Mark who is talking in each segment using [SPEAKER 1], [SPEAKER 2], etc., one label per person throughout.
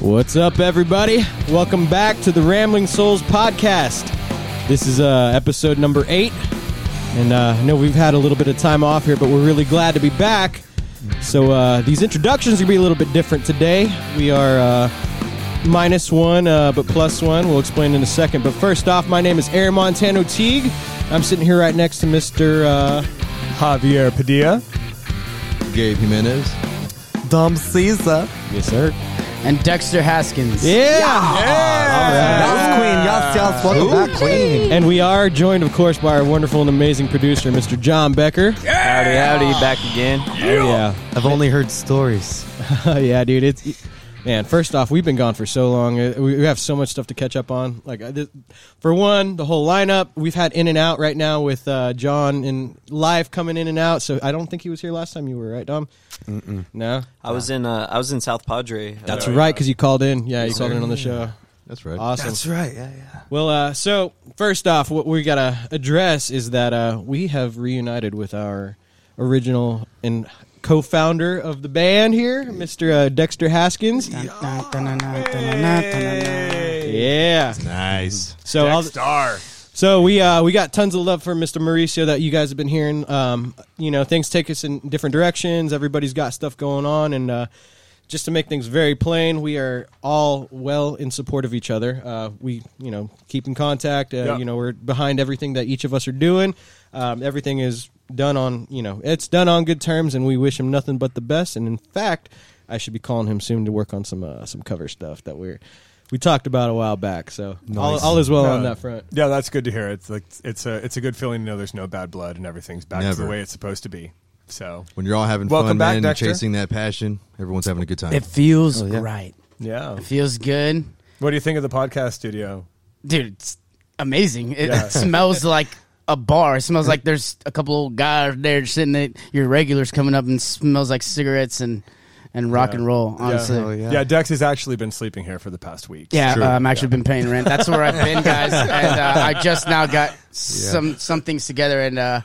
[SPEAKER 1] What's up, everybody? Welcome back to the Rambling Souls podcast. This is uh, episode number eight, and uh, I know we've had a little bit of time off here, but we're really glad to be back. So uh, these introductions are gonna be a little bit different today. We are uh, minus one, uh, but plus one. We'll explain in a second. But first off, my name is Aaron Montano Teague. I'm sitting here right next to Mr. Uh,
[SPEAKER 2] Javier Padilla.
[SPEAKER 3] Gabe Jimenez.
[SPEAKER 2] Dom Caesar.
[SPEAKER 1] yes, sir.
[SPEAKER 4] and Dexter Haskins.
[SPEAKER 1] Yeah.
[SPEAKER 2] Yes, Queen. Yes, yes. Welcome back, Queen.
[SPEAKER 1] And we are joined, of course, by our wonderful and amazing producer, Mr. John Becker. Oh,
[SPEAKER 5] Howdy, howdy, back again.
[SPEAKER 1] Yeah. Oh,
[SPEAKER 2] I've only heard stories.
[SPEAKER 1] Yeah, dude. It's man. First off, we've been gone for so long. Uh, We we have so much stuff to catch up on. Like, I- this- for one, the whole lineup. We've had in and out right now with uh, John and live coming in and out. So I don't think he was here last time you were, right, Dom? Mm-mm. No,
[SPEAKER 5] I was in uh, I was in South Padre.
[SPEAKER 1] that's
[SPEAKER 5] uh,
[SPEAKER 1] right because you called in. Yeah, you called in on the show.
[SPEAKER 3] That's right.
[SPEAKER 1] Awesome.
[SPEAKER 2] right. Yeah, yeah.
[SPEAKER 1] Well, uh, so first off, what we gotta address is that uh, we have reunited with our original and co-founder of the band here, Mr. Uh, Dexter Haskins.
[SPEAKER 4] Dun, dun, dun, dun, dun, dun, dun, dun, dun.
[SPEAKER 1] Yeah.
[SPEAKER 3] Nice.
[SPEAKER 1] So I'll- So we uh, we got tons of love for Mr. Mauricio that you guys have been hearing. Um, you know, things take us in different directions. Everybody's got stuff going on, and uh, just to make things very plain, we are all well in support of each other. Uh, we you know keep in contact. Uh, You know, we're behind everything that each of us are doing. Um, everything is done on you know it's done on good terms, and we wish him nothing but the best. And in fact, I should be calling him soon to work on some uh, some cover stuff that we're. We talked about a while back, so all, all is well on that front.
[SPEAKER 6] Yeah, that's good to hear. It's like it's a it's a good feeling to know there's no bad blood and everything's back to
[SPEAKER 3] Never.
[SPEAKER 6] the way it's supposed to be. So
[SPEAKER 3] When you're all having
[SPEAKER 6] Welcome
[SPEAKER 3] fun,
[SPEAKER 6] back,
[SPEAKER 3] man,
[SPEAKER 6] Dexter.
[SPEAKER 3] chasing that passion, everyone's having a good time.
[SPEAKER 4] It feels right.
[SPEAKER 6] yeah,
[SPEAKER 4] Feels good,
[SPEAKER 6] what do you think of the podcast studio?
[SPEAKER 4] dude. It's amazing. It
[SPEAKER 6] Yeah.
[SPEAKER 4] smells like a bar. It smells like there's a couple old guys there sitting. At your regulars coming up and smells like cigarettes and and rock and roll. Honestly.
[SPEAKER 6] yeah.
[SPEAKER 4] Yeah.
[SPEAKER 2] Oh, yeah.
[SPEAKER 6] Yeah, Dex has actually been sleeping here for the past week.
[SPEAKER 3] True.
[SPEAKER 4] uh, I'm actually been paying rent. That's where I've been, guys. And uh, I just now got some some things together, and uh,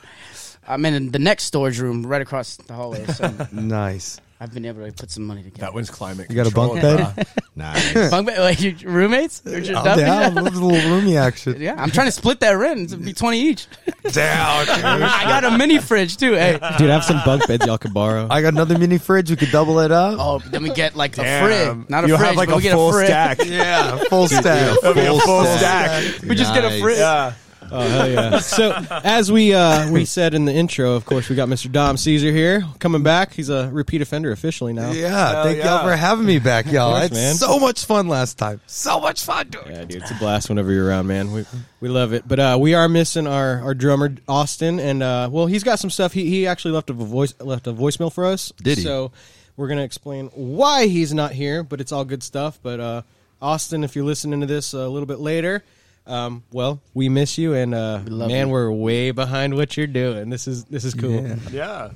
[SPEAKER 4] I'm in the next storage room right across the hallway. So
[SPEAKER 2] Nice.
[SPEAKER 4] I've been able to put some money together.
[SPEAKER 6] that one's climate.
[SPEAKER 2] You got a
[SPEAKER 6] control,
[SPEAKER 2] bunk bed?
[SPEAKER 6] bruh.
[SPEAKER 3] nice.
[SPEAKER 4] Bunk bed, like your roommates? Or
[SPEAKER 7] Oh,
[SPEAKER 4] your dummies?
[SPEAKER 2] Yeah, a little roomy action.
[SPEAKER 4] Yeah, I'm trying to split that rent. It'd be 20 each. Down. I got a mini fridge too. Hey.
[SPEAKER 1] Dude, I have some bunk beds y'all can borrow.
[SPEAKER 2] I got another mini fridge. We could double it up.
[SPEAKER 4] Oh, then we get like a
[SPEAKER 6] Damn.
[SPEAKER 4] fridge. Not a
[SPEAKER 6] you
[SPEAKER 4] fridge,
[SPEAKER 6] have like
[SPEAKER 4] but
[SPEAKER 6] a
[SPEAKER 4] we get
[SPEAKER 6] full
[SPEAKER 4] a fridge.
[SPEAKER 6] stack.
[SPEAKER 2] yeah, full stack.
[SPEAKER 6] It'll be a full
[SPEAKER 3] stack.
[SPEAKER 6] stack.
[SPEAKER 4] We just get a
[SPEAKER 3] Nice.
[SPEAKER 4] fridge.
[SPEAKER 6] Yeah,
[SPEAKER 1] Oh, hell yeah. So, as we uh, we said in the intro, of course, we got Mr. Dom Caesar here coming back. He's a repeat offender officially now.
[SPEAKER 2] Yeah, thank
[SPEAKER 6] yeah.
[SPEAKER 2] y'all for having me back, y'all.
[SPEAKER 1] course,
[SPEAKER 2] It's
[SPEAKER 1] man.
[SPEAKER 2] so much fun last time. So much fun, dude.
[SPEAKER 1] Yeah, dude, it's a blast whenever you're around, man. We we love it. But uh, we are missing our, our drummer Austin, and uh, well, he's got some stuff. He he actually left a voice left a voicemail for us.
[SPEAKER 3] Did he?
[SPEAKER 1] So we're gonna explain why he's not here, but it's all good stuff. But uh, Austin, if you're listening to this a little bit later. Um, well, we miss you, and uh,
[SPEAKER 4] love
[SPEAKER 1] man,
[SPEAKER 4] you.
[SPEAKER 1] we're way behind what you're doing. This is this is cool.
[SPEAKER 2] Yeah.
[SPEAKER 6] yeah.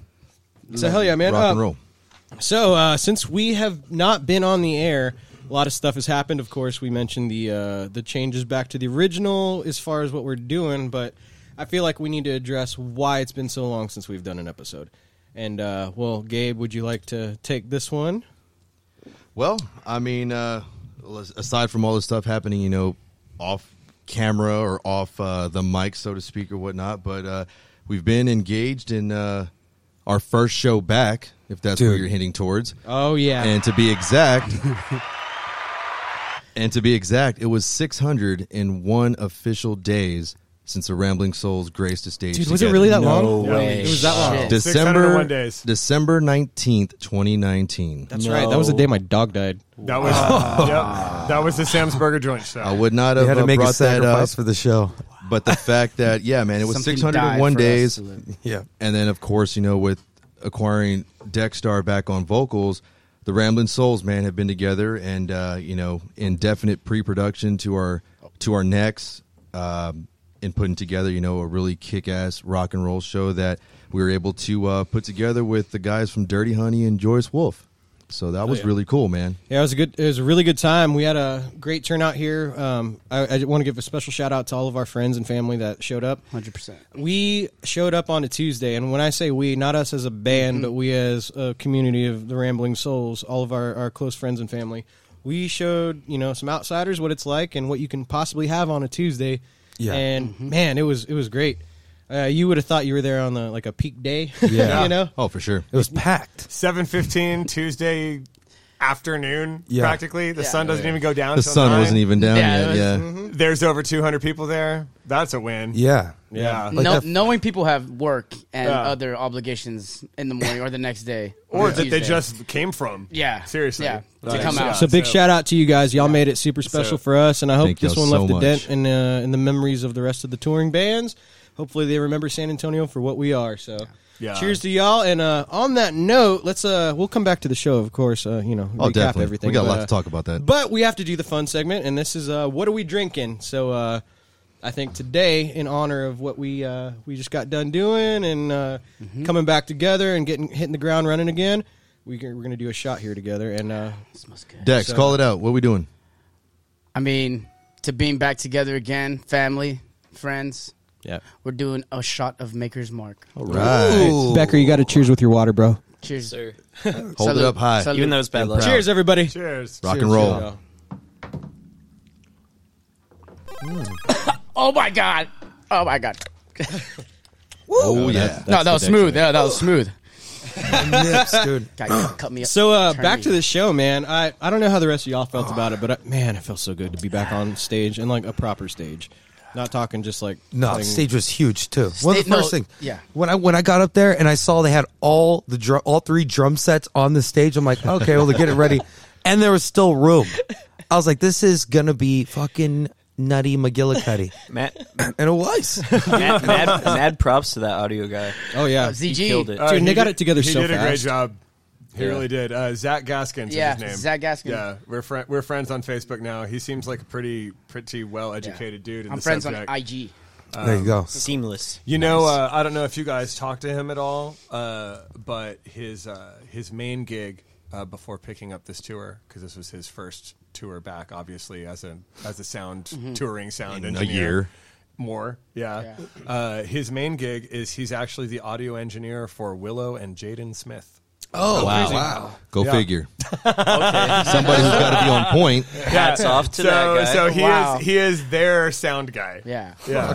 [SPEAKER 1] So hell yeah, man!
[SPEAKER 3] Rock and
[SPEAKER 1] Uh,
[SPEAKER 3] roll.
[SPEAKER 1] So, uh, since we have not been on the air, a lot of stuff has happened. Of course, we mentioned the uh, the changes back to the original as far as what we're doing, but I feel like we need to address why it's been so long since we've done an episode. And uh, well, Gabe, would you like to take this one?
[SPEAKER 3] Well, I mean, uh, aside from all the stuff happening, you know, off camera or off uh, the mic, so to speak, or whatnot, but uh, we've been engaged in uh, our first show back, if that's where
[SPEAKER 2] Dude.
[SPEAKER 3] you're hinting towards.
[SPEAKER 1] Oh yeah,
[SPEAKER 3] And to be exact, and to be exact, it was 601 official days since the Rambling Souls graced the stage.
[SPEAKER 1] dude, was it
[SPEAKER 3] together.
[SPEAKER 1] really that
[SPEAKER 2] No
[SPEAKER 1] long?
[SPEAKER 4] way.
[SPEAKER 1] It was that long.
[SPEAKER 4] Shit.
[SPEAKER 3] December
[SPEAKER 6] 601 days.
[SPEAKER 3] December 19th, 2019.
[SPEAKER 1] That's
[SPEAKER 5] Uh,
[SPEAKER 1] right. That was the
[SPEAKER 4] No.
[SPEAKER 1] day my dog died.
[SPEAKER 6] That was yep, that was the Sam's Burger joint show.
[SPEAKER 3] I would not
[SPEAKER 2] We
[SPEAKER 3] have
[SPEAKER 2] had to
[SPEAKER 3] uh,
[SPEAKER 2] make a
[SPEAKER 3] brought that up,
[SPEAKER 2] sacrifice for the show.
[SPEAKER 3] but the fact that yeah, man, it was
[SPEAKER 4] Something
[SPEAKER 3] 601
[SPEAKER 4] died for us
[SPEAKER 3] days.
[SPEAKER 4] to live.
[SPEAKER 2] Yeah.
[SPEAKER 3] And then, of course, you know, with acquiring Dexstar back on vocals, the Ramblin' Souls, man, have been together and, uh, you know, in definite pre-production to our to our next um, and putting together, you know, a really kick-ass rock and roll show that we were able to uh, put together with the guys from Dirty Honey and Joyce Wolf. So that was
[SPEAKER 1] yeah.
[SPEAKER 3] really cool, man.
[SPEAKER 1] Yeah, it was a good. It was a really good time. We had a great turnout here. Um, I, I want to give a special shout out to all of our friends and family that showed up.
[SPEAKER 4] 100%.
[SPEAKER 1] We showed up on a Tuesday, and when I say we, not us as a band, but we as a community of the Rambling Souls, all of our, our close friends and family we showed you know some outsiders what it's like and what you can possibly have on a Tuesday.
[SPEAKER 7] Yeah.
[SPEAKER 1] and man, it was it was great. Uh, you would have thought you were there on the like a peak day. Yeah, you know.
[SPEAKER 3] Oh, for sure.
[SPEAKER 7] It was packed.
[SPEAKER 6] Seven fifteen Tuesday afternoon.
[SPEAKER 7] Yeah.
[SPEAKER 6] Practically, the
[SPEAKER 4] Yeah. Mm-hmm.
[SPEAKER 6] sun doesn't even go down.
[SPEAKER 3] The
[SPEAKER 6] till
[SPEAKER 3] sun
[SPEAKER 6] nine.
[SPEAKER 3] wasn't even down
[SPEAKER 4] Yeah, it
[SPEAKER 3] yet.
[SPEAKER 4] was-
[SPEAKER 6] Mm-hmm.
[SPEAKER 3] yeah.
[SPEAKER 6] There's over two hundred people there. That's a win.
[SPEAKER 7] Yeah.
[SPEAKER 6] Yeah.
[SPEAKER 7] Like
[SPEAKER 4] no,
[SPEAKER 7] that-
[SPEAKER 4] knowing people have work and
[SPEAKER 6] Yeah.
[SPEAKER 4] other obligations in the morning or the next day,
[SPEAKER 6] Or
[SPEAKER 4] Yeah.
[SPEAKER 6] that they
[SPEAKER 4] Tuesday.
[SPEAKER 6] just came from.
[SPEAKER 4] yeah,
[SPEAKER 6] Seriously.
[SPEAKER 4] yeah,
[SPEAKER 5] Right.
[SPEAKER 4] to come out.
[SPEAKER 1] So big shout out to you guys. Y'all made it super special for us, and I hope
[SPEAKER 3] Thank
[SPEAKER 1] this
[SPEAKER 3] y'all
[SPEAKER 1] one
[SPEAKER 3] so
[SPEAKER 1] left a
[SPEAKER 3] much.
[SPEAKER 1] dent in uh, in the memories of the rest of the touring bands. Hopefully, they remember San Antonio for what we are. So,
[SPEAKER 6] Yeah.
[SPEAKER 1] cheers to y'all. And uh, on that note, let's uh, we'll come back to the show, of course. Uh, you know,
[SPEAKER 3] Oh,
[SPEAKER 1] recap
[SPEAKER 3] definitely.
[SPEAKER 1] everything.
[SPEAKER 3] We got a
[SPEAKER 1] but,
[SPEAKER 3] lot
[SPEAKER 1] uh,
[SPEAKER 3] to talk about that.
[SPEAKER 1] But we have to do the fun segment, and this is uh, what are we drinking? So uh, I think today, in honor of what we uh, we just got done doing and uh,
[SPEAKER 6] Mm-hmm.
[SPEAKER 1] coming back together and getting hitting the ground running again, we, g- we're going to do a shot here together. And uh,
[SPEAKER 4] Smells good.
[SPEAKER 3] Dex,
[SPEAKER 1] So-
[SPEAKER 3] call it out. What we doing?
[SPEAKER 4] I mean, to being back together again, family, friends.
[SPEAKER 1] yeah,
[SPEAKER 4] We're doing a shot of Maker's Mark.
[SPEAKER 6] Oh.
[SPEAKER 3] All right.
[SPEAKER 1] Becker, you got to cheers with your water, bro.
[SPEAKER 4] Cheers.
[SPEAKER 5] Sir.
[SPEAKER 3] Hold it
[SPEAKER 4] Salute.
[SPEAKER 3] up high.
[SPEAKER 4] Salute.
[SPEAKER 5] Even though it's bad luck.
[SPEAKER 1] Cheers, everybody.
[SPEAKER 6] Cheers.
[SPEAKER 3] Rock and roll.
[SPEAKER 4] Oh my god. Oh my god.
[SPEAKER 3] Oh, yeah.
[SPEAKER 4] no, that was smooth. Yeah, that was smooth.
[SPEAKER 7] Nips, dude.
[SPEAKER 4] God, cut me up.
[SPEAKER 1] So uh,
[SPEAKER 4] Turn
[SPEAKER 1] back
[SPEAKER 4] me.
[SPEAKER 1] to the show, man. I, I don't know how the rest of y'all felt about it, but I, man, it felt so good to be back on stage and like a proper stage, not talking just like
[SPEAKER 7] No, the
[SPEAKER 1] playing-
[SPEAKER 7] stage was huge too. One of the
[SPEAKER 4] Sta- no,
[SPEAKER 7] first things.
[SPEAKER 4] yeah.
[SPEAKER 7] When I when I got up there and I saw they had all the dr- all three drum sets on the stage, I'm like, okay, well, to get it ready, and there was still room. I was like, this is gonna be fucking nutty McGillicuddy,
[SPEAKER 5] Mad,
[SPEAKER 7] and it was.
[SPEAKER 5] mad, mad, mad props to that audio guy.
[SPEAKER 1] Oh yeah,
[SPEAKER 5] He
[SPEAKER 4] ZG.
[SPEAKER 5] killed it.
[SPEAKER 1] Dude, and
[SPEAKER 6] Uh, he
[SPEAKER 1] they got
[SPEAKER 6] did-
[SPEAKER 1] it together
[SPEAKER 6] He
[SPEAKER 1] so
[SPEAKER 6] did a great
[SPEAKER 1] fast.
[SPEAKER 6] job. He
[SPEAKER 5] Yeah.
[SPEAKER 6] really did. Uh, Zach Gaskins
[SPEAKER 4] Yeah,
[SPEAKER 6] is his name.
[SPEAKER 4] Zach Gaskins.
[SPEAKER 6] Yeah, we're fri we're friends on Facebook now. He seems like a pretty pretty well educated dude. In
[SPEAKER 4] I'm
[SPEAKER 6] the
[SPEAKER 4] friends
[SPEAKER 6] subject.
[SPEAKER 4] on IG.
[SPEAKER 7] there you
[SPEAKER 4] Um,
[SPEAKER 7] go.
[SPEAKER 5] Seamless.
[SPEAKER 6] You know, uh, I don't know if you guys talked to him at all, uh, but his uh, his main gig uh, before picking up this tour because this was his first tour back, obviously as a as a sound touring
[SPEAKER 3] Mm-hmm.
[SPEAKER 6] sound
[SPEAKER 3] In a
[SPEAKER 6] engineer.
[SPEAKER 3] year.
[SPEAKER 6] More, yeah. Uh, his main gig is he's actually the audio engineer for Willow and Jaden Smith.
[SPEAKER 7] Oh wow, wow.
[SPEAKER 3] Go
[SPEAKER 6] Yeah.
[SPEAKER 3] figure. Somebody who's got to be on point.
[SPEAKER 5] Hats off to
[SPEAKER 6] so,
[SPEAKER 5] that guy.
[SPEAKER 6] So he
[SPEAKER 4] Wow.
[SPEAKER 6] is he is their sound guy.
[SPEAKER 4] Yeah.
[SPEAKER 6] Yeah.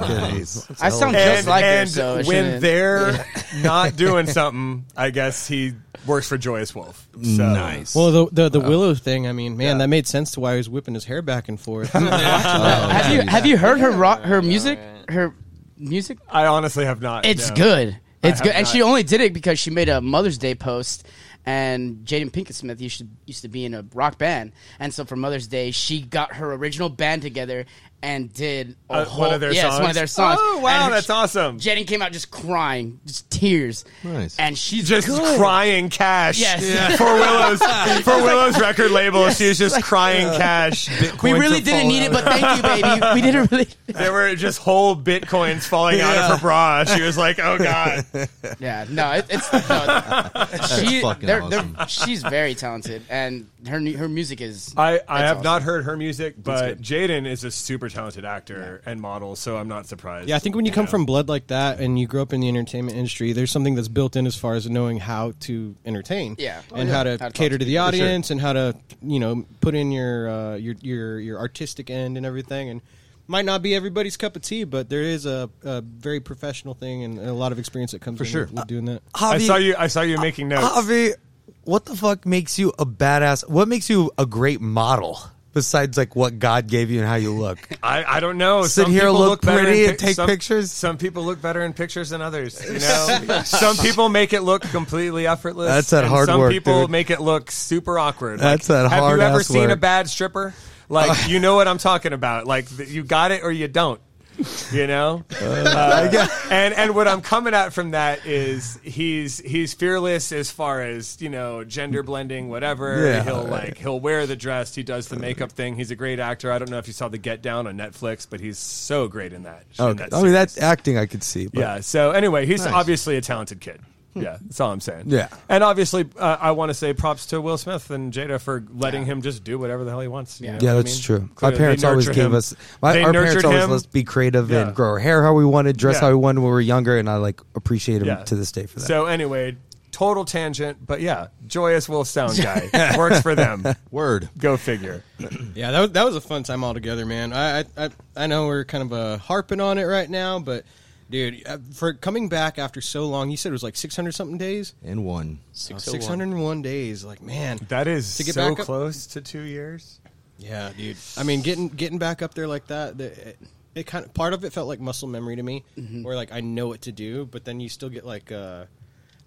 [SPEAKER 4] I sound
[SPEAKER 6] And,
[SPEAKER 4] just like her,
[SPEAKER 6] and
[SPEAKER 4] so it
[SPEAKER 6] when
[SPEAKER 4] shouldn't-
[SPEAKER 6] they're not doing something, I guess he works for Joyous Wolf. So. Nice.
[SPEAKER 1] Well, the the, the willow thing. I mean, man, that made sense to why he was whipping his hair back and forth.
[SPEAKER 4] have you have you heard her rock her music her music?
[SPEAKER 6] I honestly have not.
[SPEAKER 4] It's
[SPEAKER 6] no.
[SPEAKER 4] good. It's
[SPEAKER 6] have
[SPEAKER 4] good, and
[SPEAKER 6] not-
[SPEAKER 4] she only did it because she made a Mother's Day post. And Jaden Pinkett Smith used to used to be in a rock band, and so for Mother's Day, she got her original band together and did a
[SPEAKER 6] Uh,
[SPEAKER 4] whole,
[SPEAKER 6] one of their
[SPEAKER 4] yes,
[SPEAKER 6] songs.
[SPEAKER 4] one of their songs.
[SPEAKER 6] Oh wow,
[SPEAKER 4] And
[SPEAKER 6] that's
[SPEAKER 4] she-
[SPEAKER 6] awesome!
[SPEAKER 4] Jaden came out just crying, just tears.
[SPEAKER 3] Nice.
[SPEAKER 4] And she's
[SPEAKER 6] just
[SPEAKER 4] good.
[SPEAKER 6] crying cash.
[SPEAKER 4] Yes.
[SPEAKER 6] for Willow's for Willow's record label, she's just crying
[SPEAKER 4] uh,
[SPEAKER 6] cash.
[SPEAKER 4] We
[SPEAKER 7] Coins
[SPEAKER 4] really
[SPEAKER 7] are
[SPEAKER 4] didn't
[SPEAKER 7] falling
[SPEAKER 4] need it, but thank you, baby. We didn't really.
[SPEAKER 6] There were just whole bitcoins falling out of her bra. She was like, "Oh god."
[SPEAKER 4] Yeah, no, it, it's no, she.
[SPEAKER 3] fucking
[SPEAKER 4] they're,
[SPEAKER 3] awesome.
[SPEAKER 4] they're, she's very talented, and her new- her music is.
[SPEAKER 6] I, I
[SPEAKER 4] That's
[SPEAKER 6] have
[SPEAKER 4] awesome.
[SPEAKER 6] not heard her music, but Jaden is a super talented actor and model, so I'm not surprised.
[SPEAKER 1] yeah, I think when you come from blood like that and you grow up in the entertainment industry, there's something that's built in as far as knowing how to entertain,
[SPEAKER 4] Yeah. Oh,
[SPEAKER 1] and
[SPEAKER 4] yeah.
[SPEAKER 1] how to
[SPEAKER 4] How to talk
[SPEAKER 1] cater to
[SPEAKER 4] to
[SPEAKER 1] the audience and how to you know put in your uh, your your your artistic end and everything and. Might not be everybody's cup of tea, but there is a, a very professional thing and a lot of experience that comes
[SPEAKER 3] For
[SPEAKER 1] in
[SPEAKER 3] sure.
[SPEAKER 1] with, with doing that.
[SPEAKER 6] I
[SPEAKER 7] Javi-
[SPEAKER 6] saw you. I saw you making
[SPEAKER 7] Uh,
[SPEAKER 6] notes.
[SPEAKER 7] Javi, what the fuck makes you a badass? What makes you a great model? Besides, like what God gave you and how you look,
[SPEAKER 6] I, I don't know.
[SPEAKER 7] Sit
[SPEAKER 6] some
[SPEAKER 7] here,
[SPEAKER 6] people
[SPEAKER 7] look
[SPEAKER 6] look better
[SPEAKER 7] pretty
[SPEAKER 6] in
[SPEAKER 7] and take
[SPEAKER 6] some-
[SPEAKER 7] pictures?
[SPEAKER 6] Some people look better in pictures than others. You know, some people make it look completely effortless.
[SPEAKER 7] That's that
[SPEAKER 6] and
[SPEAKER 7] hard
[SPEAKER 6] Some
[SPEAKER 7] work,
[SPEAKER 6] people
[SPEAKER 7] dude.
[SPEAKER 6] make it look super awkward.
[SPEAKER 7] That's that
[SPEAKER 6] Have
[SPEAKER 7] hard
[SPEAKER 6] you ever
[SPEAKER 7] ass
[SPEAKER 6] seen a
[SPEAKER 7] work.
[SPEAKER 6] bad stripper? Like you know what I'm talking about. Like th- you got it or you don't. You know, Uh, and and what I'm coming at from that is he's he's fearless as far as you know gender blending, whatever.
[SPEAKER 7] Yeah.
[SPEAKER 6] He'll like he'll wear the dress. He does the makeup thing. He's a great actor. I don't know if you saw the Get Down on Netflix, but he's so great in that. in
[SPEAKER 7] okay. Oh,
[SPEAKER 6] that
[SPEAKER 7] I mean,
[SPEAKER 6] series.
[SPEAKER 7] that's acting I could see. But
[SPEAKER 6] yeah. So anyway, he's obviously a talented kid. Yeah, that's all I'm saying.
[SPEAKER 7] Hmm. Yeah.
[SPEAKER 6] and obviously, uh, I want to say props to Will Smith and Jada for letting him just do whatever the hell he wants. you
[SPEAKER 4] Yeah.
[SPEAKER 6] know
[SPEAKER 7] Yeah,
[SPEAKER 6] what I
[SPEAKER 7] that's
[SPEAKER 6] mean?
[SPEAKER 7] true.
[SPEAKER 6] Clearly,
[SPEAKER 7] our
[SPEAKER 6] they
[SPEAKER 7] parents always
[SPEAKER 6] nurtured
[SPEAKER 7] gave
[SPEAKER 6] him.
[SPEAKER 7] us. My,
[SPEAKER 6] They
[SPEAKER 7] our parents
[SPEAKER 6] nurtured
[SPEAKER 7] always
[SPEAKER 6] him.
[SPEAKER 7] let us be creative
[SPEAKER 6] Yeah.
[SPEAKER 7] and grow our hair how we wanted, dress
[SPEAKER 6] Yeah.
[SPEAKER 7] how we wanted when we were younger, and I like appreciate him
[SPEAKER 6] Yeah.
[SPEAKER 7] to this day for that.
[SPEAKER 6] So anyway, total tangent, but yeah, Joyous Wolf Sound guy works for them.
[SPEAKER 3] Word.
[SPEAKER 6] Go figure.
[SPEAKER 1] Yeah, that was, that was a fun time altogether, man. I, I- I I know we're kind of uh, harping on it right now, but dude, uh, for coming back after so long, you said it was like six hundred something days,
[SPEAKER 3] And one.
[SPEAKER 5] oh
[SPEAKER 1] six hundred and one days. Like, man,
[SPEAKER 6] That is
[SPEAKER 1] To get
[SPEAKER 6] so
[SPEAKER 1] back up-
[SPEAKER 6] close to two years.
[SPEAKER 1] yeah, dude. I mean, getting getting back up there like that, the, it, it kind of part of it felt like muscle memory to me,
[SPEAKER 3] Mm-hmm.
[SPEAKER 1] where like I know what to do, but then you still get like, uh,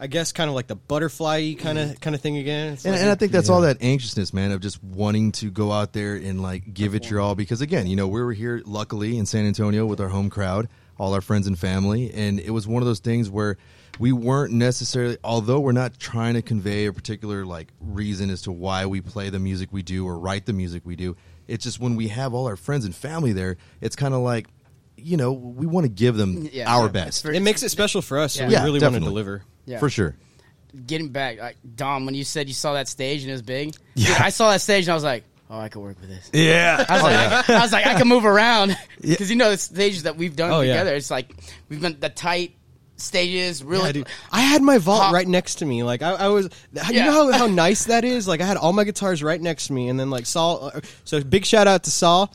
[SPEAKER 1] I guess, kind of like the butterfly kind of kind of thing again. It's
[SPEAKER 3] Mm-hmm. And,
[SPEAKER 1] like-
[SPEAKER 3] and I think that's all that anxiousness, man, of just wanting to go out there and like give it your all. Because again, you know, we were here luckily in San Antonio with our home crowd, all our friends and family, and it was one of those things where we weren't necessarily, although we're not trying to convey a particular like reason as to why we play the music we do or write the music we do. It's just when we have all our friends and family there, it's kind of like, you know, we want to give them
[SPEAKER 4] Yeah,
[SPEAKER 3] our
[SPEAKER 4] it's
[SPEAKER 3] best
[SPEAKER 4] for-
[SPEAKER 1] it makes it special for us. So
[SPEAKER 4] Yeah.
[SPEAKER 1] we
[SPEAKER 3] Yeah,
[SPEAKER 1] really want
[SPEAKER 3] definitely.
[SPEAKER 1] to deliver.
[SPEAKER 4] Yeah.
[SPEAKER 3] for sure.
[SPEAKER 4] getting back, like, Dom, when you said you saw that stage and it was big, dude, I saw that stage and I was like, oh, I could work with this.
[SPEAKER 7] Yeah.
[SPEAKER 4] I was,
[SPEAKER 3] Oh,
[SPEAKER 4] like, I was like, I can move around because you know the stages that we've done
[SPEAKER 1] Oh, yeah.
[SPEAKER 4] together. It's like we've done the tight stages, really.
[SPEAKER 1] Yeah, dude. I had my vault
[SPEAKER 4] Pop-
[SPEAKER 1] right next to me. Like I, I was, you
[SPEAKER 4] Yeah.
[SPEAKER 1] know how, how nice that is. Like I had all my guitars right next to me, and then like Saul. uh, So big shout out to Saul.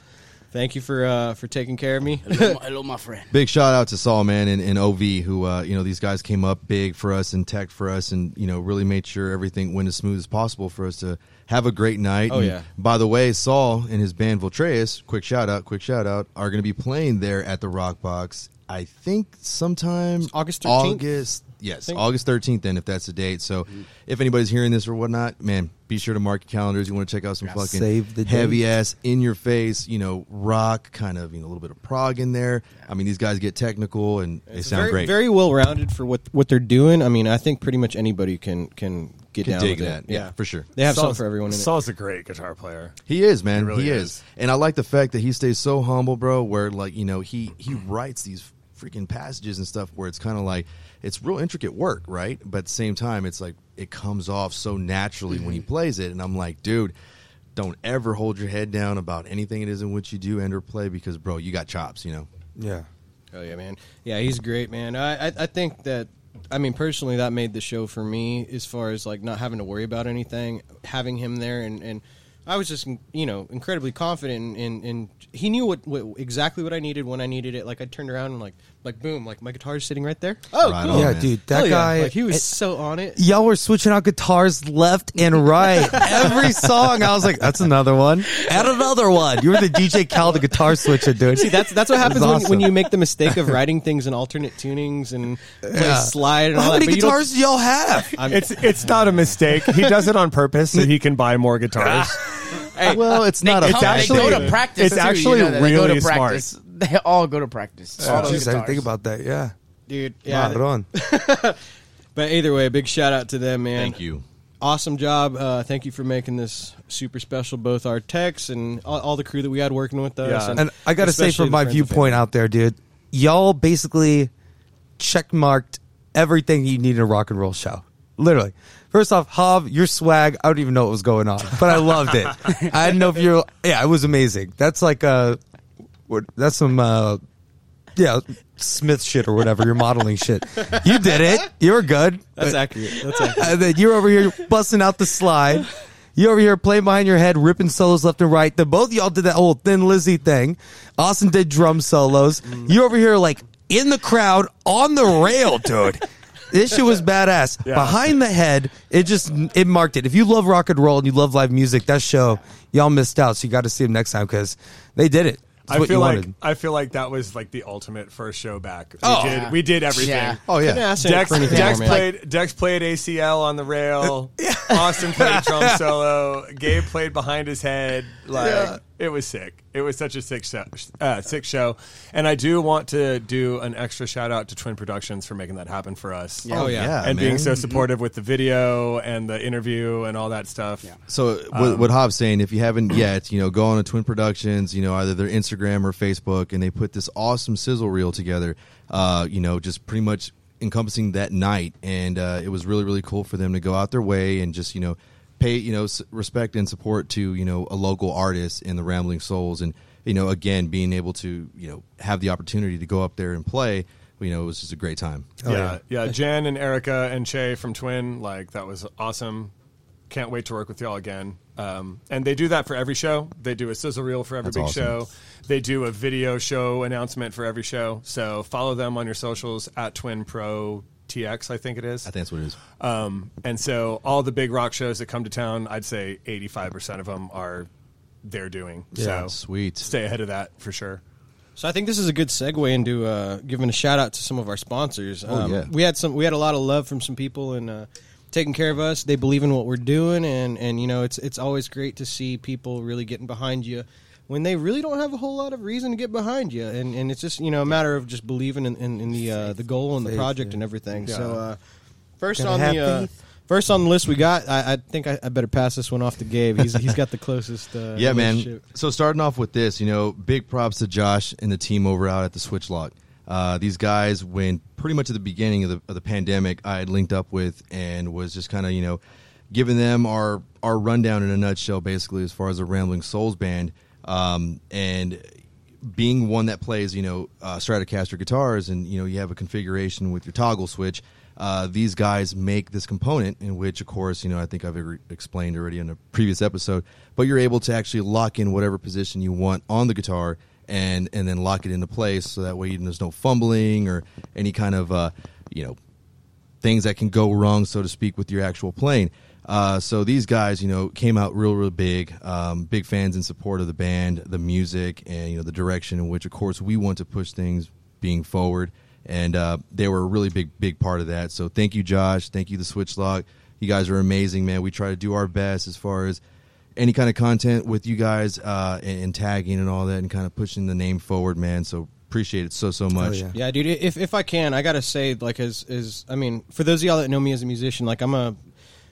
[SPEAKER 1] Thank you for uh, for taking care of me.
[SPEAKER 4] hello, my- hello, my friend.
[SPEAKER 3] Big shout out to Saul man and, and OV who uh, you know these guys came up big for us and tech for us and you know really made sure everything went as smooth as possible for us to have a great night.
[SPEAKER 1] Oh,
[SPEAKER 3] And
[SPEAKER 1] yeah.
[SPEAKER 3] By the way, Saul and his band Voltreus, quick shout out, quick shout out, are going to be playing there at the Rock Box. I think sometime
[SPEAKER 1] August 13th?
[SPEAKER 3] August- yes,
[SPEAKER 1] think. Mm-hmm.
[SPEAKER 3] August thirteenth. Then if that's the date. So if anybody's hearing this or whatnot, man, be sure to mark your calendars. You want to check out some fucking
[SPEAKER 7] save the
[SPEAKER 3] heavy
[SPEAKER 7] date.
[SPEAKER 3] ass in your face, you know, rock, kind of, you know, a little bit of prog in there. I mean, these guys get technical and they sound
[SPEAKER 1] very,
[SPEAKER 3] great.
[SPEAKER 1] Very well rounded for what what they're doing. I mean, I think pretty much anybody can can get
[SPEAKER 3] Can
[SPEAKER 1] down
[SPEAKER 3] dig
[SPEAKER 1] with
[SPEAKER 3] that.
[SPEAKER 1] it.
[SPEAKER 3] Yeah, for sure.
[SPEAKER 1] They have something
[SPEAKER 6] Saul's-
[SPEAKER 1] for everyone. In
[SPEAKER 6] Saul's a great guitar player.
[SPEAKER 3] He is, man. He,
[SPEAKER 6] really
[SPEAKER 3] is.
[SPEAKER 6] is.
[SPEAKER 3] And I like the fact that he stays so humble, bro, where like, you know, he he writes these freaking passages and stuff where it's kind of like it's real intricate work, right? But at the same time, it's like it comes off so naturally when he plays it and I'm like, dude, don't ever hold your head down about anything it isn't what you do and or play because bro, you got chops, you know.
[SPEAKER 7] Yeah.
[SPEAKER 1] it. Oh yeah, man. Yeah, he's great, man. I, I I think that. I mean, personally, that made the show for me as far as like not having to worry about anything, having him there, and and I was just you know incredibly confident, and and, and he knew what, what exactly what I needed when I needed it. Like I turned around and like like boom, like my guitar's sitting right there. Oh,
[SPEAKER 3] Right
[SPEAKER 1] cool.
[SPEAKER 3] on,
[SPEAKER 7] yeah,
[SPEAKER 3] man.
[SPEAKER 7] dude. That
[SPEAKER 1] Hell yeah.
[SPEAKER 7] guy.
[SPEAKER 1] like, he was
[SPEAKER 7] it-
[SPEAKER 1] so on it.
[SPEAKER 7] Y'all were switching out guitars left and right. Every song, I was like, "That's another one. Add another one." You were the DJ Cal, the guitar switcher, dude. See,
[SPEAKER 1] That's that's what happens
[SPEAKER 7] That's
[SPEAKER 1] when,
[SPEAKER 7] awesome.
[SPEAKER 1] when you make the mistake of writing things in alternate tunings and play slide and all
[SPEAKER 7] How
[SPEAKER 1] that.
[SPEAKER 7] many
[SPEAKER 1] but you don't-
[SPEAKER 7] guitars do y'all have?
[SPEAKER 1] I'm-
[SPEAKER 6] It's it's not a mistake. He does it on purpose so he can buy more guitars.
[SPEAKER 3] well, it's not a
[SPEAKER 4] They
[SPEAKER 3] bad
[SPEAKER 4] go
[SPEAKER 3] thing.
[SPEAKER 4] to practice.
[SPEAKER 6] It's
[SPEAKER 4] too, you
[SPEAKER 6] actually
[SPEAKER 4] know that. they go
[SPEAKER 6] really
[SPEAKER 4] to
[SPEAKER 6] smart.
[SPEAKER 4] practice. They all go to practice.
[SPEAKER 7] Oh,
[SPEAKER 4] All
[SPEAKER 7] jeez, I
[SPEAKER 4] those
[SPEAKER 7] didn't
[SPEAKER 4] guitars.
[SPEAKER 7] think about that. Yeah,
[SPEAKER 1] dude. Yeah,
[SPEAKER 7] Marron.
[SPEAKER 1] but either way, big shout out to them, man.
[SPEAKER 3] Thank you.
[SPEAKER 1] Awesome job. Uh, thank you for making this super special. Both our techs and all, all the crew that we had working with us.
[SPEAKER 6] Yeah.
[SPEAKER 7] And I gotta say,
[SPEAKER 1] especially the
[SPEAKER 7] from my
[SPEAKER 1] friends and
[SPEAKER 7] viewpoint out there, dude, y'all basically checkmarked everything you need in a rock and roll show. Literally. First off, Hav, your swag, I don't even know what was going on, but I loved it. I didn't know if you're, yeah, it was amazing. That's like uh what- that's some, uh, yeah, Smith shit or whatever, your modeling shit. You did it. You were good.
[SPEAKER 1] That's accurate. That's accurate.
[SPEAKER 7] And then you're over here busting out the slide. You over here playing behind your head, ripping solos left and right. The both of y'all did that whole Thin Lizzy thing. Austin did drum solos. You over here like in the crowd on the rail, dude. This shit was badass. Behind the head, it just it marked it. If you love rock and roll and you love live music, that show y'all missed out. So you got to see them next time because they did it. It's
[SPEAKER 6] I
[SPEAKER 7] what
[SPEAKER 6] feel
[SPEAKER 7] you
[SPEAKER 6] like
[SPEAKER 7] wanted.
[SPEAKER 6] I feel like that was like the ultimate first show back. We
[SPEAKER 7] Oh.
[SPEAKER 6] did we did everything.
[SPEAKER 4] Yeah.
[SPEAKER 3] Oh
[SPEAKER 1] Couldn't
[SPEAKER 3] yeah.
[SPEAKER 1] ask
[SPEAKER 6] Dex,
[SPEAKER 1] for anything
[SPEAKER 6] Dex
[SPEAKER 1] more, man.
[SPEAKER 6] played Dex played ACL on the rail. Austin played drum solo. Gabe played behind his head. Like it was sick. It was such a sick show, uh, sick show. And I do want to do an extra shout out to Twin Productions for making that happen for us.
[SPEAKER 1] Oh yeah.
[SPEAKER 6] and being
[SPEAKER 3] man.
[SPEAKER 6] so supportive with the video and the interview and all that stuff. Yeah.
[SPEAKER 3] So what, what Hob's saying, if you haven't yet, you know, go on to Twin Productions, you know, either their Instagram or Facebook, and they put this awesome sizzle reel together. Uh, you know, just pretty much encompassing that night, and uh, it was really really cool for them to go out their way and just you know pay you know s- respect and support to you know a local artist in the Rambling Souls, and you know again being able to you know have the opportunity to go up there and play you know, it was just a great time.
[SPEAKER 6] Oh, yeah, yeah, Jen and Erica and Che from Twin, like that was awesome. Can't wait to work with y'all again. Um, and they do that for every show. They do a sizzle reel for every
[SPEAKER 3] That's
[SPEAKER 6] big
[SPEAKER 3] awesome.
[SPEAKER 6] show. They do a video show announcement for every show. So follow them on your socials at Twin Pro TX, I think it is.
[SPEAKER 3] I think that's what it is.
[SPEAKER 6] Um, and so all the big rock shows that come to town, I'd say 85% of them are they're doing.
[SPEAKER 7] Yeah.
[SPEAKER 6] so
[SPEAKER 3] Sweet.
[SPEAKER 6] Stay ahead of that for sure.
[SPEAKER 1] So I think this is a good segue into uh, giving a shout out to some of our sponsors. Um,
[SPEAKER 3] Oh, yeah.
[SPEAKER 1] we had some we had a lot of love from some people and uh, taking care of us. They believe in what we're doing, and and you know it's it's always great to see people really getting behind you when they really don't have a whole lot of reason to get behind you, and and it's just you know a matter of just believing in, in, in the uh, the goal and the project and everything. So uh, first
[SPEAKER 7] Gotta
[SPEAKER 1] on
[SPEAKER 7] have
[SPEAKER 1] the. Uh,
[SPEAKER 7] faith.
[SPEAKER 1] First on the list we got, I, I think I, I better pass this one off to Gabe. He's he's got the closest. Uh,
[SPEAKER 3] yeah, man.
[SPEAKER 1] relationship.
[SPEAKER 3] So starting off with this, you know, big props to Josh and the team over out at the Switch Lock. Uh, these guys, when pretty much at the beginning of the, of the pandemic, I had linked up with and was just kind of you know giving them our our rundown in a nutshell, basically as far as the Rambling Souls band. Um, and being one that plays, you know, uh, Stratocaster guitars, and you know, you have a configuration with your toggle switch. Uh, these guys make this component, in which, of course, you know, I think I've ever explained already in a previous episode. But you're able to actually lock in whatever position you want on the guitar, and and then lock it into place, so that way you- there's no fumbling or any kind of, uh, you know, things that can go wrong, so to speak, with your actual plane. Uh, so these guys, you know, came out real, real big. Um, big fans and support of the band, the music, and you know the direction in which, of course, we want to push things being forward. And uh, they were a really big, big part of that. So thank you, Josh. Thank you, the Switch Lock. You guys are amazing, man. We try to do our best as far as any kind of content with you guys uh, and, and tagging and all that, and kind of pushing the name forward, man. So appreciate it so, so much.
[SPEAKER 7] yeah.
[SPEAKER 1] Yeah, dude. If if I can, I gotta say, like, as is, I mean, for those of y'all that know me as a musician, like, I'm a,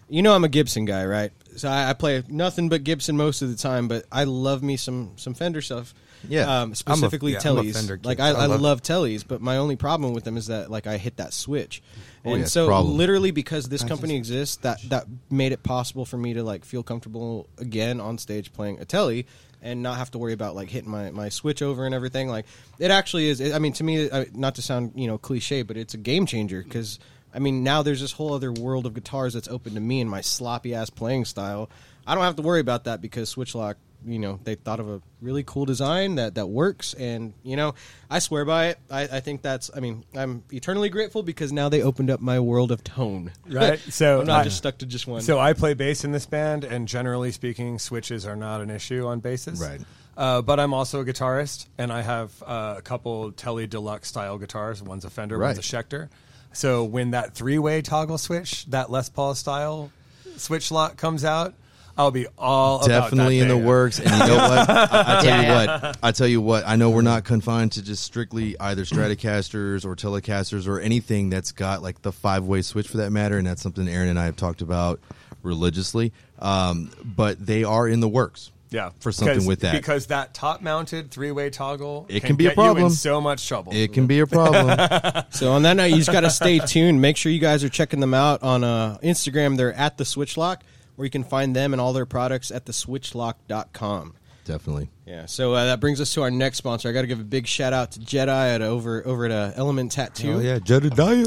[SPEAKER 1] you know, I'm a Gibson guy, right? So I, I play nothing but Gibson most of the time, but I love me some some Fender stuff.
[SPEAKER 3] Yeah. I'm
[SPEAKER 1] um,
[SPEAKER 3] a-
[SPEAKER 1] specifically
[SPEAKER 7] yeah, I'm a
[SPEAKER 1] Tellys.
[SPEAKER 7] Fender kid.
[SPEAKER 1] like, I,
[SPEAKER 7] I
[SPEAKER 1] I,
[SPEAKER 7] love-
[SPEAKER 1] love, Tellys, but my only problem with them is that like I hit that switch, and
[SPEAKER 3] Oh, yeah, it's a
[SPEAKER 1] so
[SPEAKER 3] problem.
[SPEAKER 1] literally because this company exists, that that made it possible for me to like feel comfortable again on stage playing a Telly and not have to worry about like hitting my, my switch over and everything. Like it actually is. I mean, to me, I- not to sound you know cliche, but it's a game changer because I mean now there's this whole other world of guitars that's open to me and my sloppy ass playing style. I don't have to worry about that because Switchlock, you know, they thought of a really cool design that that works, and you know, I swear by it. I, I think that's. I mean, I'm eternally grateful because now they opened up my world of tone.
[SPEAKER 6] Right, so
[SPEAKER 1] I'm not
[SPEAKER 6] I-
[SPEAKER 1] just stuck to just one.
[SPEAKER 6] So I play bass in this band, and generally speaking, switches are not an issue on basses.
[SPEAKER 3] Right.
[SPEAKER 6] Uh, but I'm also a guitarist, and I have uh, a couple Tele Deluxe style guitars. One's a Fender, one's a
[SPEAKER 3] Right.
[SPEAKER 6] Schecter. So when that three way toggle switch, that Les Paul style switch lock comes out, I'll be all about that
[SPEAKER 3] definitely in the
[SPEAKER 6] thing.
[SPEAKER 3] works. And you know what? I, I tell
[SPEAKER 4] Yeah,
[SPEAKER 3] you
[SPEAKER 4] yeah.
[SPEAKER 3] what. I tell you what. I know we're not confined to just strictly either Stratocasters or Telecasters or anything that's got like the five way switch for that matter. And that's something Aaron and I have talked about religiously. Um, but they are in the works.
[SPEAKER 6] Yeah,
[SPEAKER 3] for something
[SPEAKER 6] because-
[SPEAKER 3] with that.
[SPEAKER 6] because that top mounted three way toggle
[SPEAKER 3] It can be a
[SPEAKER 6] get you in
[SPEAKER 3] problem.
[SPEAKER 6] so much trouble.
[SPEAKER 3] it can be a problem.
[SPEAKER 1] So on that note, you just got to stay tuned. Make sure you guys are checking them out on uh, Instagram. They're at the Switchlock, or you can find them and all their products at theswitchlock.com.
[SPEAKER 3] definitely.
[SPEAKER 1] Yeah, so uh, that brings us to our next sponsor. I got to give a big shout out to Jedi at over over at uh, Element Tattoo.
[SPEAKER 7] Oh yeah, Jedediah.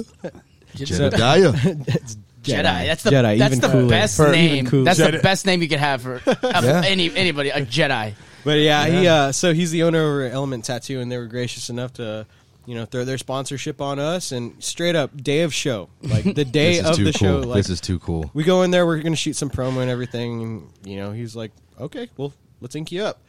[SPEAKER 3] Jedediah.
[SPEAKER 4] Jedi. That's the
[SPEAKER 1] Jedi,
[SPEAKER 4] that's
[SPEAKER 1] even
[SPEAKER 4] the
[SPEAKER 1] cooler.
[SPEAKER 4] best
[SPEAKER 1] For- even
[SPEAKER 4] name.
[SPEAKER 1] cooler.
[SPEAKER 4] That's the
[SPEAKER 6] Jedi.
[SPEAKER 4] best name you could have for of
[SPEAKER 7] Yeah.
[SPEAKER 4] any anybody. A Jedi.
[SPEAKER 1] But yeah, he uh, so he's the owner over at Element Tattoo, and they were gracious enough to you know throw their sponsorship on us and straight up day of show, like the day
[SPEAKER 3] This is
[SPEAKER 1] of
[SPEAKER 3] too
[SPEAKER 1] the
[SPEAKER 3] cool.
[SPEAKER 1] show. Like,
[SPEAKER 3] this is too cool.
[SPEAKER 1] we go in there, we're gonna shoot some promo and everything, and you know, he's like, okay, well, let's ink you up.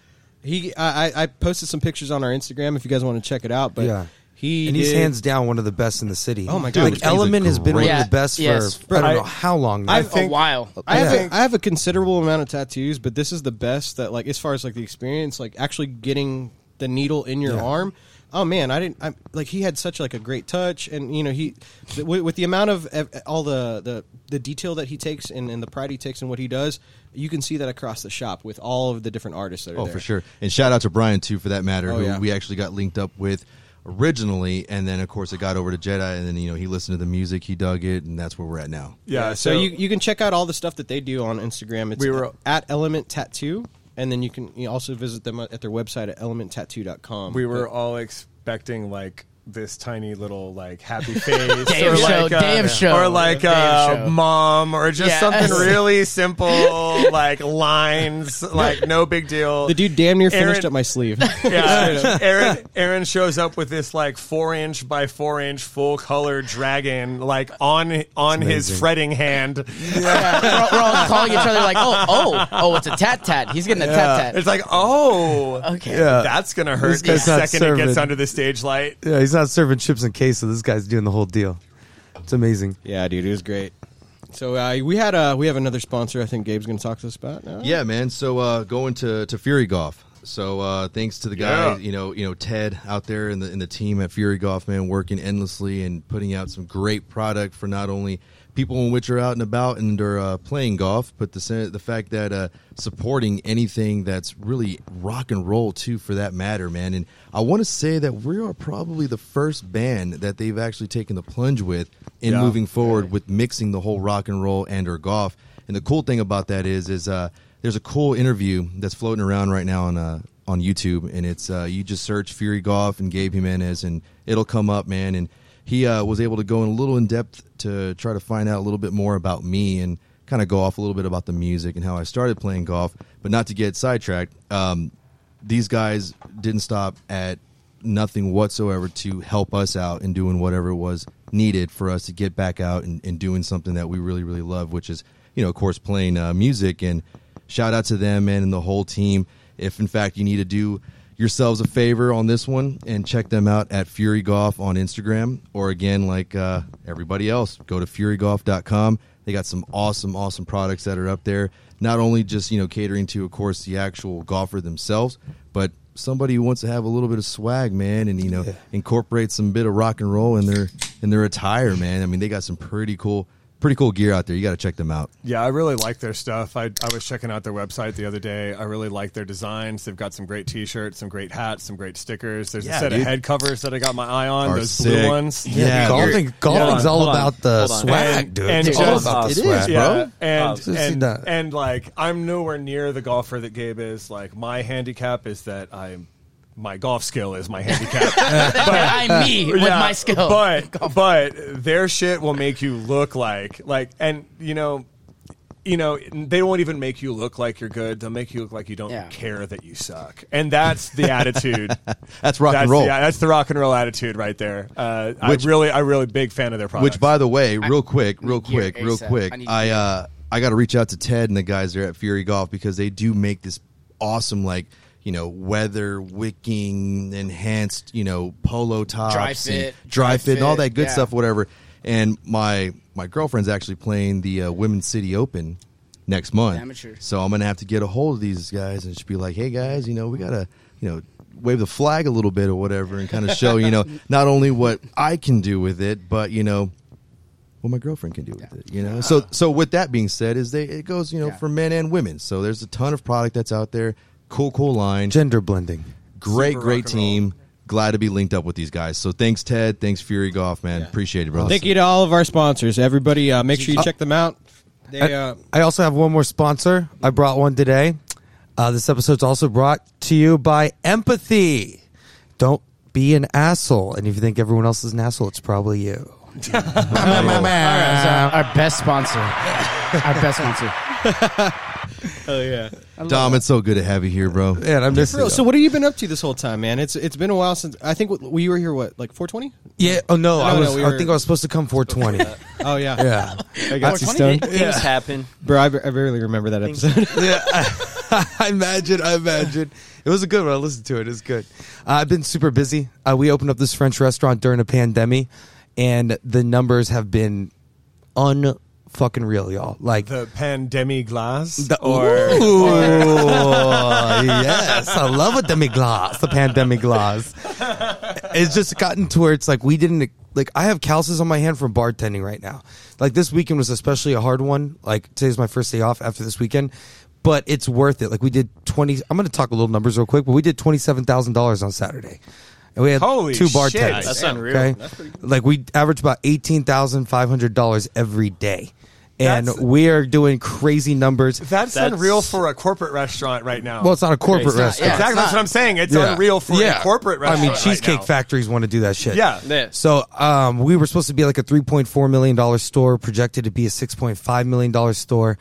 [SPEAKER 1] He, I, I- I posted some pictures on our Instagram if you guys want to check it out, but
[SPEAKER 7] Yeah.
[SPEAKER 1] he
[SPEAKER 7] And he's
[SPEAKER 1] did-
[SPEAKER 7] hands down one of the best in the city.
[SPEAKER 1] Oh my God. Dude,
[SPEAKER 7] Like
[SPEAKER 1] he's
[SPEAKER 7] Element
[SPEAKER 3] a
[SPEAKER 7] has been
[SPEAKER 3] great-
[SPEAKER 7] one
[SPEAKER 4] Yeah,
[SPEAKER 7] of the best
[SPEAKER 4] yes.
[SPEAKER 7] for I don't
[SPEAKER 6] I-
[SPEAKER 7] know how long. Now.
[SPEAKER 6] I
[SPEAKER 4] A
[SPEAKER 6] think-
[SPEAKER 4] while.
[SPEAKER 1] I
[SPEAKER 7] Yeah.
[SPEAKER 1] have, a, I have a considerable amount of tattoos, but this is the best that like as far as like the experience, like actually getting the needle in your arm. Oh man, I didn't. I, like he had such like a great touch, and you know he th- with, with the amount of ev- all the, the the detail that he takes and, and the pride he takes in what he does, you can see that across the shop with all of the different artists that are
[SPEAKER 3] Oh,
[SPEAKER 1] there.
[SPEAKER 3] for sure. And shout out to Brian too, for that matter,
[SPEAKER 1] Oh,
[SPEAKER 3] who
[SPEAKER 1] yeah.
[SPEAKER 3] we actually got linked up with originally, and then of course it got over to Jedi, and then you know he listened to the music, he dug it, and that's where we're at now.
[SPEAKER 6] yeah,
[SPEAKER 1] So, you, you can check out all the stuff that they do on Instagram. It's
[SPEAKER 6] We were-
[SPEAKER 1] at Element Tattoo, and then you can you also visit them at their website at elementtattoo.com.
[SPEAKER 6] we were all expecting like this tiny little like happy face
[SPEAKER 4] Day
[SPEAKER 6] or
[SPEAKER 4] of show,
[SPEAKER 6] like uh,
[SPEAKER 4] day of show.
[SPEAKER 6] or like
[SPEAKER 4] Day of
[SPEAKER 6] uh,
[SPEAKER 4] show.
[SPEAKER 6] mom or just
[SPEAKER 4] Yeah.
[SPEAKER 6] something really simple like lines like no big deal.
[SPEAKER 1] The dude damn near finished
[SPEAKER 6] Aaron-
[SPEAKER 1] up my sleeve.
[SPEAKER 6] Yeah, Aaron. Aaron shows up with this like four inch by four inch full color dragon, like on on his fretting hand.
[SPEAKER 4] Yeah, we're, all- we're all calling each other like, oh, oh, oh, it's a tat tat. He's getting a tat tat.
[SPEAKER 6] It's like, oh,
[SPEAKER 4] Okay.
[SPEAKER 7] Yeah.
[SPEAKER 6] that's gonna hurt
[SPEAKER 7] This
[SPEAKER 6] the
[SPEAKER 7] guy's not
[SPEAKER 6] second it gets
[SPEAKER 7] serving.
[SPEAKER 6] under the stage light.
[SPEAKER 7] Yeah, he's not serving chips and queso. This guy's doing the whole deal. It's amazing.
[SPEAKER 1] yeah, dude, it was great. So uh, we had uh, we have another sponsor. I think Gabe's going to talk to us about. now.
[SPEAKER 3] Yeah, man. So uh, going to, to Fury Golf. So uh, thanks to the guy,
[SPEAKER 6] Yeah.
[SPEAKER 3] you know, you know Ted out there and the and the team at Fury Golf, man, working endlessly and putting out some great product for not only people in which are out and about and are uh, playing golf, but the sen- the fact that uh, supporting anything that's really rock and roll too, for that matter, man. And I want to say that we are probably the first band that they've actually taken the plunge with in
[SPEAKER 6] Yeah.
[SPEAKER 3] moving forward with mixing the whole rock and roll and or golf. And the cool thing about that is, is uh, there's a cool interview that's floating around right now on uh, on YouTube, and it's uh, you just search Fury Golf and Gabe Jimenez, and it'll come up, man. And he uh, was able to go in a little in depth to try to find out a little bit more about me and kind of go off a little bit about the music and how I started playing golf. But not to get sidetracked, um, these guys didn't stop at nothing whatsoever to help us out in doing whatever was needed for us to get back out and, and doing something that we really really love which is you know of course playing uh, music and shout out to them man, and the whole team if in fact you need to do yourselves a favor on this one and check them out at fury golf on instagram or again like uh, everybody else go to furygolf.com they got some awesome awesome products that are up there not only just you know catering to of course the actual golfer themselves but somebody who wants to have a little bit of swag, man, and you know, incorporate some bit of rock and roll in their in their attire, man. I mean, they got some pretty cool, pretty cool gear out there. You got to check them out.
[SPEAKER 6] Yeah, I really like their stuff. I, I was checking out their website the other day. I really like their designs. They've got some great T-shirts, some great hats, some great stickers. There's
[SPEAKER 3] Yeah,
[SPEAKER 6] a set
[SPEAKER 3] dude.
[SPEAKER 6] of head covers that I got my eye on.
[SPEAKER 3] Are
[SPEAKER 6] those
[SPEAKER 3] sick.
[SPEAKER 6] blue ones.
[SPEAKER 3] Yeah, dude.
[SPEAKER 7] golfing, golfing's
[SPEAKER 6] Yeah.
[SPEAKER 7] all
[SPEAKER 5] Hold on.
[SPEAKER 7] about the
[SPEAKER 5] Hold on.
[SPEAKER 7] swag,
[SPEAKER 6] And-
[SPEAKER 7] dude.
[SPEAKER 6] and
[SPEAKER 7] it's all
[SPEAKER 6] just-
[SPEAKER 7] about
[SPEAKER 3] It
[SPEAKER 7] swag,
[SPEAKER 3] is,
[SPEAKER 7] bro.
[SPEAKER 6] Yeah,
[SPEAKER 5] Oh,
[SPEAKER 6] and
[SPEAKER 7] so
[SPEAKER 6] and,
[SPEAKER 7] see that.
[SPEAKER 6] and like I'm nowhere near the golfer that Gabe is. Like my handicap is that I'm my golf skill is my handicap.
[SPEAKER 4] I'm me with
[SPEAKER 6] Yeah,
[SPEAKER 4] my skill.
[SPEAKER 6] But but their shit will make you look like like and you know you know they won't even make you look like you're good. They'll make you look like you don't
[SPEAKER 4] Yeah.
[SPEAKER 6] care that you suck. And that's the attitude.
[SPEAKER 3] That's rock
[SPEAKER 6] that's
[SPEAKER 3] and roll.
[SPEAKER 6] The, yeah, that's the rock and roll attitude right there. Uh,
[SPEAKER 3] Which-
[SPEAKER 6] I really I really big fan of their product.
[SPEAKER 3] Which, by the way, real quick, real
[SPEAKER 4] need gear
[SPEAKER 3] quick, real
[SPEAKER 4] ASAP.
[SPEAKER 3] quick,
[SPEAKER 4] I need
[SPEAKER 3] I uh, I got to reach out to Ted and the guys there at Fury Golf because they do make this awesome, like you know, weather wicking enhanced, you know, polo tops,
[SPEAKER 4] Dry
[SPEAKER 3] and
[SPEAKER 4] fit,
[SPEAKER 3] dry,
[SPEAKER 4] dry
[SPEAKER 3] fit, and all
[SPEAKER 4] fit,
[SPEAKER 3] that good
[SPEAKER 4] yeah.
[SPEAKER 3] stuff, whatever. And my my girlfriend's actually playing the uh, Women's City Open next month,
[SPEAKER 4] Amateur.
[SPEAKER 3] so I'm gonna have to get a hold of these guys and just be like, hey guys, you know, we gotta, you know, wave the flag a little bit or whatever, and kind of show, you know, not only what I can do with it, but you know, what my girlfriend can do with it. You know. So so with that being said, is they it goes you know
[SPEAKER 4] Yeah.
[SPEAKER 3] for men and women. So there's a ton of product that's out there. Cool, cool line.
[SPEAKER 7] Gender blending.
[SPEAKER 3] Great,
[SPEAKER 6] Super
[SPEAKER 3] great
[SPEAKER 6] rock and roll.
[SPEAKER 3] team. Glad to be linked up with these guys. So thanks, Ted. Thanks, Fury Golf, man. Appreciate it, brother.
[SPEAKER 1] Thank you to all of our sponsors. Everybody, uh, make sure you check them out. They, uh,
[SPEAKER 7] I also have one more sponsor. I brought one today. Uh, this episode's also brought to you by Empathy. Don't be an asshole. And if you think everyone else is an asshole, it's probably you.
[SPEAKER 4] Alright, so our best sponsor. our best sponsor.
[SPEAKER 1] oh yeah.
[SPEAKER 3] Dom. It's so good to have you here, bro.
[SPEAKER 7] Man, I miss
[SPEAKER 1] Bro,
[SPEAKER 7] it.
[SPEAKER 1] so what have you been up to this whole time, man? It's it's been a while since I think w- we were here. What like 420?
[SPEAKER 7] yeah. Oh no, I
[SPEAKER 1] No,
[SPEAKER 7] was.
[SPEAKER 1] no, we
[SPEAKER 7] I
[SPEAKER 1] were-
[SPEAKER 7] think I was supposed to come 420.
[SPEAKER 1] Oh yeah,
[SPEAKER 7] yeah.
[SPEAKER 1] I got you
[SPEAKER 4] Funny,
[SPEAKER 1] stoned,
[SPEAKER 4] eh?
[SPEAKER 5] Things happen.
[SPEAKER 1] bro. I, b- I barely remember that episode.
[SPEAKER 7] I imagine. I imagine. It was a good one. I listened to it. It was good. Uh, I've been super busy. Uh, we opened up this French restaurant during a pandemic, and the numbers have been unfucking real, y'all. Like
[SPEAKER 6] the pandemic glass
[SPEAKER 7] The-
[SPEAKER 6] or
[SPEAKER 7] Ooh, yes, I love a demi glace, the pandemic glass. It's just gotten to where it's like we didn't like. I have calluses on my hand from bartending right now. Like this weekend was especially a hard one. Like today's my first day off after this weekend, but it's worth it. Like we did twenty. I'm going to talk a little numbers real quick, but we did twenty seven thousand dollars on Saturday, and we had
[SPEAKER 6] Holy
[SPEAKER 7] two
[SPEAKER 6] shit.
[SPEAKER 7] bartenders.
[SPEAKER 5] That's unreal.
[SPEAKER 7] Okay, like we average about eighteen thousand five hundred dollars every day, and
[SPEAKER 6] That's-
[SPEAKER 7] we are doing crazy numbers.
[SPEAKER 6] That's,
[SPEAKER 5] That's-
[SPEAKER 6] unreal for a corporate restaurant right now.
[SPEAKER 7] Well, it's not a corporate
[SPEAKER 4] It's not-
[SPEAKER 7] restaurant.
[SPEAKER 4] yeah,
[SPEAKER 6] exactly.
[SPEAKER 4] it's
[SPEAKER 6] That's what
[SPEAKER 4] not-
[SPEAKER 6] I'm saying. It's
[SPEAKER 7] Yeah.
[SPEAKER 6] unreal for
[SPEAKER 7] Yeah.
[SPEAKER 6] a corporate
[SPEAKER 7] I
[SPEAKER 6] restaurant.
[SPEAKER 7] mean,
[SPEAKER 6] right
[SPEAKER 7] cheesecake
[SPEAKER 6] now.
[SPEAKER 7] factories want to do that shit.
[SPEAKER 6] Yeah.
[SPEAKER 4] Yeah.
[SPEAKER 7] So um, we were supposed to be like a three point four million dollar store, projected to be a six point five million dollar store.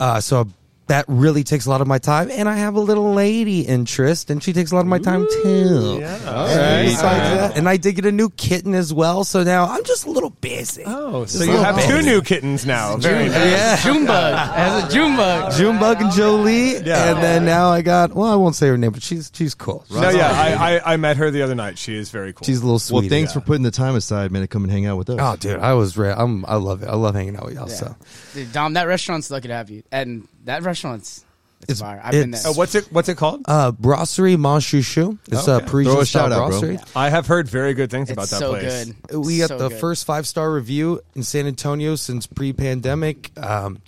[SPEAKER 7] Uh, so that really takes a lot of my time, and I have a little lady interest, and she takes a lot of my time too. And, besides that- and I did get a new kitten as well, so now I'm just a little busy.
[SPEAKER 6] Oh, so you have two new kittens now. Very nice.
[SPEAKER 7] Yeah.
[SPEAKER 4] June bug. As a June bug.
[SPEAKER 7] Junebug and Jolie, and then now I got well, I won't say her name, but she's she's cool.
[SPEAKER 6] No, yeah, I, I I met her the other night. She is very cool.
[SPEAKER 7] She's a little
[SPEAKER 3] Well,
[SPEAKER 7] sweet.
[SPEAKER 3] thanks for putting the time aside, man, to come and hang out with us.
[SPEAKER 7] Oh, dude, I was re- I'm I love it. I love hanging out with y'all. So
[SPEAKER 4] Dude, Dom, that restaurant's lucky to have you. And that restaurant's
[SPEAKER 7] It's-
[SPEAKER 4] it's, fire. I've been
[SPEAKER 7] it's-
[SPEAKER 4] there.
[SPEAKER 6] Uh, what's it What's it called?
[SPEAKER 7] Uh, brasserie Manchouchou. It's a Parisian
[SPEAKER 3] Oh, Throw a
[SPEAKER 7] style
[SPEAKER 3] shout out, bro.
[SPEAKER 7] brasserie.
[SPEAKER 6] I have heard very good things about
[SPEAKER 4] it's
[SPEAKER 6] that
[SPEAKER 4] so
[SPEAKER 6] place.
[SPEAKER 4] good.
[SPEAKER 7] We got
[SPEAKER 4] So
[SPEAKER 7] the
[SPEAKER 4] good.
[SPEAKER 7] first five star review in San Antonio since pre pandemic. Um,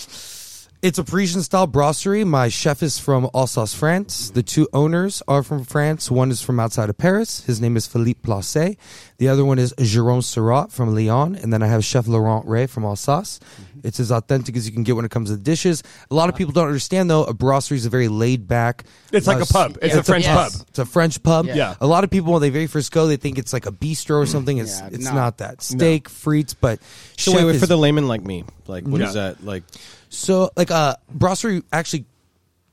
[SPEAKER 7] it's a Parisian style brasserie. My chef is from Alsace, France. The two owners are from France. One is from outside of Paris. His name is Philippe Placé. The other one is Jérôme Serrat from Lyon. And then I have Chef Laurent Ray from Alsace.
[SPEAKER 6] Mm-hmm.
[SPEAKER 7] It's as authentic as you can get when it comes to the dishes. A lot of people don't understand, though, a brasserie is a very laid back.
[SPEAKER 6] Uh-huh. It's like
[SPEAKER 7] uh,
[SPEAKER 6] a pub. It's
[SPEAKER 4] yeah.
[SPEAKER 6] a French
[SPEAKER 4] Yes.
[SPEAKER 6] pub.
[SPEAKER 7] it's a French pub.
[SPEAKER 4] Yeah. Yeah.
[SPEAKER 7] A lot of people when they very first go, they think it's like a bistro or something. It's
[SPEAKER 4] Yeah,
[SPEAKER 7] it's
[SPEAKER 4] no.
[SPEAKER 7] not that. Steak, frites, but
[SPEAKER 1] So
[SPEAKER 7] chef
[SPEAKER 1] wait, wait, for
[SPEAKER 7] is-
[SPEAKER 1] the layman like me, like what is
[SPEAKER 6] Yeah.
[SPEAKER 1] that like?
[SPEAKER 7] so like uh brasserie actually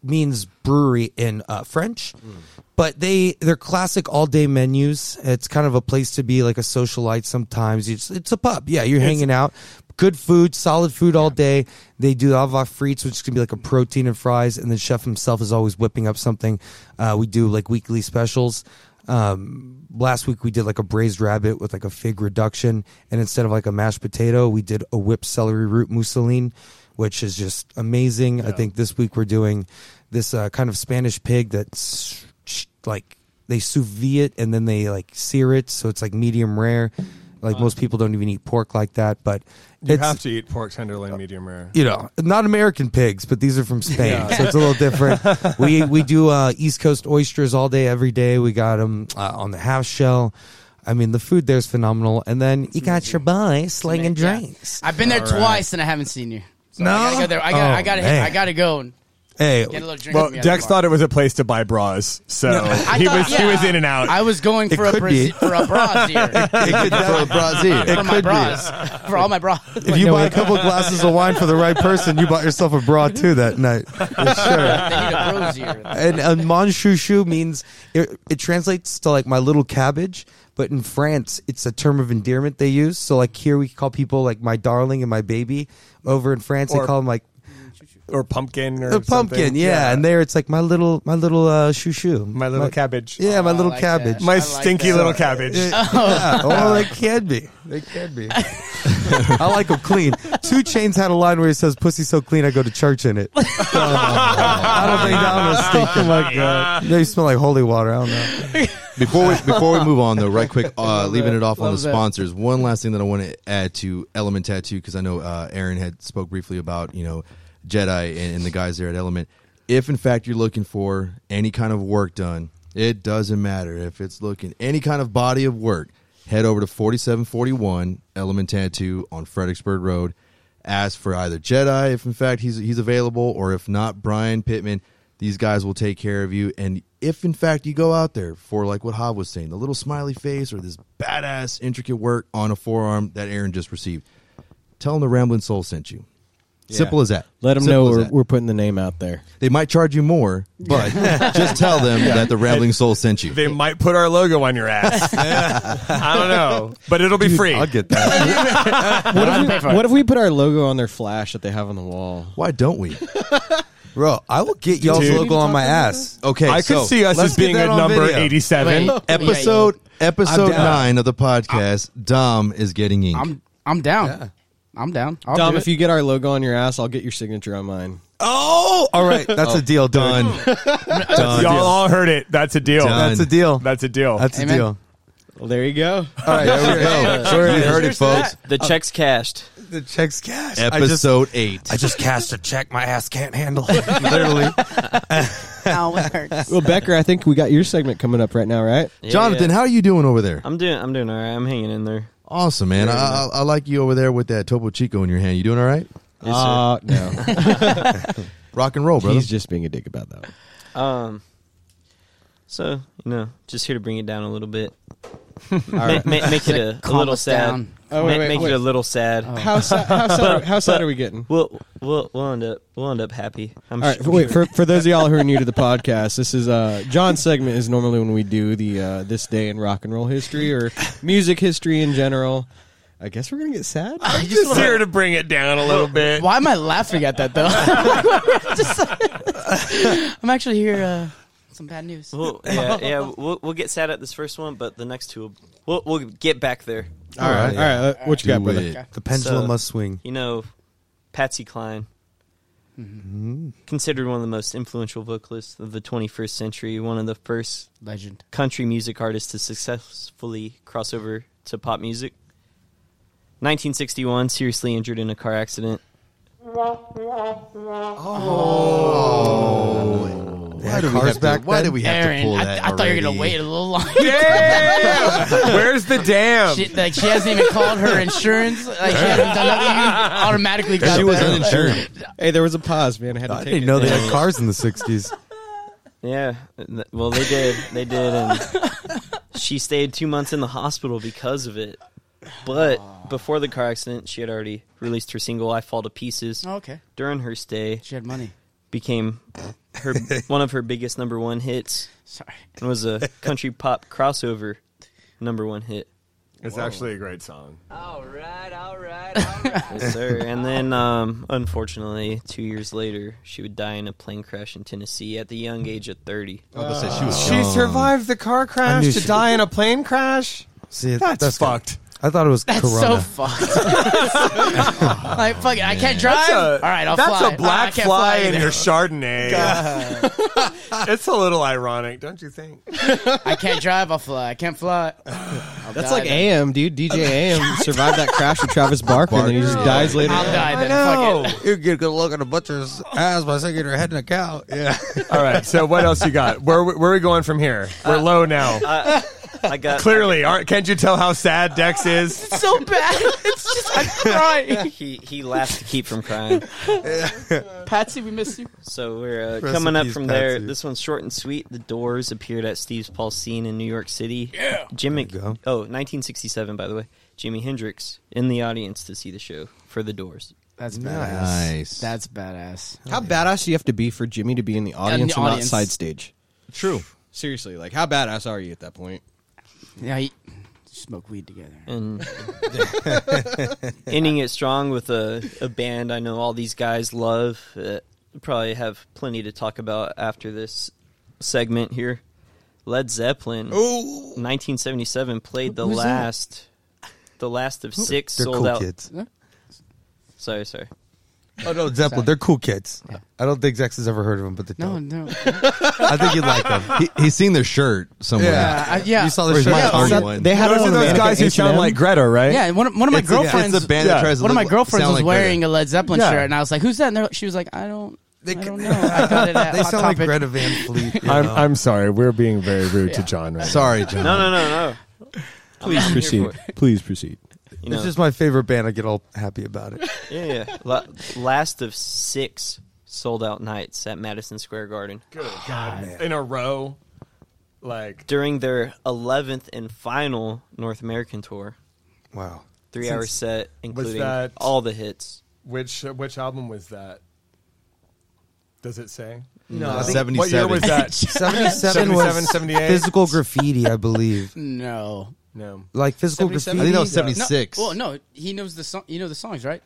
[SPEAKER 7] means brewery in uh, French. But they they're classic all day menus. It's kind of a place to be like a socialite sometimes. It's it's a pub. Yeah, you're hanging out. Good food, solid food all day. They do ava frites, which can be like a protein and fries, and the chef himself is always whipping up something. Uh, we do like weekly specials. Um, last week we did like a braised rabbit with like a fig reduction, and instead of like a mashed potato, we did a whipped celery root mousseline, which is just amazing. I think this week we're doing this uh, kind of Spanish pig that's like they sous vide it and then they like sear it, so it's like medium rare. Like most people don't even eat pork like that, but
[SPEAKER 6] You
[SPEAKER 7] it's
[SPEAKER 6] have to eat pork tenderloin medium rare.
[SPEAKER 7] you know, not American pigs, but these are from Spain, so it's a little different. we we do uh, East Coast oysters all day, every day. We got them uh, on the half shell. I mean, the food there's phenomenal, and then you got your boy slinging
[SPEAKER 4] Yeah.
[SPEAKER 7] drinks.
[SPEAKER 4] I've been there twice and I haven't seen you. So
[SPEAKER 7] No?
[SPEAKER 4] I gotta go there. I gotta,
[SPEAKER 7] Oh,
[SPEAKER 4] I gotta, hit-
[SPEAKER 7] man.
[SPEAKER 4] I gotta go and
[SPEAKER 7] Hey,
[SPEAKER 4] get a little drink.
[SPEAKER 6] Well,
[SPEAKER 4] with me at
[SPEAKER 6] Dex
[SPEAKER 4] the bar.
[SPEAKER 6] thought it was a place to buy bras, so
[SPEAKER 4] I
[SPEAKER 6] he
[SPEAKER 4] thought-
[SPEAKER 6] was he
[SPEAKER 4] yeah,
[SPEAKER 6] was in and out.
[SPEAKER 4] I was going for a
[SPEAKER 7] could be.
[SPEAKER 4] Braz- for a bras here.
[SPEAKER 3] For Brazil.
[SPEAKER 4] for my bras. For all my bras.
[SPEAKER 7] if you buy a couple glasses of wine for the right person, you bought yourself a bra too that night. For sure.
[SPEAKER 4] they need a bros here.
[SPEAKER 7] and uh, mon chouchou means it, it translates to like my little cabbage but in france it's a term of endearment they use so like here we call people like my darling and my baby over in france
[SPEAKER 6] Or-
[SPEAKER 7] they call them like
[SPEAKER 6] or pumpkin or
[SPEAKER 7] the pumpkin
[SPEAKER 6] something.
[SPEAKER 7] yeah. and there it's like my little my little uh chouchou
[SPEAKER 6] my little cabbage. Oh,
[SPEAKER 7] yeah my
[SPEAKER 4] I
[SPEAKER 7] little
[SPEAKER 4] like that.
[SPEAKER 7] cabbage
[SPEAKER 4] I
[SPEAKER 6] my
[SPEAKER 4] like
[SPEAKER 6] stinky
[SPEAKER 4] that.
[SPEAKER 6] little cabbage.
[SPEAKER 7] Yeah, well, they can be. They can be. I like them clean. Two Chains had a line where he says, "Pussy so clean, I go to church in it." Oh. I don't think that was stinking. Oh my god, they smell like holy water. I don't know.
[SPEAKER 3] Before we before we move on though, right quick, uh, leaving it off on the
[SPEAKER 4] Love that.
[SPEAKER 3] sponsors. One last thing that I want to add to Element Tattoo because I know uh, Aaron had spoke briefly about you know Jedi and, and the guys there at Element. If in fact you're looking for any kind of work done, it doesn't matter if it's looking any kind of body of work. Head over to 4741 Element Tattoo on Fredericksburg Road. Ask for either Jedi if in fact he's he's available, or if not, Brian Pittman. These guys will take care of you. And if in fact you go out there for like what Hob was saying, the little smiley face or this badass intricate work on a forearm that Aaron just received, tell them the Rambling Soul sent you. Simple as that.
[SPEAKER 1] Let them
[SPEAKER 3] Simple
[SPEAKER 1] know
[SPEAKER 3] as
[SPEAKER 1] we're,
[SPEAKER 3] that.
[SPEAKER 1] we're putting the name out there.
[SPEAKER 3] they might charge you more, but just tell them that the Rambling Soul sent you.
[SPEAKER 6] They might put our logo on your ass. I don't know, but it'll be free.
[SPEAKER 7] I'll get that.
[SPEAKER 1] What if, we, what if we put our logo on their flash that they have on the wall?
[SPEAKER 3] Why don't we?
[SPEAKER 7] Bro, I will get y'all's
[SPEAKER 6] Dude.
[SPEAKER 7] logo on my ass.
[SPEAKER 3] Okay,
[SPEAKER 6] I
[SPEAKER 3] so
[SPEAKER 6] could see us
[SPEAKER 3] let's
[SPEAKER 6] as
[SPEAKER 3] get
[SPEAKER 6] being
[SPEAKER 3] that
[SPEAKER 6] a
[SPEAKER 3] on
[SPEAKER 6] number
[SPEAKER 3] video.
[SPEAKER 6] eighty-seven.
[SPEAKER 4] Wait.
[SPEAKER 3] Episode episode
[SPEAKER 7] I'm down.
[SPEAKER 3] nine of the podcast. Dom is getting ink.
[SPEAKER 4] I'm, I'm down. I'm down. I'll
[SPEAKER 1] Dom,
[SPEAKER 4] do
[SPEAKER 1] if
[SPEAKER 4] it.
[SPEAKER 1] you get our logo on your ass, I'll get your signature on mine.
[SPEAKER 7] Oh, all right. That's a deal. Done.
[SPEAKER 6] Y'all all heard it. That's a deal.
[SPEAKER 3] Done.
[SPEAKER 7] That's a deal.
[SPEAKER 6] That's a deal.
[SPEAKER 7] That's
[SPEAKER 4] Amen.
[SPEAKER 7] a deal.
[SPEAKER 1] Well, there you go.
[SPEAKER 7] All right, there we go.
[SPEAKER 3] you heard it, folks.
[SPEAKER 5] The
[SPEAKER 1] Uh,
[SPEAKER 5] check's cashed.
[SPEAKER 7] The check's cashed.
[SPEAKER 3] Episode eight.
[SPEAKER 7] I just cast a check my ass can't handle. Literally.
[SPEAKER 1] Well, Becker, I think we got your segment coming up right now, right?
[SPEAKER 5] Yeah,
[SPEAKER 3] Jonathan,
[SPEAKER 5] yeah.
[SPEAKER 3] how are you doing over there?
[SPEAKER 5] I'm doing. I'm doing all right. I'm hanging in there.
[SPEAKER 3] Awesome, man. I, I, I like you over there with that Topo Chico in your hand. You doing all right?
[SPEAKER 1] Uh, no.
[SPEAKER 3] Rock and roll, brother.
[SPEAKER 1] He's just being a dick about that. one.
[SPEAKER 5] Um, so you know, just here to bring it down a little bit.
[SPEAKER 1] All
[SPEAKER 5] Ma-
[SPEAKER 1] right.
[SPEAKER 5] ma- make it a, a
[SPEAKER 4] Calm
[SPEAKER 5] little
[SPEAKER 4] us
[SPEAKER 5] sad.
[SPEAKER 4] down.
[SPEAKER 1] Oh, wait,
[SPEAKER 5] Ma-
[SPEAKER 1] wait,
[SPEAKER 5] make
[SPEAKER 1] wait. Oh.
[SPEAKER 5] it a little sad.
[SPEAKER 1] How, sa- how, sad, are, how sad
[SPEAKER 5] but-
[SPEAKER 1] are we getting?
[SPEAKER 5] We'll we'll we'll end up we'll end up happy. I'm
[SPEAKER 1] All right,
[SPEAKER 5] sure.
[SPEAKER 1] for, wait for, for those of y'all who are new to the podcast, this is uh John's segment is normally when we do the uh, this day in rock and roll history or music history in general. I guess we're gonna get sad.
[SPEAKER 4] I
[SPEAKER 6] Just, here to bring it down a little bit.
[SPEAKER 4] Why am I laughing at that though? Just- I'm actually here. Uh, some bad news.
[SPEAKER 5] We'll, yeah, yeah. We'll, we'll get sad at this first one, but the next two, will- we'll we'll get back there.
[SPEAKER 1] all right, all right. uh, What you got,
[SPEAKER 3] Do
[SPEAKER 1] brother?
[SPEAKER 3] it.
[SPEAKER 7] The pendulum
[SPEAKER 5] So-
[SPEAKER 7] must swing.
[SPEAKER 5] You know, Patsy Cline,
[SPEAKER 7] Mm-hmm.
[SPEAKER 5] considered one of the most influential vocalists of the 21st century, one of the first
[SPEAKER 4] Legend.
[SPEAKER 5] country music artist to successfully cross over to pop music. 1961, seriously injured in a car accident.
[SPEAKER 3] Why do we
[SPEAKER 7] Cars
[SPEAKER 3] have to,
[SPEAKER 7] back
[SPEAKER 3] why
[SPEAKER 7] then?
[SPEAKER 3] do we have to
[SPEAKER 4] Aaron,
[SPEAKER 3] pull
[SPEAKER 4] I,
[SPEAKER 3] that
[SPEAKER 4] I thought you were gonna
[SPEAKER 3] already?
[SPEAKER 4] wait a little longer.
[SPEAKER 6] Damn! Where's the damn?
[SPEAKER 4] She, like she hasn't even called her insurance. Like she hasn't done nothing. You automatically got
[SPEAKER 3] She was
[SPEAKER 4] that.
[SPEAKER 3] uninsured.
[SPEAKER 1] Hey, there was a pause, man. I had to take
[SPEAKER 7] I didn't
[SPEAKER 1] it.
[SPEAKER 7] know they had cars in the '60s.
[SPEAKER 5] Yeah, th- well, they did. They did. And she stayed two months in the hospital because of it. But before the car accident, she had already released her single "I Fall to Pieces."
[SPEAKER 4] Oh, okay.
[SPEAKER 5] During her stay,
[SPEAKER 4] She had money.
[SPEAKER 5] became her one of her biggest number one hits
[SPEAKER 4] Sorry.
[SPEAKER 5] and was a country pop crossover number one hit.
[SPEAKER 6] It's actually a great song.
[SPEAKER 5] Yes, sir. And then, um, unfortunately, two years later, she would die in a plane crash in Tennessee at the young age of 30.
[SPEAKER 3] I was gonna say, she was
[SPEAKER 6] She
[SPEAKER 3] young.
[SPEAKER 6] survived the car
[SPEAKER 7] I
[SPEAKER 6] crash
[SPEAKER 7] knew
[SPEAKER 6] to
[SPEAKER 7] she-
[SPEAKER 6] die in a plane crash.
[SPEAKER 7] See,
[SPEAKER 6] That's,
[SPEAKER 7] good.
[SPEAKER 6] fucked.
[SPEAKER 7] I thought it was
[SPEAKER 4] That's so
[SPEAKER 7] Corona.
[SPEAKER 4] fucked. like fuck it, I can't drive.
[SPEAKER 6] That's a,
[SPEAKER 4] All right, I'll
[SPEAKER 6] that's
[SPEAKER 4] fly.
[SPEAKER 6] a
[SPEAKER 4] Ah, I
[SPEAKER 6] black
[SPEAKER 4] can't
[SPEAKER 6] fly in
[SPEAKER 4] either.
[SPEAKER 6] your Chardonnay. it's a little ironic, don't you think?
[SPEAKER 4] I can't drive. I'll fly. I can't fly. I'll
[SPEAKER 1] That's
[SPEAKER 4] die
[SPEAKER 1] like
[SPEAKER 4] then.
[SPEAKER 1] AM, dude. DJ AM survived that crash with Travis Barker, and then he just
[SPEAKER 3] Barker.
[SPEAKER 1] dies later.
[SPEAKER 4] I'll die
[SPEAKER 6] I
[SPEAKER 4] then.
[SPEAKER 6] know.
[SPEAKER 4] Fuck it.
[SPEAKER 7] You get a good look at a butcher's ass by sticking your head in a cow. Yeah.
[SPEAKER 6] All right, so what else you got? Where where are we going from here? We're low now.
[SPEAKER 5] I got
[SPEAKER 6] Clearly, aren't, can't you tell how sad Dex is?
[SPEAKER 4] It's so bad. It's just I'm crying.
[SPEAKER 5] he he laughs to keep from crying.
[SPEAKER 4] Patsy, we miss you.
[SPEAKER 5] So we're uh,
[SPEAKER 7] Rest
[SPEAKER 5] coming
[SPEAKER 7] in
[SPEAKER 5] up
[SPEAKER 7] peace,
[SPEAKER 5] from there.
[SPEAKER 7] Patsy.
[SPEAKER 5] This one's short and sweet. The Doors appeared at Steve's Paul scene in New York City. Yeah, Jimmy.
[SPEAKER 7] There you go.
[SPEAKER 5] Oh, 1967, by the way. Jimi Hendrix in the audience to see the show for the Doors.
[SPEAKER 4] That's badass.
[SPEAKER 3] Nice.
[SPEAKER 4] That's badass.
[SPEAKER 1] How badass do you have to be for Jimmy to be in the audience and not
[SPEAKER 4] audience.
[SPEAKER 1] side stage?
[SPEAKER 3] True.
[SPEAKER 1] Seriously, like how badass are you at that point?
[SPEAKER 4] Yeah, you smoke weed together.
[SPEAKER 5] and ending it strong with a, a band I know all these guys love. Uh, probably have plenty to talk about after this segment here. Led Zeppelin, 1977, played the
[SPEAKER 4] Who's that?
[SPEAKER 5] last, the last of 6
[SPEAKER 7] They're
[SPEAKER 5] sold
[SPEAKER 7] cool
[SPEAKER 5] out.
[SPEAKER 7] kids.
[SPEAKER 5] Sorry, sorry.
[SPEAKER 7] Oh no, Zeppelin. They're cool kids. I don't think Zex has ever heard of them, but they
[SPEAKER 4] No,
[SPEAKER 7] don't.
[SPEAKER 4] no.
[SPEAKER 7] I think you'd like them.
[SPEAKER 3] He, he's seen their shirt somewhere.
[SPEAKER 4] Yeah, I, yeah.
[SPEAKER 7] You saw the
[SPEAKER 3] Where's
[SPEAKER 7] shirt.
[SPEAKER 3] my
[SPEAKER 7] Yeah,
[SPEAKER 3] target
[SPEAKER 7] Zepp-
[SPEAKER 3] one?
[SPEAKER 1] They had
[SPEAKER 6] Those
[SPEAKER 1] one of
[SPEAKER 6] are those
[SPEAKER 1] them,
[SPEAKER 6] guys who
[SPEAKER 1] like
[SPEAKER 6] sound
[SPEAKER 1] H&M.
[SPEAKER 6] like Greta, right?
[SPEAKER 4] Yeah, one of, one of my
[SPEAKER 3] It's a-
[SPEAKER 4] girlfriends.
[SPEAKER 3] It's a band
[SPEAKER 6] Yeah.
[SPEAKER 3] that tries to
[SPEAKER 4] One of my
[SPEAKER 3] look-
[SPEAKER 4] girlfriends
[SPEAKER 3] sound
[SPEAKER 4] was
[SPEAKER 3] like
[SPEAKER 4] wearing
[SPEAKER 3] Greta.
[SPEAKER 4] a Led Zeppelin
[SPEAKER 6] Yeah.
[SPEAKER 4] shirt, and I was like, "Who's that?" And they're- she was like, "I don't,
[SPEAKER 7] They
[SPEAKER 4] I
[SPEAKER 7] c-
[SPEAKER 4] don't know." I got it at
[SPEAKER 7] They
[SPEAKER 4] Hot
[SPEAKER 7] sound like
[SPEAKER 4] Topic.
[SPEAKER 7] Greta Van Fleet. you
[SPEAKER 6] I'm
[SPEAKER 7] know?
[SPEAKER 6] I'm sorry, we're being very rude to John. Right
[SPEAKER 3] Sorry, John.
[SPEAKER 5] No, no, no, no.
[SPEAKER 1] Please
[SPEAKER 5] I'm here
[SPEAKER 1] proceed.
[SPEAKER 5] for
[SPEAKER 1] Please proceed.
[SPEAKER 5] You
[SPEAKER 7] It's
[SPEAKER 5] know,
[SPEAKER 7] just my favorite band. I get all happy about it.
[SPEAKER 5] yeah, yeah. La- last of six sold out nights at Madison Square Garden.
[SPEAKER 6] now. in a row, like
[SPEAKER 5] during their 11th and final North American tour.
[SPEAKER 7] Wow.
[SPEAKER 5] Three hour set, including
[SPEAKER 6] that-
[SPEAKER 5] all the hits.
[SPEAKER 6] which uh, which album was that? Does it say?
[SPEAKER 7] No,
[SPEAKER 6] What year was that?
[SPEAKER 7] 77
[SPEAKER 6] 77,
[SPEAKER 7] was
[SPEAKER 6] 78?
[SPEAKER 7] physical graffiti, I believe.
[SPEAKER 4] No,
[SPEAKER 6] no.
[SPEAKER 7] Like physical
[SPEAKER 1] 77?
[SPEAKER 7] graffiti.
[SPEAKER 3] I think that was
[SPEAKER 4] no.
[SPEAKER 3] 76.
[SPEAKER 4] Well, no, he knows the song. You know the songs, right?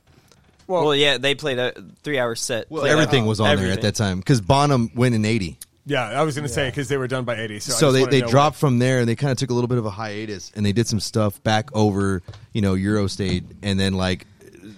[SPEAKER 5] Well, yeah, they played a three hour set.
[SPEAKER 3] Well,
[SPEAKER 5] played
[SPEAKER 3] everything
[SPEAKER 5] out-
[SPEAKER 3] was on there at
[SPEAKER 5] everything.
[SPEAKER 3] that time because Bonham went in 80.
[SPEAKER 6] Yeah, I was going to 'cause say because they were done by eighty. So, I
[SPEAKER 3] So
[SPEAKER 6] just
[SPEAKER 3] they,
[SPEAKER 6] wanna
[SPEAKER 3] they
[SPEAKER 6] know
[SPEAKER 3] dropped from there and they kind of took a little bit of a hiatus and they did some stuff back over, you know, Eurostate. And then, like,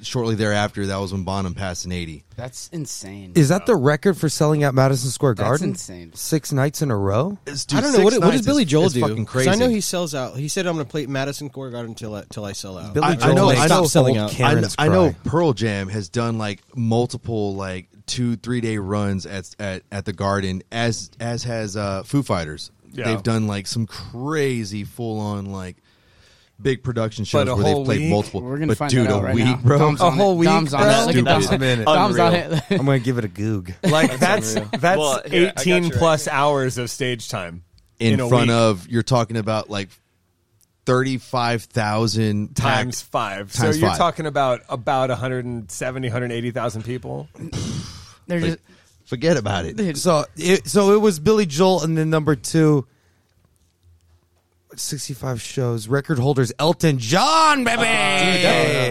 [SPEAKER 3] shortly thereafter, that was when Bonham passed in 80.
[SPEAKER 4] That's insane.
[SPEAKER 7] Is that the record for selling out Madison Square
[SPEAKER 4] That's
[SPEAKER 7] Garden?
[SPEAKER 4] insane.
[SPEAKER 7] Six nights in a row?
[SPEAKER 1] I don't know what, what does Billy Joel do?
[SPEAKER 3] Fucking
[SPEAKER 1] 'Cause
[SPEAKER 3] crazy.
[SPEAKER 1] I know he sells out. He said I'm going to play at Madison Square Garden until I, till I sell out.
[SPEAKER 7] Billy
[SPEAKER 3] I- I
[SPEAKER 7] Joel.
[SPEAKER 3] know-
[SPEAKER 7] like,
[SPEAKER 3] I
[SPEAKER 7] stop
[SPEAKER 3] know
[SPEAKER 7] selling
[SPEAKER 1] old
[SPEAKER 7] out.
[SPEAKER 3] I, kn-
[SPEAKER 7] Karen's
[SPEAKER 3] I know
[SPEAKER 7] cry.
[SPEAKER 3] Pearl Jam has done like multiple like two three day runs at at, at the Garden as as has uh, Foo Fighters.
[SPEAKER 6] Yeah.
[SPEAKER 3] They've done like some crazy full on like big production shows
[SPEAKER 6] a
[SPEAKER 3] where they've
[SPEAKER 6] whole
[SPEAKER 3] played
[SPEAKER 6] week?
[SPEAKER 3] multiple.
[SPEAKER 4] We're gonna
[SPEAKER 3] but
[SPEAKER 4] find
[SPEAKER 3] dude,
[SPEAKER 4] that out
[SPEAKER 3] a
[SPEAKER 4] right
[SPEAKER 3] week,
[SPEAKER 4] now.
[SPEAKER 3] bro. Oh,
[SPEAKER 4] Dom's
[SPEAKER 6] A
[SPEAKER 4] on
[SPEAKER 6] whole
[SPEAKER 4] it.
[SPEAKER 6] week,
[SPEAKER 4] Dom's on
[SPEAKER 6] bro?
[SPEAKER 4] it. Look at
[SPEAKER 5] Dude,
[SPEAKER 4] Dom's,
[SPEAKER 5] that's
[SPEAKER 6] minute.
[SPEAKER 4] Dom's on
[SPEAKER 5] unreal.
[SPEAKER 4] it.
[SPEAKER 7] I'm gonna give it a goog.
[SPEAKER 6] Like that's
[SPEAKER 5] That's
[SPEAKER 6] that's,
[SPEAKER 5] unreal. Well, here, I got you
[SPEAKER 6] eighteen
[SPEAKER 5] right
[SPEAKER 6] plus
[SPEAKER 5] here.
[SPEAKER 6] hours of stage time
[SPEAKER 3] in,
[SPEAKER 6] a
[SPEAKER 3] front
[SPEAKER 6] week,
[SPEAKER 3] of you're talking about like thirty five thousand
[SPEAKER 6] times five. So
[SPEAKER 3] times
[SPEAKER 6] you're
[SPEAKER 3] five.
[SPEAKER 6] talking about about 170, 180,000 people.
[SPEAKER 4] They're just,
[SPEAKER 3] Forget about it.
[SPEAKER 7] So it, so it was Billy Joel and then number two. 65 shows, record holders Elton John, baby.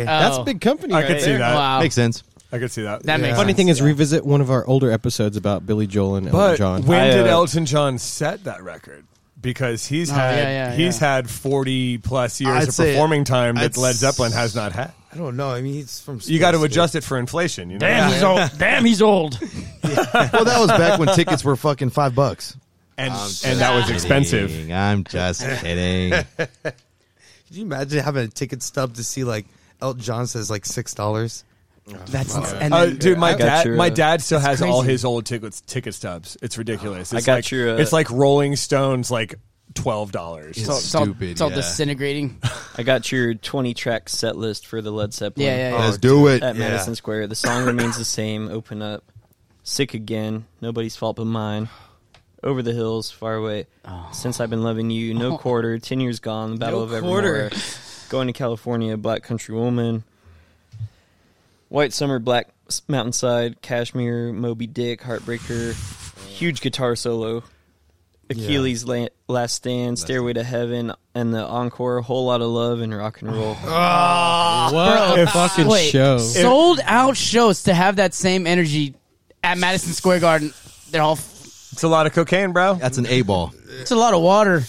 [SPEAKER 1] That's
[SPEAKER 4] Oh.
[SPEAKER 1] a big company.
[SPEAKER 6] I
[SPEAKER 1] right
[SPEAKER 6] could see
[SPEAKER 1] there.
[SPEAKER 6] that.
[SPEAKER 4] Wow.
[SPEAKER 3] Makes sense.
[SPEAKER 6] I could see that.
[SPEAKER 4] That makes
[SPEAKER 1] Funny
[SPEAKER 4] sense.
[SPEAKER 1] thing is, revisit one of our older episodes about Billy Joel and Elton
[SPEAKER 6] But
[SPEAKER 1] John.
[SPEAKER 6] when
[SPEAKER 5] I,
[SPEAKER 6] did
[SPEAKER 5] uh,
[SPEAKER 6] Elton John set that record? Because he's had
[SPEAKER 4] yeah, yeah,
[SPEAKER 6] he's
[SPEAKER 4] yeah.
[SPEAKER 6] had forty plus years
[SPEAKER 3] I'd
[SPEAKER 6] of
[SPEAKER 3] say-
[SPEAKER 6] performing time that
[SPEAKER 3] I'd
[SPEAKER 6] Led
[SPEAKER 3] s-
[SPEAKER 6] Zeppelin has not had.
[SPEAKER 7] I don't know. I mean, he's from.
[SPEAKER 6] You got to adjust it for inflation. You know, Damn.
[SPEAKER 4] Damn, he's old.
[SPEAKER 3] Well, that was back when tickets were fucking five bucks.
[SPEAKER 6] and and that was expensive.
[SPEAKER 3] Kidding. I'm just kidding.
[SPEAKER 7] Could you imagine having a ticket stub to see like Elton John says like six dollars?
[SPEAKER 4] That's and
[SPEAKER 6] Uh,
[SPEAKER 4] then-
[SPEAKER 6] dude,
[SPEAKER 5] I
[SPEAKER 6] my
[SPEAKER 5] got
[SPEAKER 6] dad,
[SPEAKER 5] your,
[SPEAKER 6] my
[SPEAKER 5] uh,
[SPEAKER 6] dad still has all
[SPEAKER 4] crazy.
[SPEAKER 6] his old tickets, ticket stubs. It's ridiculous. It's
[SPEAKER 5] got
[SPEAKER 6] like,
[SPEAKER 5] your, uh,
[SPEAKER 6] It's like Rolling Stones, like twelve dollars.
[SPEAKER 3] It's
[SPEAKER 4] it's all,
[SPEAKER 3] stupid,
[SPEAKER 4] it's all
[SPEAKER 3] yeah.
[SPEAKER 4] disintegrating.
[SPEAKER 5] I got your 20 track set list for the Led Zeppelin.
[SPEAKER 4] Yeah, yeah, yeah.
[SPEAKER 3] Let's do it.
[SPEAKER 5] At Madison Square, the song remains the same. Open up, sick again. Nobody's fault but mine. Over the hills, far away. Since I've been loving you, no quarter. Ten years gone. The battle
[SPEAKER 4] Oh. No
[SPEAKER 5] of
[SPEAKER 4] quarter.
[SPEAKER 5] everywhere. Going to California, black country woman. White summer, black s- mountainside, cashmere, Moby Dick, heartbreaker. Huge guitar solo. Achilles' La- Last Stand, Stairway to Heaven, and the encore, whole lot of love and rock and roll.
[SPEAKER 1] what a fucking
[SPEAKER 4] Wait,
[SPEAKER 1] show!
[SPEAKER 4] sold out shows to have that same energy at Madison Square Garden. They're all.
[SPEAKER 6] It's a lot of cocaine, bro.
[SPEAKER 3] That's an A ball.
[SPEAKER 4] It's a lot of water.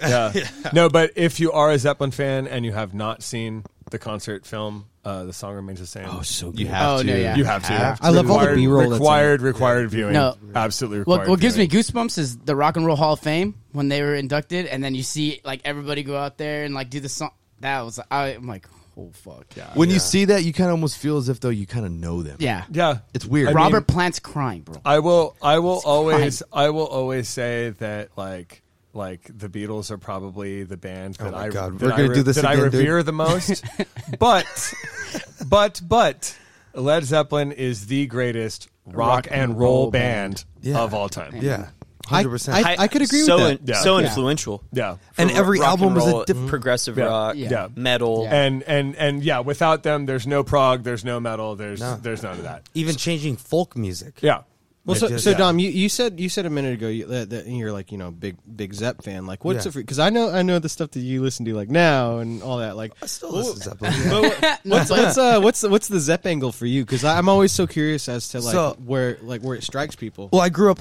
[SPEAKER 6] Yeah. No, but if you are a Zeppelin fan and you have not seen the concert film, uh, the song remains the same. Oh,
[SPEAKER 1] so
[SPEAKER 3] You have
[SPEAKER 4] Oh,
[SPEAKER 3] to.
[SPEAKER 4] no, yeah.
[SPEAKER 6] you have to.
[SPEAKER 1] to. I love all the
[SPEAKER 6] Required-
[SPEAKER 1] B-roll that's in it.
[SPEAKER 6] Required, required viewing.
[SPEAKER 4] No.
[SPEAKER 6] absolutely required.
[SPEAKER 4] What, what gives me
[SPEAKER 6] viewing.
[SPEAKER 4] goosebumps is the Rock and Roll Hall of Fame when they were inducted, and then you see like everybody go out there and like do the song. That was I, am like, oh fuck, yeah,
[SPEAKER 3] When you see that, you kind of almost feel as if though you kind of know them.
[SPEAKER 4] yeah.
[SPEAKER 6] Yeah,
[SPEAKER 3] It's weird.
[SPEAKER 6] I mean-
[SPEAKER 4] Robert Plant's crying, bro.
[SPEAKER 6] I will. I will always. I will always say that like like the Beatles are probably the band that
[SPEAKER 7] my
[SPEAKER 6] I
[SPEAKER 7] God,
[SPEAKER 6] that
[SPEAKER 7] we're
[SPEAKER 6] I
[SPEAKER 7] gonna
[SPEAKER 6] re-
[SPEAKER 7] do this
[SPEAKER 6] that I
[SPEAKER 7] again, dude.
[SPEAKER 6] revere the most. but but but Led Zeppelin is the greatest rock, and roll, band,
[SPEAKER 7] Yeah.
[SPEAKER 6] of all time.
[SPEAKER 7] Yeah,
[SPEAKER 1] I,
[SPEAKER 7] hundred percent.
[SPEAKER 1] I, I could agree
[SPEAKER 5] so
[SPEAKER 1] with that.
[SPEAKER 5] in-
[SPEAKER 6] Yeah.
[SPEAKER 5] so
[SPEAKER 6] Yeah.
[SPEAKER 5] influential.
[SPEAKER 6] Yeah.
[SPEAKER 7] And
[SPEAKER 5] For
[SPEAKER 7] every
[SPEAKER 5] rock
[SPEAKER 7] album was a
[SPEAKER 5] roll,
[SPEAKER 7] different-
[SPEAKER 5] progressive
[SPEAKER 6] Yeah.
[SPEAKER 5] rock,
[SPEAKER 4] Yeah.
[SPEAKER 6] Yeah.
[SPEAKER 5] metal.
[SPEAKER 4] Yeah.
[SPEAKER 6] And and and yeah, without them, there's no prog, there's no metal, there's there's none of that.
[SPEAKER 7] Even changing folk music.
[SPEAKER 6] Yeah.
[SPEAKER 1] Well, so,
[SPEAKER 7] just-
[SPEAKER 1] so
[SPEAKER 7] yeah.
[SPEAKER 1] Dom, you, you said you said a minute ago you, that, that you're like you know big big Zepp fan. Like, what's
[SPEAKER 7] Yeah.
[SPEAKER 1] the because I know I know the stuff that you listen to like now and all that. Like,
[SPEAKER 7] Still listens up.
[SPEAKER 1] what's what's uh, what's the- what's the Zepp angle for you? Because I'm always so curious as to like
[SPEAKER 7] So-
[SPEAKER 1] where like where it strikes people.
[SPEAKER 7] Well, I grew up.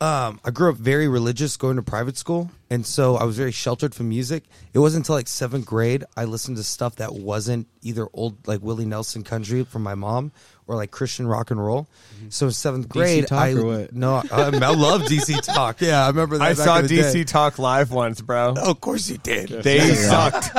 [SPEAKER 7] Um, I grew up very religious, going to private school, and so I was very sheltered from music. It wasn't until like seventh grade I listened to stuff that wasn't either old like Willie Nelson country from my mom or like Christian rock and roll. So in seventh grade,
[SPEAKER 1] Talk
[SPEAKER 7] I
[SPEAKER 1] or what?
[SPEAKER 7] no, I, I love DC Talk. Yeah, I remember. That
[SPEAKER 6] I
[SPEAKER 7] back
[SPEAKER 6] saw
[SPEAKER 7] in the day.
[SPEAKER 6] DC Talk live once, bro.
[SPEAKER 7] Oh, of course you did.
[SPEAKER 6] They sucked.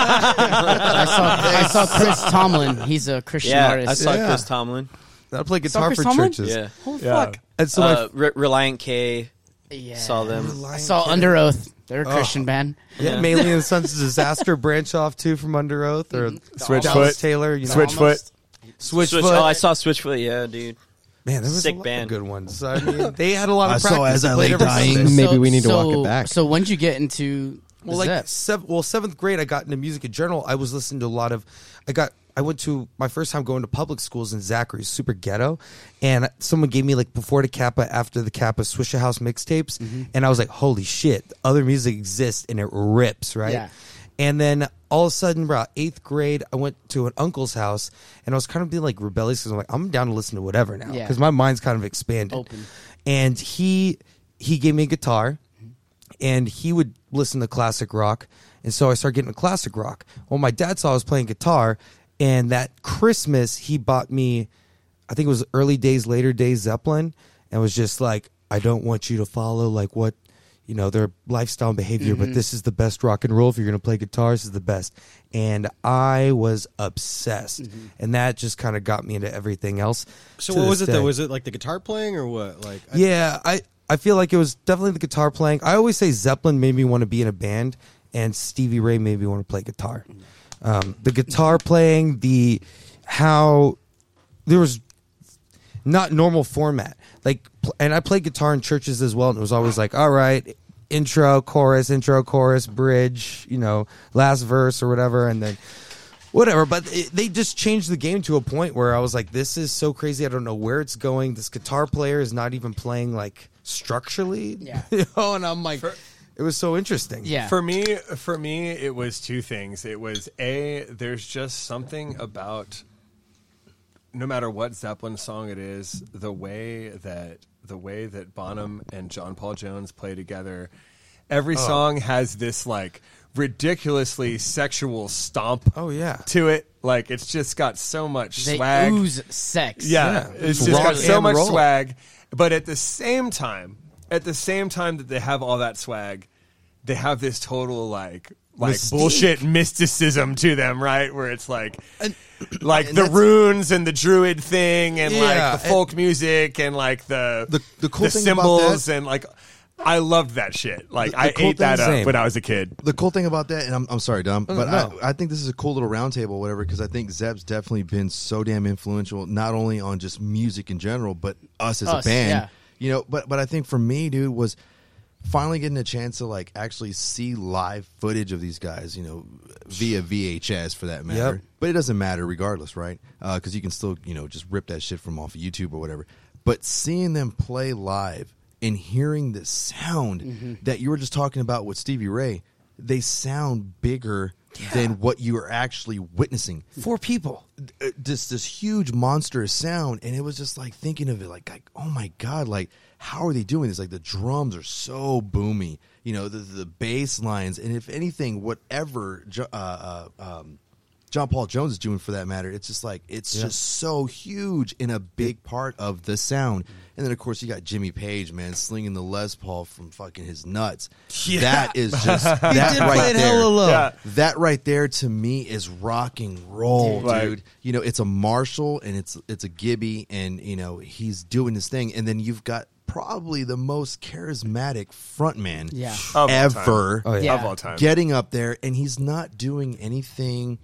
[SPEAKER 4] I saw, I saw Chris Tomlin. He's a Christian
[SPEAKER 5] Yeah,
[SPEAKER 4] artist.
[SPEAKER 5] I saw
[SPEAKER 7] Yeah.
[SPEAKER 5] Chris Tomlin.
[SPEAKER 7] I play
[SPEAKER 4] Saw
[SPEAKER 7] guitar
[SPEAKER 4] Chris
[SPEAKER 7] for
[SPEAKER 4] Tomlin?
[SPEAKER 7] churches.
[SPEAKER 5] Yeah,
[SPEAKER 4] Holy
[SPEAKER 6] Yeah.
[SPEAKER 4] Oh, fuck.
[SPEAKER 7] And so
[SPEAKER 5] uh,
[SPEAKER 7] my,
[SPEAKER 5] Re- Reliant K
[SPEAKER 4] Yeah.
[SPEAKER 5] saw them.
[SPEAKER 4] I saw Under Oath. They're a Christian band.
[SPEAKER 7] yeah,
[SPEAKER 5] yeah.
[SPEAKER 7] mainly in the Sons of Disaster branch off too from Under Oath or Dallas
[SPEAKER 6] Switchfoot.
[SPEAKER 7] Taylor, you know,
[SPEAKER 6] Switch- Switchfoot.
[SPEAKER 7] Switchfoot.
[SPEAKER 5] Switch, oh, I saw Switchfoot. Yeah, dude.
[SPEAKER 7] Man, there was
[SPEAKER 5] Sick
[SPEAKER 7] a lot
[SPEAKER 5] band.
[SPEAKER 7] of good ones. I mean, they had a lot of
[SPEAKER 3] I
[SPEAKER 7] practice.
[SPEAKER 3] saw as
[SPEAKER 7] They
[SPEAKER 3] I
[SPEAKER 7] played
[SPEAKER 3] lay
[SPEAKER 7] every
[SPEAKER 3] dying.
[SPEAKER 7] Sunday.
[SPEAKER 1] Maybe we need to walk it back.
[SPEAKER 4] So when'd you get into
[SPEAKER 7] Well,
[SPEAKER 4] the
[SPEAKER 7] like
[SPEAKER 4] Zepp?
[SPEAKER 7] sev- well, seventh grade, I got into music in general. I was listening to a lot of. I got. I went to my first time going to public schools in Zachary, super ghetto, and someone gave me like before the Kappa, after the Kappa, Swisher House mixtapes,
[SPEAKER 3] Mm-hmm.
[SPEAKER 7] and I was like, "Holy shit! Other music exists and it rips, right?"
[SPEAKER 4] Yeah.
[SPEAKER 7] And then all of a sudden, about eighth grade, I went to an uncle's house, and I was kind of being like rebellious because I'm like, I'm down to listen to whatever now
[SPEAKER 4] Yeah.
[SPEAKER 7] because my mind's kind of expanded.
[SPEAKER 4] Open.
[SPEAKER 7] And he he gave me a guitar, and he would listen to classic rock. And so I started getting into classic rock. Well, my dad saw I was playing guitar, and that Christmas he bought me, I think it was early days, later days Zeppelin, and was just like, I don't want you to follow like what, you know, their lifestyle and behavior, but this is the best rock and roll. If you're gonna play guitar, this is the best. And I was obsessed, and that just kind of got me into everything else.
[SPEAKER 1] So
[SPEAKER 7] to
[SPEAKER 1] what
[SPEAKER 7] this
[SPEAKER 1] was it though?
[SPEAKER 7] day.
[SPEAKER 1] Was it like the guitar playing or what? Like, I-
[SPEAKER 7] Yeah, I I feel like it was definitely the guitar playing. I always say Zeppelin made me want to be in a band, and Stevie Ray made me want to play guitar. Um, the guitar playing, the how there was not normal format. Like, pl- and I played guitar in churches as well, and it was always like, all right, intro, chorus, intro, chorus, bridge, you know, last verse or whatever, and then whatever. But it, they just changed the game to a point where I was like, this is so crazy. I don't know where it's going. This guitar player is not even playing like structurally.
[SPEAKER 4] Yeah.
[SPEAKER 7] you know, and I'm like, it was so interesting.
[SPEAKER 4] Yeah.
[SPEAKER 6] For me, for me, it was two things. It was a there's just something about no matter what Zeppelin song it is, the way that the way that Bonham and John Paul Jones play together, every
[SPEAKER 7] Oh.
[SPEAKER 6] song has this like ridiculously sexual stomp.
[SPEAKER 7] Oh, yeah.
[SPEAKER 6] to it. Like it's just got so much
[SPEAKER 4] they
[SPEAKER 6] swag.
[SPEAKER 4] ooze sex.
[SPEAKER 6] Yeah,
[SPEAKER 7] Yeah.
[SPEAKER 6] it's
[SPEAKER 7] It's
[SPEAKER 6] just
[SPEAKER 7] rock
[SPEAKER 6] got so
[SPEAKER 7] and
[SPEAKER 6] much
[SPEAKER 7] roll.
[SPEAKER 6] swag. But at the same time, at the same time that they have all that swag, they have this total like like
[SPEAKER 7] Mystique.
[SPEAKER 6] bullshit mysticism to them, right? Where it's like like the runes and the druid thing and
[SPEAKER 7] Yeah,
[SPEAKER 6] like the folk music and like the
[SPEAKER 3] The- the cool thing about
[SPEAKER 6] symbols
[SPEAKER 3] that-
[SPEAKER 6] and like I loved that shit. Like
[SPEAKER 3] The- the
[SPEAKER 6] I
[SPEAKER 3] cool
[SPEAKER 6] ate that
[SPEAKER 3] thing-
[SPEAKER 6] up
[SPEAKER 7] Same.
[SPEAKER 6] when I was a kid.
[SPEAKER 3] the cool thing about that, and I'm, I'm sorry, Dom, but
[SPEAKER 7] no.
[SPEAKER 3] I, I think this is a cool little roundtable, whatever, because I think Zeb's definitely been so damn influential, not only on just music in general, but us as
[SPEAKER 4] Us,
[SPEAKER 3] a band.
[SPEAKER 4] yeah.
[SPEAKER 3] You know, but but I think for me, dude, was finally getting a chance to like actually see live footage of these guys. You know, via VHS for that matter.
[SPEAKER 7] Yep.
[SPEAKER 3] But it doesn't matter regardless, right? Because you can still you know just rip that shit from off of YouTube or whatever. But seeing them play live and hearing the sound that you were just talking about with Stevie Ray, they sound bigger than what you are actually witnessing
[SPEAKER 7] Four people.
[SPEAKER 3] uh, this this huge monstrous sound, and it was just like thinking of it, like, like oh my god, like how are they doing this? Like the drums are so boomy, you know, the the bass lines, and if anything, whatever Jo- uh, uh, um, John Paul Jones is doing for that matter, it's just like it's just so huge and a big part of the sound. And then of course you got Jimmy Page, man, slinging the Les Paul from fucking his nuts. That is just that
[SPEAKER 7] did
[SPEAKER 3] right
[SPEAKER 7] play it
[SPEAKER 3] there.
[SPEAKER 7] hella low. Yeah.
[SPEAKER 3] That right there to me is rock and roll,
[SPEAKER 6] Like-
[SPEAKER 3] dude you know it's a Marshall and it's it's a Gibby and you know he's doing his thing and then you've got probably the most charismatic frontman
[SPEAKER 4] Yeah.
[SPEAKER 6] all time.
[SPEAKER 3] ever
[SPEAKER 7] Oh,
[SPEAKER 4] Yeah.
[SPEAKER 6] Of all time.
[SPEAKER 3] getting up there and he's not doing anything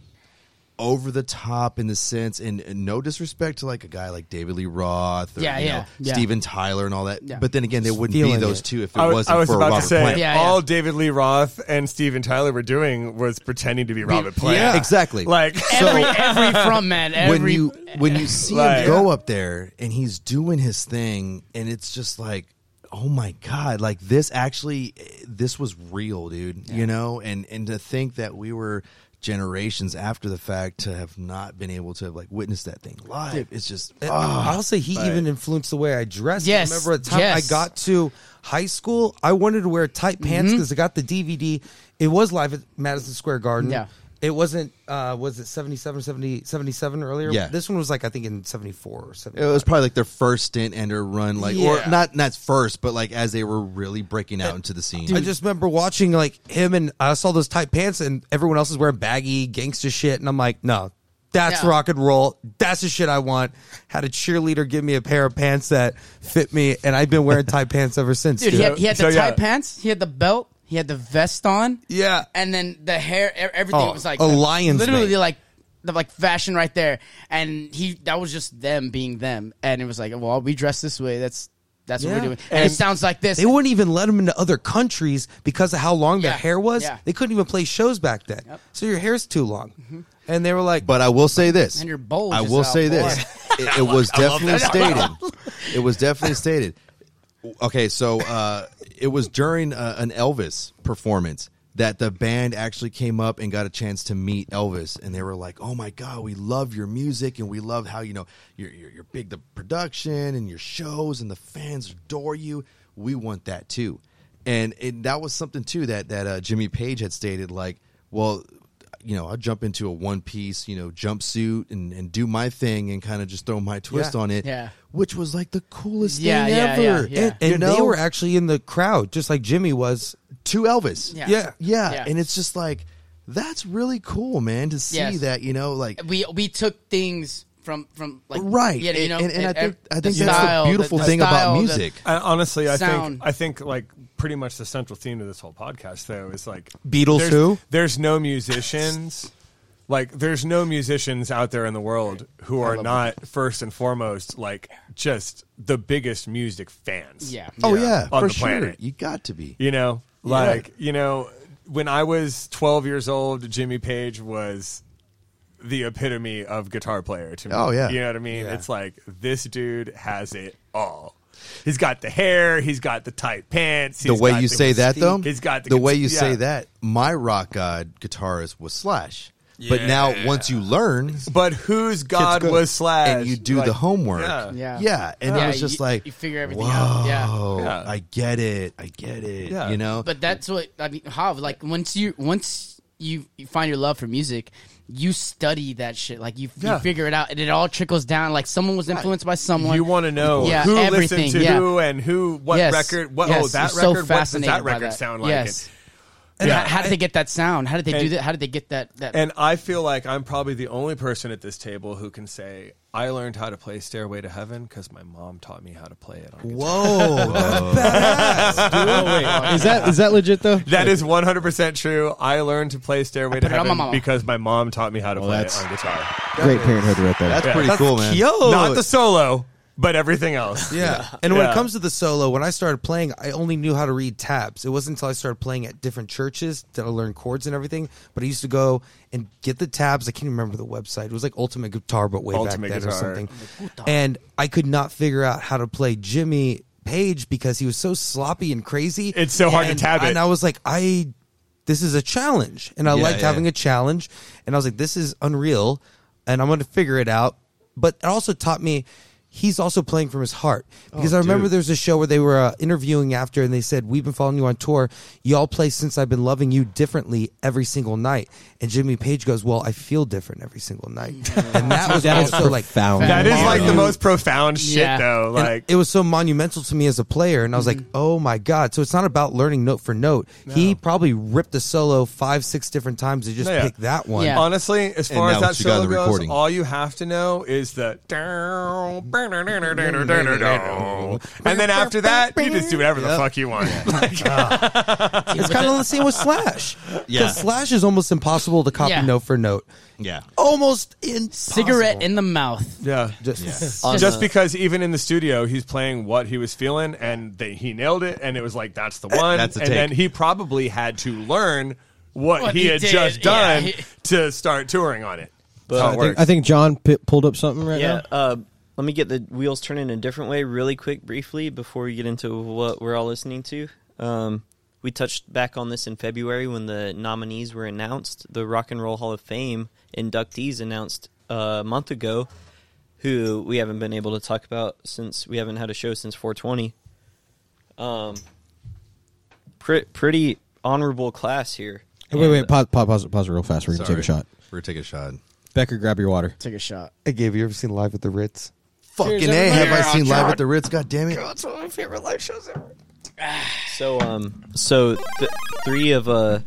[SPEAKER 3] over the top in the sense and, and no disrespect to like a guy like David Lee Roth or
[SPEAKER 4] Yeah,
[SPEAKER 3] you
[SPEAKER 4] yeah,
[SPEAKER 3] know,
[SPEAKER 4] yeah.
[SPEAKER 3] Steven Tyler and all that
[SPEAKER 4] Yeah.
[SPEAKER 3] but then again they wouldn't be
[SPEAKER 7] Feeling
[SPEAKER 3] those
[SPEAKER 7] it.
[SPEAKER 3] two if it
[SPEAKER 6] I was,
[SPEAKER 3] wasn't
[SPEAKER 6] I was
[SPEAKER 3] for
[SPEAKER 6] about
[SPEAKER 3] Robert
[SPEAKER 6] to say
[SPEAKER 3] Plant
[SPEAKER 4] Yeah,
[SPEAKER 6] all
[SPEAKER 4] yeah.
[SPEAKER 6] David Lee Roth and Steven Tyler were doing was pretending to be Robert Plant.
[SPEAKER 3] Yeah. exactly
[SPEAKER 6] Like
[SPEAKER 4] Every every front man. Every
[SPEAKER 3] when you when you see
[SPEAKER 6] Like-
[SPEAKER 3] him go up there and he's doing his thing and it's just like oh my god like this actually this was real dude you know and and to think that we were generations after the fact to have not been able to have like witnessed that thing live it's just
[SPEAKER 7] And
[SPEAKER 3] ah.
[SPEAKER 7] I'll say Uh, he even influenced the way I dressed.
[SPEAKER 4] Yes,
[SPEAKER 7] I remember at the time
[SPEAKER 4] yes. Mm-hmm.
[SPEAKER 7] I got to high school, I wanted to wear tight pants because I got the DVD. It was live at Madison Square Garden.
[SPEAKER 4] Yeah.
[SPEAKER 7] It wasn't, uh, was it 77, 70, 77 earlier?
[SPEAKER 3] Yeah. Uh,
[SPEAKER 7] This one was like, I think in 74 or
[SPEAKER 3] it
[SPEAKER 7] 75.
[SPEAKER 3] was probably like their first stint and their run like
[SPEAKER 7] Yeah. Eh,
[SPEAKER 3] or not not first but like as they were really breaking out into the scene
[SPEAKER 7] I just remember watching like him and I saw those tight pants and everyone else is wearing baggy gangster shit. And I'm like, no, that's
[SPEAKER 4] Yeah.
[SPEAKER 7] rock and roll. That's the shit I want. Had a cheerleader give me a pair of pants that fit me. And I've been wearing tight pants ever since.
[SPEAKER 4] dude, he had, he had the
[SPEAKER 6] So,
[SPEAKER 4] tight
[SPEAKER 6] yeah.
[SPEAKER 4] pants. He had the belt. He had the vest on.
[SPEAKER 7] Yeah.
[SPEAKER 4] and then the hair. e- Everything
[SPEAKER 7] Oh,
[SPEAKER 4] was like
[SPEAKER 7] a lion's
[SPEAKER 4] Literally,
[SPEAKER 7] mane.
[SPEAKER 4] like the like fashion right there. And he that was just them being them. And it was like, well, we dress this way. That's that's what
[SPEAKER 7] Yeah.
[SPEAKER 4] we're doing. And, it
[SPEAKER 6] And-
[SPEAKER 4] sounds like this.
[SPEAKER 7] They wouldn't even let them into other countries because of how long their
[SPEAKER 4] Yeah,
[SPEAKER 7] hair was.
[SPEAKER 4] yeah.
[SPEAKER 7] They couldn't even play shows back then. So your hair's too long.
[SPEAKER 4] Mm-hmm.
[SPEAKER 7] And they were like,
[SPEAKER 3] But I will say this.
[SPEAKER 4] And your bulge
[SPEAKER 3] I
[SPEAKER 4] is
[SPEAKER 3] will
[SPEAKER 4] out,
[SPEAKER 3] say
[SPEAKER 4] boy.
[SPEAKER 3] this. It, it was definitely stated. It was definitely stated. Okay, so uh, it was during uh, an Elvis performance that the band actually came up and got a chance to meet Elvis, and they were like, "Oh my God, we love your music, and we love how you know you're you're, you're big the production and your shows, and the fans adore you. We want that too." And it, that was something too that that uh, Jimmy Page had stated, like, "Well, you know, I'll jump into a one piece, you know, jumpsuit and, and do my thing and kind of just throw my twist
[SPEAKER 7] Yeah.
[SPEAKER 3] on it.
[SPEAKER 4] Yeah.
[SPEAKER 3] Which was like the coolest
[SPEAKER 4] Yeah,
[SPEAKER 3] thing
[SPEAKER 4] yeah, yeah,
[SPEAKER 3] ever.
[SPEAKER 4] yeah.
[SPEAKER 7] and, and
[SPEAKER 3] you know,
[SPEAKER 7] they were actually in the crowd, just like Jimmy was.
[SPEAKER 3] to Elvis.
[SPEAKER 4] Yeah.
[SPEAKER 7] Yeah.
[SPEAKER 3] Yeah.
[SPEAKER 4] Yeah.
[SPEAKER 3] And it's just like, that's really cool, man, to see
[SPEAKER 4] Yes.
[SPEAKER 3] that, you know, like
[SPEAKER 4] we we took things from from like
[SPEAKER 3] Right.
[SPEAKER 4] Yeah, you know,
[SPEAKER 3] And- and I
[SPEAKER 4] e-
[SPEAKER 3] think- I
[SPEAKER 4] the
[SPEAKER 3] think that's the
[SPEAKER 4] style,
[SPEAKER 3] beautiful thing about
[SPEAKER 4] style, the-
[SPEAKER 3] music.
[SPEAKER 6] I, honestly, I
[SPEAKER 4] Sound.
[SPEAKER 6] think I think like pretty much the central theme of this whole podcast, though. Is like
[SPEAKER 7] Beatles
[SPEAKER 6] there's,
[SPEAKER 7] who?
[SPEAKER 6] There's no musicians. Like there's no musicians out there in the world who are not first and foremost like just the biggest music fans.
[SPEAKER 4] Yeah.
[SPEAKER 3] Oh yeah,
[SPEAKER 6] On
[SPEAKER 3] for
[SPEAKER 6] the
[SPEAKER 3] sure.
[SPEAKER 6] planet.
[SPEAKER 3] You got to be.
[SPEAKER 6] You know, like you know, when I was 12 years old, Jimmy Page was the epitome of guitar player to me.
[SPEAKER 3] Oh, yeah.
[SPEAKER 6] you know what I mean. It's like this dude has it all. He's got the hair. He's got the tight pants.
[SPEAKER 3] the
[SPEAKER 6] he's
[SPEAKER 3] way
[SPEAKER 6] got
[SPEAKER 3] you
[SPEAKER 6] the
[SPEAKER 3] say that though,
[SPEAKER 6] He's got the,
[SPEAKER 3] the, way you
[SPEAKER 6] yeah.
[SPEAKER 3] say that. My rock god guitarist was Slash, but now once you learn
[SPEAKER 6] But whose god
[SPEAKER 3] good.
[SPEAKER 6] was Slash?
[SPEAKER 3] and you do
[SPEAKER 6] Like,
[SPEAKER 3] the homework,
[SPEAKER 6] yeah.
[SPEAKER 4] Yeah.
[SPEAKER 3] yeah, and
[SPEAKER 4] Yeah,
[SPEAKER 3] it was just
[SPEAKER 4] you-
[SPEAKER 3] like
[SPEAKER 4] you figure everything out. Yeah.
[SPEAKER 3] "Whoa,
[SPEAKER 6] Yeah.
[SPEAKER 3] I get it, I get it.
[SPEAKER 6] Yeah.
[SPEAKER 3] You know,
[SPEAKER 4] But that's what I mean. How like once you once you, you find your love for music, you study that shit. Like you,
[SPEAKER 6] Yeah.
[SPEAKER 4] you figure it out, and it all trickles down. Like someone was influenced by someone.
[SPEAKER 6] You want to know
[SPEAKER 4] Yeah,
[SPEAKER 6] who
[SPEAKER 4] everything,
[SPEAKER 6] listened to
[SPEAKER 4] yeah.
[SPEAKER 6] who and who what
[SPEAKER 4] Yes,
[SPEAKER 6] record? What
[SPEAKER 4] yes,
[SPEAKER 6] oh that
[SPEAKER 4] you're so
[SPEAKER 6] record? what does that
[SPEAKER 4] fascinated by
[SPEAKER 6] record sound like?
[SPEAKER 4] Yes.
[SPEAKER 6] And-
[SPEAKER 4] And
[SPEAKER 6] Yeah.
[SPEAKER 4] how, how did they get that sound? How did they do
[SPEAKER 6] And-
[SPEAKER 4] that? How did they get that? that
[SPEAKER 6] And I feel like I'm probably the only person at this table who can say I learned how to play Stairway to Heaven because my mom taught me how to play it. On guitar.
[SPEAKER 1] Is that is that legit though?
[SPEAKER 6] That is 100 percent true. I learned to play Stairway to
[SPEAKER 4] put it on my
[SPEAKER 6] Heaven
[SPEAKER 4] mama.
[SPEAKER 6] because my mom taught me how to play it
[SPEAKER 1] that's-
[SPEAKER 6] on guitar.
[SPEAKER 1] Great parenthood right there.
[SPEAKER 3] that's pretty cool, man.
[SPEAKER 7] Yo,
[SPEAKER 6] Not the solo, but everything else.
[SPEAKER 7] Yeah. And when
[SPEAKER 6] Yeah.
[SPEAKER 7] it comes to the solo, when I started playing, I only knew how to read tabs. It wasn't until I started playing at different churches that I learned chords and everything. But I used to go and get the tabs. I can't remember the website. It was like Ultimate Guitar, but way back
[SPEAKER 6] Ultimate
[SPEAKER 7] then
[SPEAKER 6] Guitar.
[SPEAKER 7] or something. And I could not figure out how to play Jimmy Page because he was so sloppy and crazy.
[SPEAKER 6] It's so hard to
[SPEAKER 7] And-
[SPEAKER 6] tab it.
[SPEAKER 7] And I was like, I this is a challenge. And I
[SPEAKER 3] Yeah,
[SPEAKER 7] liked
[SPEAKER 3] yeah.
[SPEAKER 7] having a challenge. And I was like, this is unreal. And I'm going to figure it out. But it also taught me he's also playing from his heart. Because
[SPEAKER 2] Oh,
[SPEAKER 7] I remember there was a show where they were uh, interviewing after and they said, We've been following you on tour. Y'all play Since I've Been Loving You differently every single night. And Jimmy Page goes, Well, I feel different every single night. and that was
[SPEAKER 2] That is
[SPEAKER 7] also like
[SPEAKER 2] profound.
[SPEAKER 6] That is like the
[SPEAKER 4] Yeah.
[SPEAKER 6] most profound shit,
[SPEAKER 4] Yeah.
[SPEAKER 6] though.
[SPEAKER 7] and
[SPEAKER 6] Like
[SPEAKER 7] it was so monumental to me as a player and i was
[SPEAKER 3] Mm-hmm.
[SPEAKER 7] like oh my god so it's not about learning note for note he probably ripped the solo five six different times to just
[SPEAKER 6] No, yeah.
[SPEAKER 7] pick that one
[SPEAKER 4] Yeah.
[SPEAKER 6] Honestly, as far as
[SPEAKER 3] now
[SPEAKER 6] that
[SPEAKER 3] what you got in
[SPEAKER 6] solo
[SPEAKER 3] the
[SPEAKER 6] goes,
[SPEAKER 3] recording.
[SPEAKER 6] all you have to know is the and then after that, you just do whatever the fuck you want.
[SPEAKER 7] it's kind of the same with slash
[SPEAKER 3] Yeah.
[SPEAKER 7] yeah slash is almost impossible to copy
[SPEAKER 4] Yeah.
[SPEAKER 7] note for note
[SPEAKER 3] Yeah.
[SPEAKER 7] almost impossible
[SPEAKER 4] cigarette in the mouth.
[SPEAKER 6] Yeah.
[SPEAKER 7] just
[SPEAKER 5] On
[SPEAKER 6] Just
[SPEAKER 5] a-
[SPEAKER 6] because even in the studio, he's playing what he was feeling, and they, he nailed it, and it was like that's the one.
[SPEAKER 3] That's the
[SPEAKER 6] and then
[SPEAKER 3] take.
[SPEAKER 6] he probably had to learn what,
[SPEAKER 4] What
[SPEAKER 6] he,
[SPEAKER 4] he
[SPEAKER 6] had
[SPEAKER 4] did,
[SPEAKER 6] just
[SPEAKER 4] yeah.
[SPEAKER 6] done to start touring on it. That's how it
[SPEAKER 1] I think,
[SPEAKER 6] works.
[SPEAKER 1] I think John p- pulled up something right
[SPEAKER 5] yeah.
[SPEAKER 1] now.
[SPEAKER 5] Uh, let me get the wheels turning a different way, really quick, briefly, before we get into what we're all listening to. Um, we touched back on this in February when the nominees were announced. The Rock and Roll Hall of Fame inductees announced uh, a month ago, who we haven't been able to talk about since we haven't had a show since 420. Um, pre- pretty honorable class here.
[SPEAKER 1] Hey, Wait,
[SPEAKER 5] And-
[SPEAKER 1] wait, pause, pause, pause, pause real fast. We're gonna take a shot.
[SPEAKER 3] We're taking a shot.
[SPEAKER 1] Becker, grab your water.
[SPEAKER 4] Take a shot.
[SPEAKER 7] i gave you ever seen live at the ritz
[SPEAKER 3] Fucking a, have I
[SPEAKER 4] Yeah,
[SPEAKER 3] seen live
[SPEAKER 4] God.
[SPEAKER 3] at the Ritz? God damn it!
[SPEAKER 4] That's one of my favorite live shows ever.
[SPEAKER 5] So um, so th- three of uh,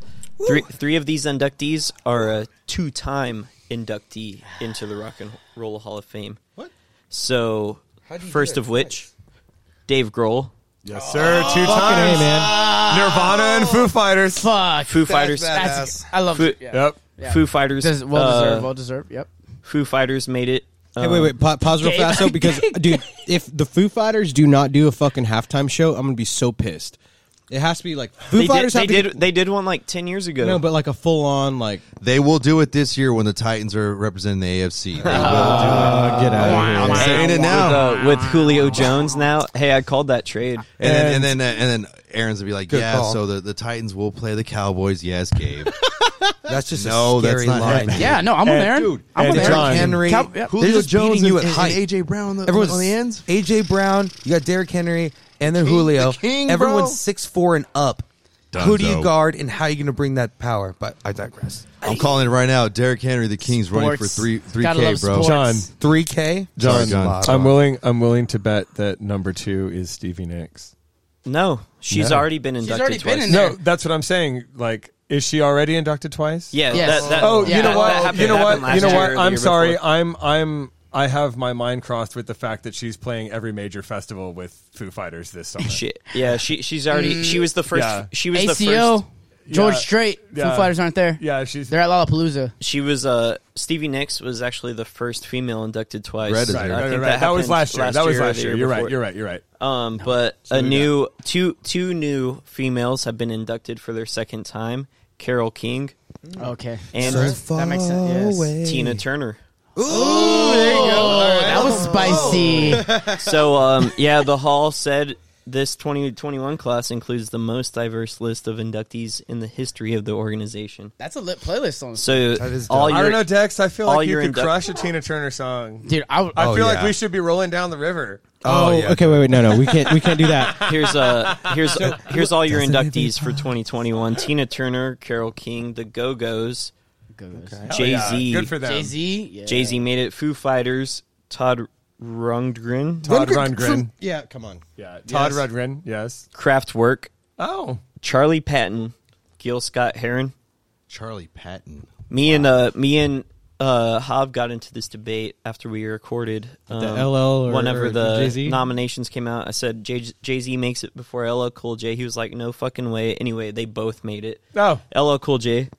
[SPEAKER 5] three three of these inductees are a two-time inductee into the Rock and Roll Hall of Fame. What? So first of which, Dave Grohl,
[SPEAKER 6] yes, sir. Two
[SPEAKER 1] Hey,
[SPEAKER 6] times.
[SPEAKER 1] man.
[SPEAKER 6] Nirvana and Foo Fighters.
[SPEAKER 4] Fuck.
[SPEAKER 5] Foo Fighters,
[SPEAKER 4] That's, I love
[SPEAKER 5] Foo-
[SPEAKER 4] it. Yeah.
[SPEAKER 6] Yep.
[SPEAKER 4] Yeah.
[SPEAKER 5] Foo Fighters,
[SPEAKER 4] Does- well
[SPEAKER 5] uh,
[SPEAKER 4] deserved. well deserved. Yep.
[SPEAKER 5] Foo Fighters made it. um,
[SPEAKER 1] Hey, wait, wait, pa- pause real
[SPEAKER 4] Dave-
[SPEAKER 1] fast though, because uh, dude, if the Foo Fighters do not do a fucking halftime show, I'm gonna be so pissed. It has to be like Foo
[SPEAKER 5] They did,
[SPEAKER 1] Fighters
[SPEAKER 5] they
[SPEAKER 1] have to
[SPEAKER 5] did.
[SPEAKER 1] get-
[SPEAKER 5] They did one like ten years ago.
[SPEAKER 1] no, but like a full on like
[SPEAKER 3] They will do it this year when the Titans are representing the AFC. They
[SPEAKER 1] get out.
[SPEAKER 3] will. I'm saying it
[SPEAKER 5] with,
[SPEAKER 3] now.
[SPEAKER 5] uh, with Julio Jones now. Hey, I called that trade.
[SPEAKER 3] And, then and then uh, and then Aaron's would be like,
[SPEAKER 7] Good
[SPEAKER 3] yeah.
[SPEAKER 7] call.
[SPEAKER 3] So the, the Titans will play the Cowboys. Yes, Gabe.
[SPEAKER 7] that's just
[SPEAKER 3] No,
[SPEAKER 7] a
[SPEAKER 3] that's
[SPEAKER 7] scary
[SPEAKER 3] not
[SPEAKER 7] line
[SPEAKER 3] happening.
[SPEAKER 4] Yeah. No, I'm on Aaron. I'm on
[SPEAKER 6] and
[SPEAKER 4] Aaron.
[SPEAKER 7] Derrick Henry,
[SPEAKER 4] Cow- yeah.
[SPEAKER 7] they're just beating you at height.
[SPEAKER 3] AJ Brown on the,
[SPEAKER 7] Everyone's AJ Brown. You got Derrick Henry, and then Julio.
[SPEAKER 3] the king,
[SPEAKER 7] Everyone's
[SPEAKER 3] bro.
[SPEAKER 7] six four and up. Who do you
[SPEAKER 3] Dunzo.
[SPEAKER 7] guard, and how are you going to bring that power? But I digress.
[SPEAKER 3] I'm calling it right now. Derrick Henry, the King's running for
[SPEAKER 4] Sports.
[SPEAKER 3] three three
[SPEAKER 4] Gotta
[SPEAKER 3] K,
[SPEAKER 4] love
[SPEAKER 3] bro.
[SPEAKER 4] sports.
[SPEAKER 6] John.
[SPEAKER 7] Three K.
[SPEAKER 3] John, John.
[SPEAKER 6] I'm willing. I'm willing to bet that number two is Stevie Nicks.
[SPEAKER 5] No, she's
[SPEAKER 6] No.
[SPEAKER 5] already been inducted.
[SPEAKER 4] already been
[SPEAKER 5] twice.
[SPEAKER 4] in
[SPEAKER 6] No,
[SPEAKER 4] there.
[SPEAKER 6] that's what I'm saying. Like, is she already inducted twice?
[SPEAKER 5] Yeah.
[SPEAKER 4] Yes.
[SPEAKER 5] That, that,
[SPEAKER 6] Oh,
[SPEAKER 4] Yeah.
[SPEAKER 6] you know
[SPEAKER 5] that-
[SPEAKER 6] what?
[SPEAKER 5] that happened-
[SPEAKER 6] you know
[SPEAKER 5] happened
[SPEAKER 6] what?
[SPEAKER 5] last
[SPEAKER 6] You know
[SPEAKER 5] year or
[SPEAKER 6] what?
[SPEAKER 5] the
[SPEAKER 6] I'm
[SPEAKER 5] year
[SPEAKER 6] sorry.
[SPEAKER 5] before.
[SPEAKER 6] I'm I'm I have my mind crossed with the fact that she's playing every major festival with Foo Fighters this summer.
[SPEAKER 5] She, yeah, she she's already. She was the first.
[SPEAKER 6] Mm, Yeah.
[SPEAKER 5] She was the
[SPEAKER 4] ACO,
[SPEAKER 5] first.
[SPEAKER 4] George
[SPEAKER 6] Yeah.
[SPEAKER 4] Strait,
[SPEAKER 6] Yeah.
[SPEAKER 4] Foo Fighters aren't there.
[SPEAKER 6] Yeah, she's
[SPEAKER 4] They're at Lollapalooza.
[SPEAKER 5] She was. Uh, Stevie Nicks was actually the first female inducted twice.
[SPEAKER 3] Red is
[SPEAKER 5] I
[SPEAKER 3] there.
[SPEAKER 6] Right,
[SPEAKER 5] think
[SPEAKER 6] right, right. That, was
[SPEAKER 5] happened
[SPEAKER 6] last year. that was
[SPEAKER 5] or
[SPEAKER 6] last
[SPEAKER 5] the
[SPEAKER 6] year. You're right.
[SPEAKER 5] before.
[SPEAKER 6] You're right. You're right.
[SPEAKER 5] Um, but a
[SPEAKER 6] Oh, we got-
[SPEAKER 5] new two two new females have been inducted for their second time. Carol King
[SPEAKER 4] Okay.
[SPEAKER 5] and
[SPEAKER 7] So
[SPEAKER 4] That makes sense,
[SPEAKER 7] far
[SPEAKER 4] yes.
[SPEAKER 7] away.
[SPEAKER 5] Tina Turner.
[SPEAKER 4] Oh, that was spicy.
[SPEAKER 5] So um, yeah, the hall said this 2021 class includes the most diverse list of inductees in the history of the organization.
[SPEAKER 4] That's a lit playlist on.
[SPEAKER 5] So
[SPEAKER 7] is
[SPEAKER 5] all
[SPEAKER 6] I
[SPEAKER 5] your
[SPEAKER 6] don't know, Dex. I feel
[SPEAKER 5] all
[SPEAKER 6] like you
[SPEAKER 5] your
[SPEAKER 6] could
[SPEAKER 5] induct-
[SPEAKER 6] crush a Tina Turner song.
[SPEAKER 4] Dude, I,
[SPEAKER 6] I
[SPEAKER 4] I,
[SPEAKER 7] Oh,
[SPEAKER 6] feel like
[SPEAKER 7] yeah.
[SPEAKER 6] we should be rolling down the river.
[SPEAKER 1] Oh,
[SPEAKER 7] yeah.
[SPEAKER 1] okay. Wait, wait. No, no. We can't. We can't do that.
[SPEAKER 5] here's uh here's here's all your
[SPEAKER 7] Doesn't even
[SPEAKER 5] inductees for 2021: Tina Turner, Carol King, The Go Go's, Jay
[SPEAKER 6] Oh, Yeah,
[SPEAKER 5] Z,
[SPEAKER 6] Good for them.
[SPEAKER 4] Jay Z. Yeah.
[SPEAKER 5] Jay Z made it, Foo Fighters, Todd Rundgren,
[SPEAKER 6] Todd Rundgren.
[SPEAKER 1] Yeah. Come on.
[SPEAKER 6] Yeah, Todd Rundgren. Yes.
[SPEAKER 5] Kraftwerk,
[SPEAKER 6] Oh.
[SPEAKER 5] Charlie Patton, Gil Scott Heron.
[SPEAKER 3] Charlie Patton.
[SPEAKER 5] Me and uh, me and uh, Hob got into this debate after we recorded um,
[SPEAKER 1] LL or-
[SPEAKER 5] whenever
[SPEAKER 1] or
[SPEAKER 5] the
[SPEAKER 1] Jay-Z?
[SPEAKER 5] nominations came out. I said Jay Z makes it before LL Cool J. He was like, "No fucking way." Anyway, they both made it.
[SPEAKER 6] Oh.
[SPEAKER 5] LL Cool J,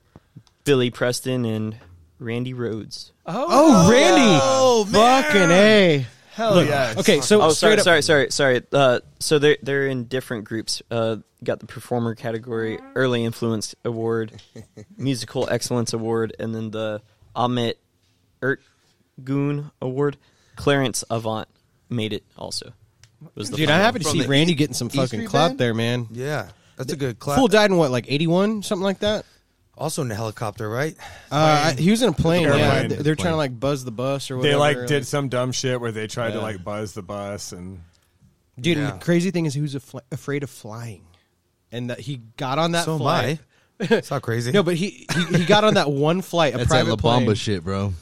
[SPEAKER 5] Billy Preston, and Randy Rhodes.
[SPEAKER 1] Oh, Randy. Fucking a.
[SPEAKER 6] Hell
[SPEAKER 1] Look,
[SPEAKER 6] yeah.
[SPEAKER 1] Okay. So
[SPEAKER 5] Oh,
[SPEAKER 1] straight
[SPEAKER 5] sorry,
[SPEAKER 1] up.
[SPEAKER 5] sorry, sorry, sorry. Uh, so they're they're in different groups. Uh, got the performer category, early influence award, musical excellence award, and then the Amit Ertgun award. Clarence Avant made it also. Was the
[SPEAKER 1] Dude,
[SPEAKER 5] final.
[SPEAKER 1] I'm happy to
[SPEAKER 3] From
[SPEAKER 1] see
[SPEAKER 3] the
[SPEAKER 1] Randy
[SPEAKER 3] E-
[SPEAKER 1] getting some
[SPEAKER 3] E
[SPEAKER 1] fucking
[SPEAKER 3] Street
[SPEAKER 1] clout
[SPEAKER 3] Band?
[SPEAKER 1] there, man.
[SPEAKER 7] Yeah, that's a good clap.
[SPEAKER 1] Fool died in what, like 81, something like that.
[SPEAKER 7] Also in a helicopter, right?
[SPEAKER 1] Uh, I- he was in a plane.
[SPEAKER 6] Airplane.
[SPEAKER 1] Yeah, They- they're
[SPEAKER 3] Plane.
[SPEAKER 1] trying to like buzz the bus or whatever.
[SPEAKER 6] They like
[SPEAKER 1] or,
[SPEAKER 6] did some dumb shit where they tried to
[SPEAKER 1] Yeah.
[SPEAKER 6] like buzz the bus and
[SPEAKER 1] Dude,
[SPEAKER 7] Yeah.
[SPEAKER 1] and the crazy thing is, he was afl- afraid of flying, and that he got on that.
[SPEAKER 7] so am
[SPEAKER 1] flight.
[SPEAKER 7] I. It's not crazy.
[SPEAKER 1] No, but he, he he got on that one flight, a
[SPEAKER 3] That's that
[SPEAKER 1] private
[SPEAKER 3] La
[SPEAKER 1] plane.
[SPEAKER 3] Bamba shit, bro.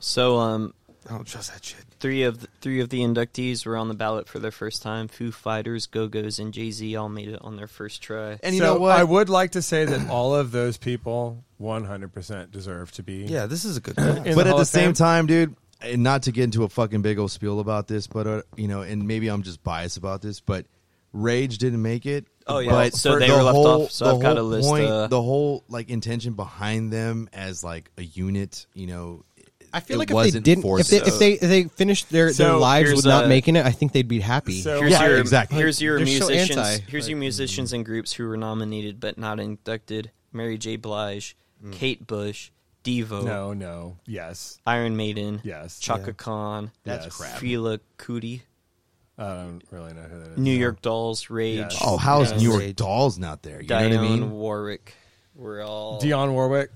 [SPEAKER 5] So um,
[SPEAKER 7] I don't trust that shit.
[SPEAKER 5] three of the, three of the inductees were on the ballot for their first time. Foo Fighters, Go Go's, and Jay Z all made it on their first try.
[SPEAKER 7] And you
[SPEAKER 6] so
[SPEAKER 7] know what?
[SPEAKER 6] I would like to say that all of those people 100% deserve to be.
[SPEAKER 7] yeah, this is a good. clap.
[SPEAKER 6] in
[SPEAKER 3] but at
[SPEAKER 6] Hall
[SPEAKER 3] the
[SPEAKER 6] of Fame.
[SPEAKER 3] same time, dude, and not to get into a fucking big old spiel about this, but uh, you know, and maybe I'm just biased about this, but Rage didn't make it.
[SPEAKER 5] Oh, yeah.
[SPEAKER 3] but
[SPEAKER 5] So
[SPEAKER 3] for
[SPEAKER 5] they
[SPEAKER 3] the
[SPEAKER 5] were left
[SPEAKER 3] whole-
[SPEAKER 5] off, so
[SPEAKER 3] the
[SPEAKER 5] I've got
[SPEAKER 3] whole
[SPEAKER 5] a list,
[SPEAKER 3] Point,
[SPEAKER 5] uh,
[SPEAKER 3] the whole like intention behind them as like a unit, you know.
[SPEAKER 1] I feel
[SPEAKER 3] it
[SPEAKER 1] like if they
[SPEAKER 3] wasn't
[SPEAKER 1] didn't,
[SPEAKER 3] for
[SPEAKER 1] if they,
[SPEAKER 3] them.
[SPEAKER 1] if they if they finished their, their
[SPEAKER 6] So
[SPEAKER 1] lives
[SPEAKER 5] here's
[SPEAKER 1] with not
[SPEAKER 5] a-
[SPEAKER 1] making it, I think they'd be happy.
[SPEAKER 6] So-
[SPEAKER 5] Here's
[SPEAKER 6] Yeah,
[SPEAKER 5] your,
[SPEAKER 3] exactly.
[SPEAKER 5] Here's your
[SPEAKER 1] They're so
[SPEAKER 5] musicians.
[SPEAKER 1] anti,
[SPEAKER 5] here's your musicians and groups who were nominated but not inducted: Mary J. Blige, Kate Bush, Devo,
[SPEAKER 6] No, no. Yes.
[SPEAKER 5] Iron Maiden,
[SPEAKER 6] Yes.
[SPEAKER 5] Chaka Khan,
[SPEAKER 6] That's Yes. crap.
[SPEAKER 5] Fela Kuti,
[SPEAKER 6] I don't really know who that is.
[SPEAKER 5] New York Dolls, Rage,
[SPEAKER 6] Yes.
[SPEAKER 3] oh, how is
[SPEAKER 7] Yeah.
[SPEAKER 3] New York Dolls not there? You
[SPEAKER 5] Dionne
[SPEAKER 3] know what I mean?
[SPEAKER 5] Warwick. We're all
[SPEAKER 6] Dionne Warwick.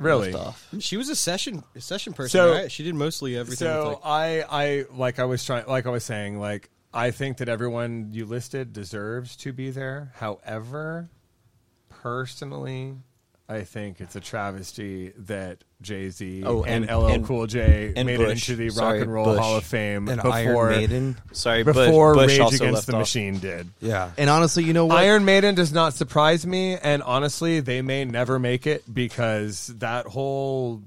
[SPEAKER 6] Really?
[SPEAKER 5] left off.
[SPEAKER 1] she was a session a session person,
[SPEAKER 6] So-
[SPEAKER 1] right? She did mostly everything. with,
[SPEAKER 6] So uh,
[SPEAKER 1] like-
[SPEAKER 6] I, I like I was trying like I was saying like I think that everyone you listed deserves to be there. However, personally, I think it's a travesty that Jay Z
[SPEAKER 5] Oh,
[SPEAKER 6] and,
[SPEAKER 5] and-
[SPEAKER 6] LL
[SPEAKER 5] and-
[SPEAKER 6] Cool J
[SPEAKER 5] and
[SPEAKER 6] made
[SPEAKER 5] Bush.
[SPEAKER 6] it into the
[SPEAKER 5] Sorry,
[SPEAKER 6] Rock and Roll
[SPEAKER 5] Bush.
[SPEAKER 6] Hall of Fame
[SPEAKER 7] An
[SPEAKER 6] before
[SPEAKER 7] Iron Maiden.
[SPEAKER 5] Sorry, Bush-
[SPEAKER 6] before
[SPEAKER 5] Bush
[SPEAKER 6] Rage
[SPEAKER 5] also
[SPEAKER 6] Against
[SPEAKER 5] left
[SPEAKER 6] the
[SPEAKER 5] off.
[SPEAKER 6] Machine did.
[SPEAKER 7] Yeah.
[SPEAKER 3] And honestly, you know what?
[SPEAKER 6] Iron Maiden does not surprise me, and honestly, they may never make it because that whole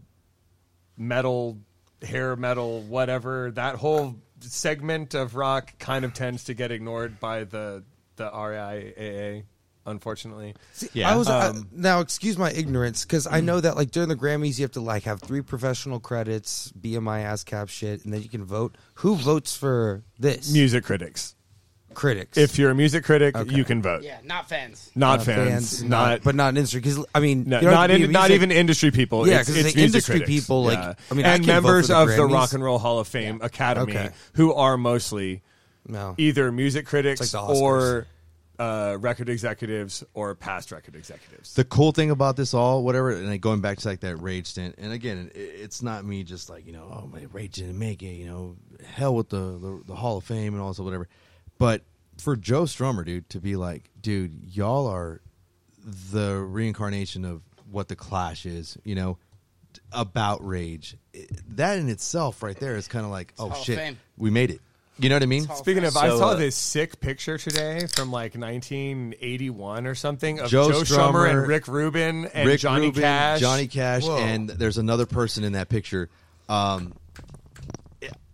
[SPEAKER 6] metal, hair metal, whatever, that whole segment of rock kind of tends to get ignored by the the RIAA, unfortunately.
[SPEAKER 7] I was I- now. Excuse my ignorance, because I know that like during the Grammys, you have to like have three professional credits, BMI, ASCAP shit, and then you can vote. Who votes for this?
[SPEAKER 6] Music critics.
[SPEAKER 7] critics.
[SPEAKER 6] If you're a music critic, you can vote.
[SPEAKER 4] Yeah, not fans.
[SPEAKER 6] Not
[SPEAKER 7] Uh,
[SPEAKER 6] fans, not
[SPEAKER 7] but not an industry because I mean,
[SPEAKER 6] No,
[SPEAKER 7] you don't have
[SPEAKER 6] not,
[SPEAKER 7] to be a
[SPEAKER 6] in, not
[SPEAKER 7] music-
[SPEAKER 6] even industry people.
[SPEAKER 7] Yeah,
[SPEAKER 6] it's,
[SPEAKER 7] 'cause
[SPEAKER 6] it's
[SPEAKER 7] like
[SPEAKER 6] music
[SPEAKER 7] industry
[SPEAKER 6] critics.
[SPEAKER 7] people, like, I mean, I
[SPEAKER 6] and
[SPEAKER 7] can vote
[SPEAKER 6] members
[SPEAKER 7] for the
[SPEAKER 6] of the
[SPEAKER 7] Grammys.
[SPEAKER 6] Rock and Roll Hall of Fame Academy,
[SPEAKER 7] Okay.
[SPEAKER 6] who are mosely
[SPEAKER 7] No.
[SPEAKER 6] either music critics
[SPEAKER 7] the Oscars.
[SPEAKER 6] or uh, record executives or past record executives.
[SPEAKER 3] the cool thing about this all, whatever, and like going back to like that rage stint, and again, it, it's not me just like you know, oh my rage didn't make it, you know, hell with the the, the Hall of Fame and all this whatever, but for Joe Strummer, dude, to be like, dude, y'all are the reincarnation of what the Clash is, you know, d- about rage. It- that in itself, right there, is kind of like, oh
[SPEAKER 4] Hall of
[SPEAKER 3] shit,
[SPEAKER 4] Fame.
[SPEAKER 3] we made it. You know what I mean?
[SPEAKER 6] Speaking of, I
[SPEAKER 5] So,
[SPEAKER 6] saw
[SPEAKER 5] uh,
[SPEAKER 6] this sick picture today from like 1981 or something of Joe,
[SPEAKER 3] Joe
[SPEAKER 6] Strummer,
[SPEAKER 3] Strummer,
[SPEAKER 6] and Rick Rubin and
[SPEAKER 3] Rick
[SPEAKER 6] Johnny
[SPEAKER 3] Rubin,
[SPEAKER 6] Cash.
[SPEAKER 3] Johnny Cash,
[SPEAKER 7] Whoa.
[SPEAKER 3] and there's another person in that picture. Um,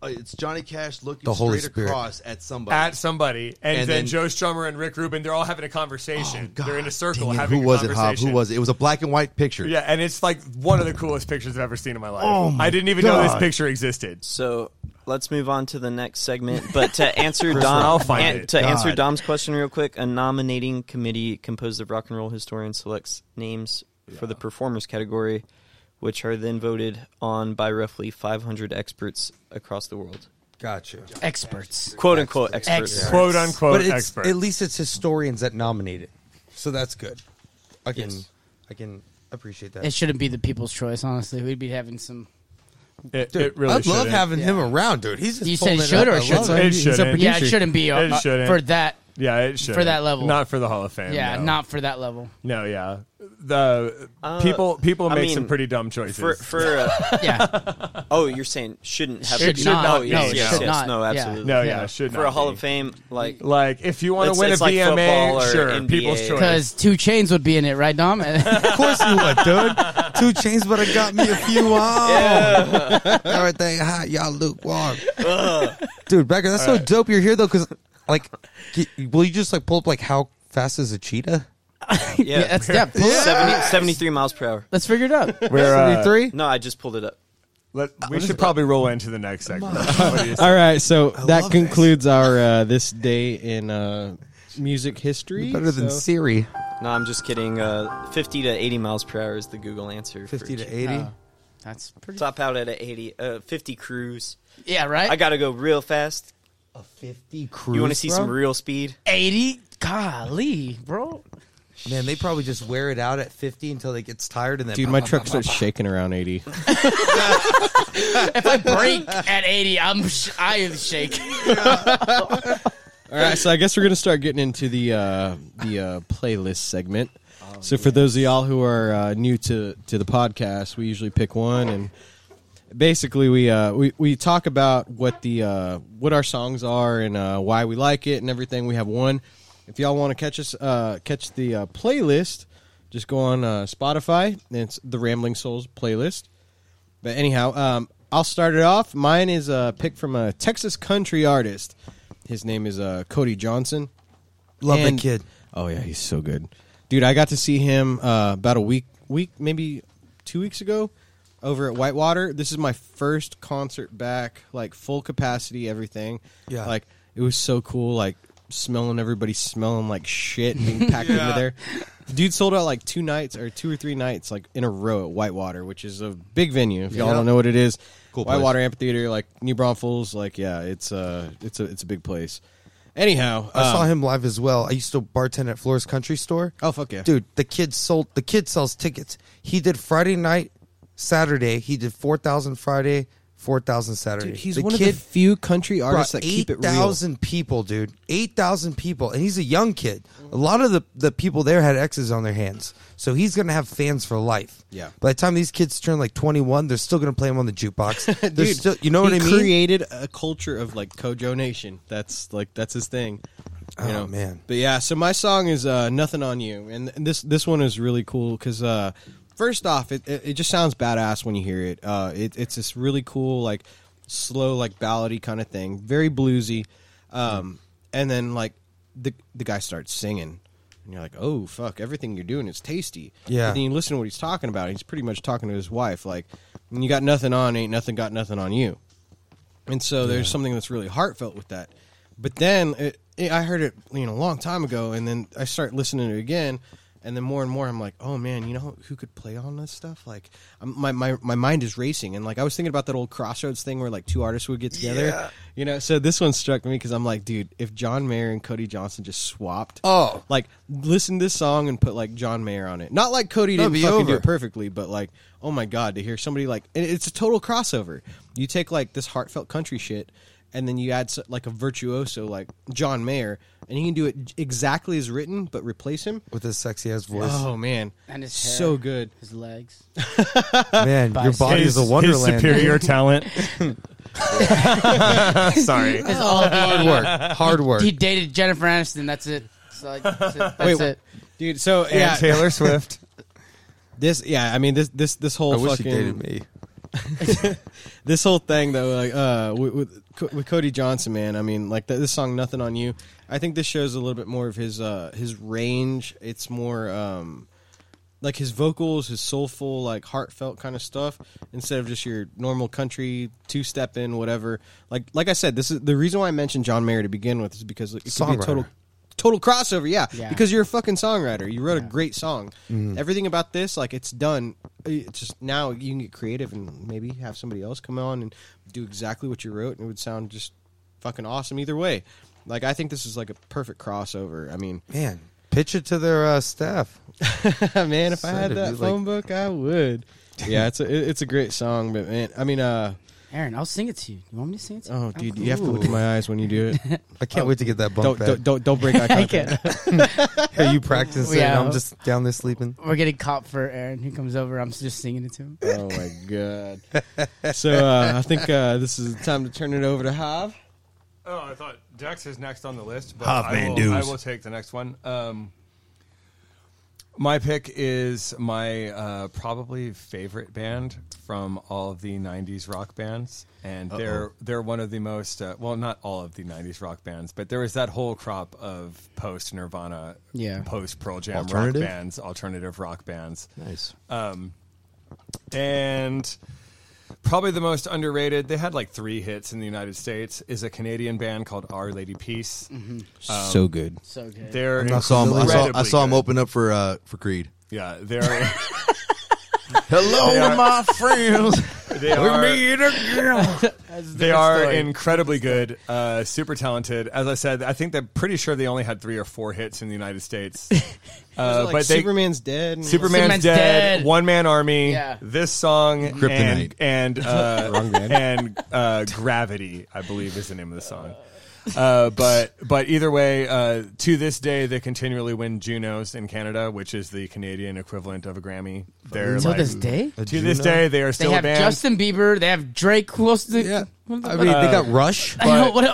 [SPEAKER 3] uh, it's Johnny Cash looking
[SPEAKER 7] The Holy
[SPEAKER 3] straight
[SPEAKER 7] Spirit.
[SPEAKER 3] across at somebody.
[SPEAKER 6] at somebody,
[SPEAKER 3] And
[SPEAKER 6] and, then,
[SPEAKER 3] then-
[SPEAKER 6] Joe Strummer and Rick Rubin, they're all having a
[SPEAKER 7] Oh,
[SPEAKER 6] conversation. they're in a circle
[SPEAKER 3] Dang it,
[SPEAKER 6] having
[SPEAKER 3] Who
[SPEAKER 6] a
[SPEAKER 3] was it,
[SPEAKER 6] conversation.
[SPEAKER 3] Hob? Who was it? It was a black and white picture.
[SPEAKER 6] Yeah, and it's like one of the coolest pictures I've ever seen in my life.
[SPEAKER 3] Oh my
[SPEAKER 6] I didn't even know this
[SPEAKER 3] God.
[SPEAKER 6] picture existed.
[SPEAKER 5] So let's move on to the next segment. But to answer Dom,
[SPEAKER 6] I'll find
[SPEAKER 5] an-
[SPEAKER 6] it.
[SPEAKER 5] to answer
[SPEAKER 3] God.
[SPEAKER 5] Dom's question real quick, a nominating committee composed of rock and roll historians selects names for the performers category, which are then voted on by roughly 500 experts across the world,
[SPEAKER 7] Gotcha.
[SPEAKER 4] Experts.
[SPEAKER 5] quote unquote experts.
[SPEAKER 4] Experts.
[SPEAKER 6] Quote unquote
[SPEAKER 7] But it's
[SPEAKER 6] expert.
[SPEAKER 7] at least it's historians that nominate it, so that's good. I can I can appreciate that.
[SPEAKER 4] It shouldn't be the people's choice, honestly. We'd be having some.
[SPEAKER 6] it,
[SPEAKER 7] Dude,
[SPEAKER 6] it really
[SPEAKER 7] I'd love
[SPEAKER 6] shouldn't.
[SPEAKER 7] having him around, dude. He's just
[SPEAKER 4] You said
[SPEAKER 7] holding
[SPEAKER 4] it
[SPEAKER 7] up.
[SPEAKER 4] should or
[SPEAKER 7] I
[SPEAKER 4] it shouldn't?
[SPEAKER 7] love it.
[SPEAKER 6] It shouldn't.
[SPEAKER 4] Yeah, it shouldn't be uh,
[SPEAKER 6] It
[SPEAKER 4] uh,
[SPEAKER 6] shouldn't.
[SPEAKER 4] for that.
[SPEAKER 6] Yeah, it should
[SPEAKER 4] that level.
[SPEAKER 6] Not for the Hall of Fame.
[SPEAKER 4] Yeah,
[SPEAKER 6] no.
[SPEAKER 4] not for that level.
[SPEAKER 6] No, yeah. The
[SPEAKER 5] Uh,
[SPEAKER 6] people people
[SPEAKER 5] I
[SPEAKER 6] make
[SPEAKER 5] mean,
[SPEAKER 6] some pretty dumb choices.
[SPEAKER 5] For, for uh,
[SPEAKER 4] Yeah,
[SPEAKER 5] oh, you're saying shouldn't have
[SPEAKER 4] should
[SPEAKER 6] should
[SPEAKER 4] not.
[SPEAKER 6] not
[SPEAKER 5] Oh,
[SPEAKER 6] be.
[SPEAKER 5] yes,
[SPEAKER 4] No, it
[SPEAKER 5] yes,
[SPEAKER 4] should
[SPEAKER 5] yes,
[SPEAKER 4] not.
[SPEAKER 5] no,
[SPEAKER 4] Yeah.
[SPEAKER 5] absolutely.
[SPEAKER 6] no, yeah, it should
[SPEAKER 5] for
[SPEAKER 6] not
[SPEAKER 5] a Hall
[SPEAKER 6] be.
[SPEAKER 5] of Fame, like
[SPEAKER 6] Like if you want
[SPEAKER 5] It's-
[SPEAKER 6] to win a
[SPEAKER 5] it's like football
[SPEAKER 6] BMA,
[SPEAKER 5] or
[SPEAKER 6] sure,
[SPEAKER 5] NBA.
[SPEAKER 6] people's choice.
[SPEAKER 4] because Two Chains would be in it, right, Dom?
[SPEAKER 7] Of course you would, dude. Two chains, but I got me a few on. Everything hot, y'all lukewarm. dude, Becker, that's so dope. You're here though, because like, g- will you just like pull up like how fast is a cheetah?
[SPEAKER 5] yeah,
[SPEAKER 4] yeah, that's yeah. pull it up.
[SPEAKER 5] 70, 73 miles per hour.
[SPEAKER 4] Let's figure it out.
[SPEAKER 6] We're, uh,
[SPEAKER 7] Three.
[SPEAKER 5] No, I just pulled it up.
[SPEAKER 6] let- we should probably roll into the next segment. What do you say?
[SPEAKER 1] All right, so
[SPEAKER 7] love
[SPEAKER 1] that concludes our uh, this day in uh, music history.
[SPEAKER 7] Better than
[SPEAKER 1] so-
[SPEAKER 7] Siri.
[SPEAKER 5] No, I'm just kidding. Uh, 50 to 80 miles per hour is the Google answer. for
[SPEAKER 7] Fifty
[SPEAKER 5] Ch-
[SPEAKER 7] to eighty.
[SPEAKER 4] Uh, that's pretty.
[SPEAKER 5] Top out at a 80, uh, 50 cruise.
[SPEAKER 4] Yeah, right.
[SPEAKER 5] I gotta go real fast.
[SPEAKER 7] a fifty cruise.
[SPEAKER 5] You want to see some
[SPEAKER 7] bro?
[SPEAKER 5] real speed?
[SPEAKER 4] eighty. Golly, bro.
[SPEAKER 7] Man, they probably just wear it out at fifty until they gets tired and then.
[SPEAKER 1] Dude, my truck starts shaking around 80.
[SPEAKER 4] If I break at eighty, I'm sh- I am shaking.
[SPEAKER 1] All right, so I guess we're gonna start getting into the uh, the uh, playlist segment. so for those of y'all who are uh, new to to the podcast, we usually pick one, and basically we uh, we we talk about what the uh, what our songs are and uh, why we like it and everything. We have one. If y'all want to catch us uh, catch the uh, playlist, just go on uh, Spotify. And it's the Rambling Souls playlist. But anyhow, um, I'll start it off. Mine is a pick from a Texas country artist. His name is uh, Cody Johnson.
[SPEAKER 7] Love that
[SPEAKER 1] And-
[SPEAKER 7] kid.
[SPEAKER 1] Oh yeah, he's so good, dude. I got to see him uh, about a week, week maybe two weeks ago, over at Whitewater. This is my first concert back, like full capacity, everything.
[SPEAKER 7] Yeah.
[SPEAKER 1] like it was so cool. Like smelling everybody smelling like shit and being packed into there. Dude sold out like two nights or two or three nights like in a row at Whitewater, which is a big venue. If y'all
[SPEAKER 7] Yeah.
[SPEAKER 1] don't know what it is,
[SPEAKER 3] Cool place.
[SPEAKER 1] Whitewater Amphitheater, like New Braunfels, like yeah, it's a it's a it's a big place. Anyhow,
[SPEAKER 7] I saw
[SPEAKER 1] um,
[SPEAKER 7] him live as well. I used to bartend at Flores Country Store.
[SPEAKER 1] Oh fuck yeah,
[SPEAKER 7] dude the kid sold the kid sells tickets he did friday night saturday he did 4000 friday 4000 saturday
[SPEAKER 1] Dude, he's
[SPEAKER 7] the
[SPEAKER 1] one of
[SPEAKER 7] kid
[SPEAKER 1] the few country
[SPEAKER 7] brought
[SPEAKER 1] artists that keep it real.
[SPEAKER 7] 8000 people dude 8000 people and he's a young kid a lot of the, the people there had x's on their hands so he's gonna have fans for life
[SPEAKER 1] Yeah.
[SPEAKER 7] by the time these kids turn like 21 they're still gonna play him on the jukebox they're
[SPEAKER 1] Dude,
[SPEAKER 7] still you know what
[SPEAKER 1] he
[SPEAKER 7] i mean
[SPEAKER 1] Created a culture of like Kojo Nation. That's like that's his thing. You
[SPEAKER 7] Oh,
[SPEAKER 1] know?
[SPEAKER 7] man.
[SPEAKER 1] But yeah, so my song is uh, "Nothing on You," and and this this one is really cool because uh, first off, it, it it just sounds badass when you hear it. Uh, it it's this really cool like slow like ballady kind of thing, very bluesy, um, and then like the the guy starts singing. And you're like, oh fuck! Everything you're doing is tasty.
[SPEAKER 7] Yeah.
[SPEAKER 1] But then you listen to what he's talking about. He's pretty much talking to his wife, like, "When you got nothing on, ain't nothing got nothing on you." And so there's something that's really heartfelt with that. But then it, it, I heard it, you know, a long time ago, and then I start listening to it again, and then more and more, I'm like, oh man, you know who could play on this stuff? Like, I'm, my my my mind is racing, and like I was thinking about that old Crossroads thing where like two artists would get together, you know. So this one struck me because I'm like, dude, if John Mayer and Cody Johnson just swapped,
[SPEAKER 7] Oh.
[SPEAKER 1] like listen to this song and put like John Mayer on it, not like Cody
[SPEAKER 7] That'd
[SPEAKER 1] didn't
[SPEAKER 7] be
[SPEAKER 1] fucking do
[SPEAKER 7] over.
[SPEAKER 1] it perfectly, but like, oh my god, to hear somebody like and it's a total crossover. You take like this heartfelt country shit, and then you add so- like a virtuoso like John Mayer, and he can do it j- exactly as written, but replace him.
[SPEAKER 7] with his sexy ass voice
[SPEAKER 1] Oh man,
[SPEAKER 4] And his hair.
[SPEAKER 1] so good.
[SPEAKER 4] His legs.
[SPEAKER 7] man your
[SPEAKER 4] Bison.
[SPEAKER 7] body
[SPEAKER 6] his,
[SPEAKER 7] is a wonderland eh?
[SPEAKER 6] His superior talent. Sorry.
[SPEAKER 4] It's all
[SPEAKER 7] hard work hard work
[SPEAKER 4] Oh. He dated Jennifer Aniston. That's it. It's like, that's it. That's
[SPEAKER 1] Wait,
[SPEAKER 4] it.
[SPEAKER 1] dude. So yeah,
[SPEAKER 6] Taylor Swift.
[SPEAKER 1] this yeah, I mean this this this whole
[SPEAKER 7] i wish he
[SPEAKER 1] fucking
[SPEAKER 7] dated me
[SPEAKER 1] this whole thing though, like uh, with, with Co- with Cody Johnson, man. I mean, like th- this song, "Nothing on You." I think this shows a little bit more of his uh, his range. It's more um, like his vocals, his soulful, like heartfelt kind of stuff, instead of just your normal country two step in whatever. Like like I said, this is the reason why I mentioned John Mayer to begin with is because it could be a
[SPEAKER 7] Songwriter.
[SPEAKER 1] total total crossover yeah,
[SPEAKER 4] Yeah.
[SPEAKER 1] because you're a fucking songwriter you wrote a great song
[SPEAKER 7] Mm-hmm.
[SPEAKER 1] everything about this like it's done Uh, it's just now you can get creative and maybe have somebody else come on and do exactly what you wrote and it would sound just fucking awesome either way like i think this is like a perfect crossover i mean
[SPEAKER 7] Man, pitch it to their uh, staff.
[SPEAKER 1] man if i
[SPEAKER 7] Said
[SPEAKER 1] had
[SPEAKER 7] it,
[SPEAKER 1] that
[SPEAKER 7] dude, like-
[SPEAKER 1] phone book i would yeah it's a it- it's a great song but man i mean uh
[SPEAKER 4] Aaron, I'll sing it to you. You want me to sing it to you?
[SPEAKER 1] oh dude you have to look in my eyes when you do it
[SPEAKER 7] I can't wait to get that bump
[SPEAKER 1] don't,
[SPEAKER 7] back.
[SPEAKER 1] don't don't don't break eye
[SPEAKER 4] I
[SPEAKER 1] contact
[SPEAKER 4] can't.
[SPEAKER 7] Are you practicing?
[SPEAKER 4] Yeah.
[SPEAKER 7] I'm just down there sleeping.
[SPEAKER 4] We're getting caught for Aaron. He comes over. I'm just singing it to him.
[SPEAKER 1] Oh my god! So uh, I think uh, this is the time to turn it over to Hav.
[SPEAKER 6] Oh, I thought Dex is next on the list, but I,
[SPEAKER 3] Hoffman
[SPEAKER 6] will,
[SPEAKER 3] dues.
[SPEAKER 6] I will take the next one. Um, my pick is my uh, probably favorite band from all of the '90s rock bands, and they're they're one of the most uh, well, not all of the '90s rock bands, but there was that whole crop of post Nirvana,
[SPEAKER 4] Yeah.
[SPEAKER 6] post Pearl Jam rock
[SPEAKER 3] Alternative?
[SPEAKER 6] bands, alternative rock bands
[SPEAKER 3] Nice.
[SPEAKER 6] and probably the most underrated. They had like three hits in the United States. Is a Canadian band called Our Lady Peace.
[SPEAKER 3] Mm-hmm.
[SPEAKER 1] so good.
[SPEAKER 4] So good.
[SPEAKER 6] They're
[SPEAKER 3] I saw him. I saw, I
[SPEAKER 6] Um, incredibly
[SPEAKER 3] saw him
[SPEAKER 6] good.
[SPEAKER 3] open up for uh, for Creed.
[SPEAKER 6] Yeah, they're
[SPEAKER 3] Hello,
[SPEAKER 6] They are-
[SPEAKER 3] my friends.
[SPEAKER 6] they are
[SPEAKER 4] That's a
[SPEAKER 6] they
[SPEAKER 4] different
[SPEAKER 6] are
[SPEAKER 4] story.
[SPEAKER 6] incredibly good, uh, super talented. As I said, I think they're pretty sure they only had three or four hits in the United States. Uh,
[SPEAKER 1] like
[SPEAKER 6] but they
[SPEAKER 1] Superman's dead. and-
[SPEAKER 6] Superman's,
[SPEAKER 4] Superman's
[SPEAKER 6] dead,
[SPEAKER 4] dead.
[SPEAKER 6] One Man Army,
[SPEAKER 4] Yeah.
[SPEAKER 6] this song,
[SPEAKER 3] Kryptonite.
[SPEAKER 6] and and uh, and uh, Gravity, I believe is the name of the song. Uh, but but either way, uh, to this day, they continually win Junos in Canada, which is the Canadian equivalent of a Grammy. They're
[SPEAKER 4] Until
[SPEAKER 6] like-
[SPEAKER 4] this day,
[SPEAKER 6] to this day, they are
[SPEAKER 4] they
[SPEAKER 6] still a
[SPEAKER 4] have
[SPEAKER 6] band.
[SPEAKER 4] Justin Bieber. They have Drake. Who else? Did,
[SPEAKER 7] Yeah. I
[SPEAKER 4] What,
[SPEAKER 7] mean,
[SPEAKER 4] the-
[SPEAKER 7] they got Rush.
[SPEAKER 4] I know,
[SPEAKER 6] but-
[SPEAKER 4] what, what,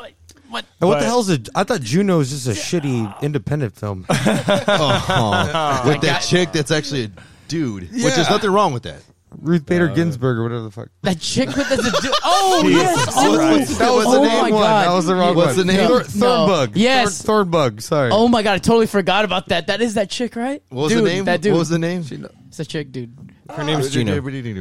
[SPEAKER 4] what?
[SPEAKER 7] And what
[SPEAKER 6] But-
[SPEAKER 7] the hell's a? I thought Juno was just a shitty independent film.
[SPEAKER 3] Oh, with that chick that's actually a dude, which is nothing wrong with that.
[SPEAKER 7] Ruth Bader Ginsburg or whatever the fuck.
[SPEAKER 4] That chick with the, the du- oh
[SPEAKER 6] Jesus
[SPEAKER 4] yes, oh,
[SPEAKER 6] Christ.
[SPEAKER 7] That was
[SPEAKER 4] oh
[SPEAKER 7] the
[SPEAKER 4] my
[SPEAKER 7] name one.
[SPEAKER 4] God.
[SPEAKER 7] That was the wrong
[SPEAKER 3] What's
[SPEAKER 7] one.
[SPEAKER 3] the name?
[SPEAKER 7] Thor-
[SPEAKER 3] No.
[SPEAKER 7] Thornbug.
[SPEAKER 4] Yes.
[SPEAKER 7] Thor- Thornbug. Sorry.
[SPEAKER 4] Oh my god, I totally forgot about that. That is that chick, right?
[SPEAKER 3] What was
[SPEAKER 4] dude,
[SPEAKER 3] the name?
[SPEAKER 4] That dude.
[SPEAKER 3] What was the name?
[SPEAKER 4] It's a chick, dude.
[SPEAKER 1] Her name's Gina.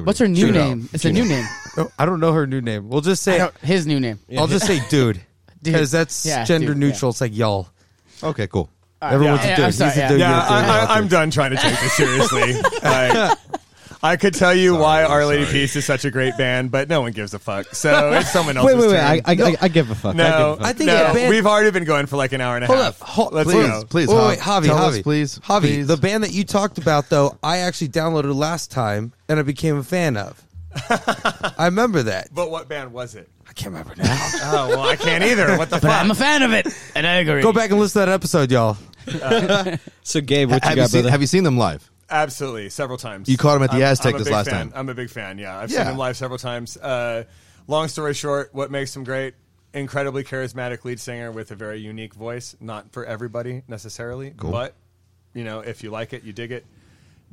[SPEAKER 4] What's her new name? It's a new name.
[SPEAKER 7] Oh, I don't know her new name. We'll just say.
[SPEAKER 4] His new name.
[SPEAKER 7] I'll just say dude.
[SPEAKER 4] Dude.
[SPEAKER 7] Because that's
[SPEAKER 4] Yeah,
[SPEAKER 7] gender
[SPEAKER 4] dude, yeah.
[SPEAKER 7] neutral. It's like y'all.
[SPEAKER 3] Okay, cool.
[SPEAKER 7] Everyone's
[SPEAKER 4] yeah.
[SPEAKER 7] a dude.
[SPEAKER 4] I'm sorry,
[SPEAKER 7] He's a
[SPEAKER 4] yeah.
[SPEAKER 7] dude.
[SPEAKER 6] yeah,
[SPEAKER 7] you're a dude.
[SPEAKER 6] I, I, I'm done trying to take this seriously. Like, I could tell you why Our Lady Peace is such a great band, but no one gives a fuck. So it's someone else's
[SPEAKER 1] Wait, wait, wait!
[SPEAKER 6] turn.
[SPEAKER 1] I, I, I, I give a fuck. I give a
[SPEAKER 6] No,
[SPEAKER 1] fuck.
[SPEAKER 7] I think
[SPEAKER 6] no,
[SPEAKER 7] a band-
[SPEAKER 6] we've already been going for like an hour and a
[SPEAKER 7] Hold
[SPEAKER 6] half.
[SPEAKER 7] up, hold,
[SPEAKER 6] Let's
[SPEAKER 7] please,
[SPEAKER 6] go.
[SPEAKER 3] please,
[SPEAKER 7] Wait,
[SPEAKER 3] Javi.
[SPEAKER 7] wait, Javi,
[SPEAKER 3] Tell
[SPEAKER 7] Javi,
[SPEAKER 3] us, please,
[SPEAKER 7] Javi.
[SPEAKER 3] please.
[SPEAKER 7] The band that you talked about, though, I actually downloaded last time and I became a fan of. I remember that.
[SPEAKER 6] But what band was it?
[SPEAKER 7] I can't remember now.
[SPEAKER 6] Oh well, I can't either. What the
[SPEAKER 4] But I'm a
[SPEAKER 6] fuck?
[SPEAKER 4] fan of it, and I agree.
[SPEAKER 7] Go back and listen to that episode, y'all.
[SPEAKER 1] So Gabe, what you
[SPEAKER 3] Have you,
[SPEAKER 1] got,
[SPEAKER 3] seen,
[SPEAKER 1] brother?
[SPEAKER 3] have you seen them live?
[SPEAKER 6] Absolutely, several times.
[SPEAKER 3] You caught him at the
[SPEAKER 6] I'm-
[SPEAKER 3] Aztec
[SPEAKER 6] I'm a
[SPEAKER 3] this
[SPEAKER 6] big
[SPEAKER 3] last
[SPEAKER 6] fan.
[SPEAKER 3] time.
[SPEAKER 6] I'm a big fan. Yeah, I've
[SPEAKER 3] Yeah.
[SPEAKER 6] seen him live several times. Uh, long story short, what makes him great? Incredibly charismatic lead singer with a very unique voice. Not for everybody necessarily, but you know, if you like it, you dig it.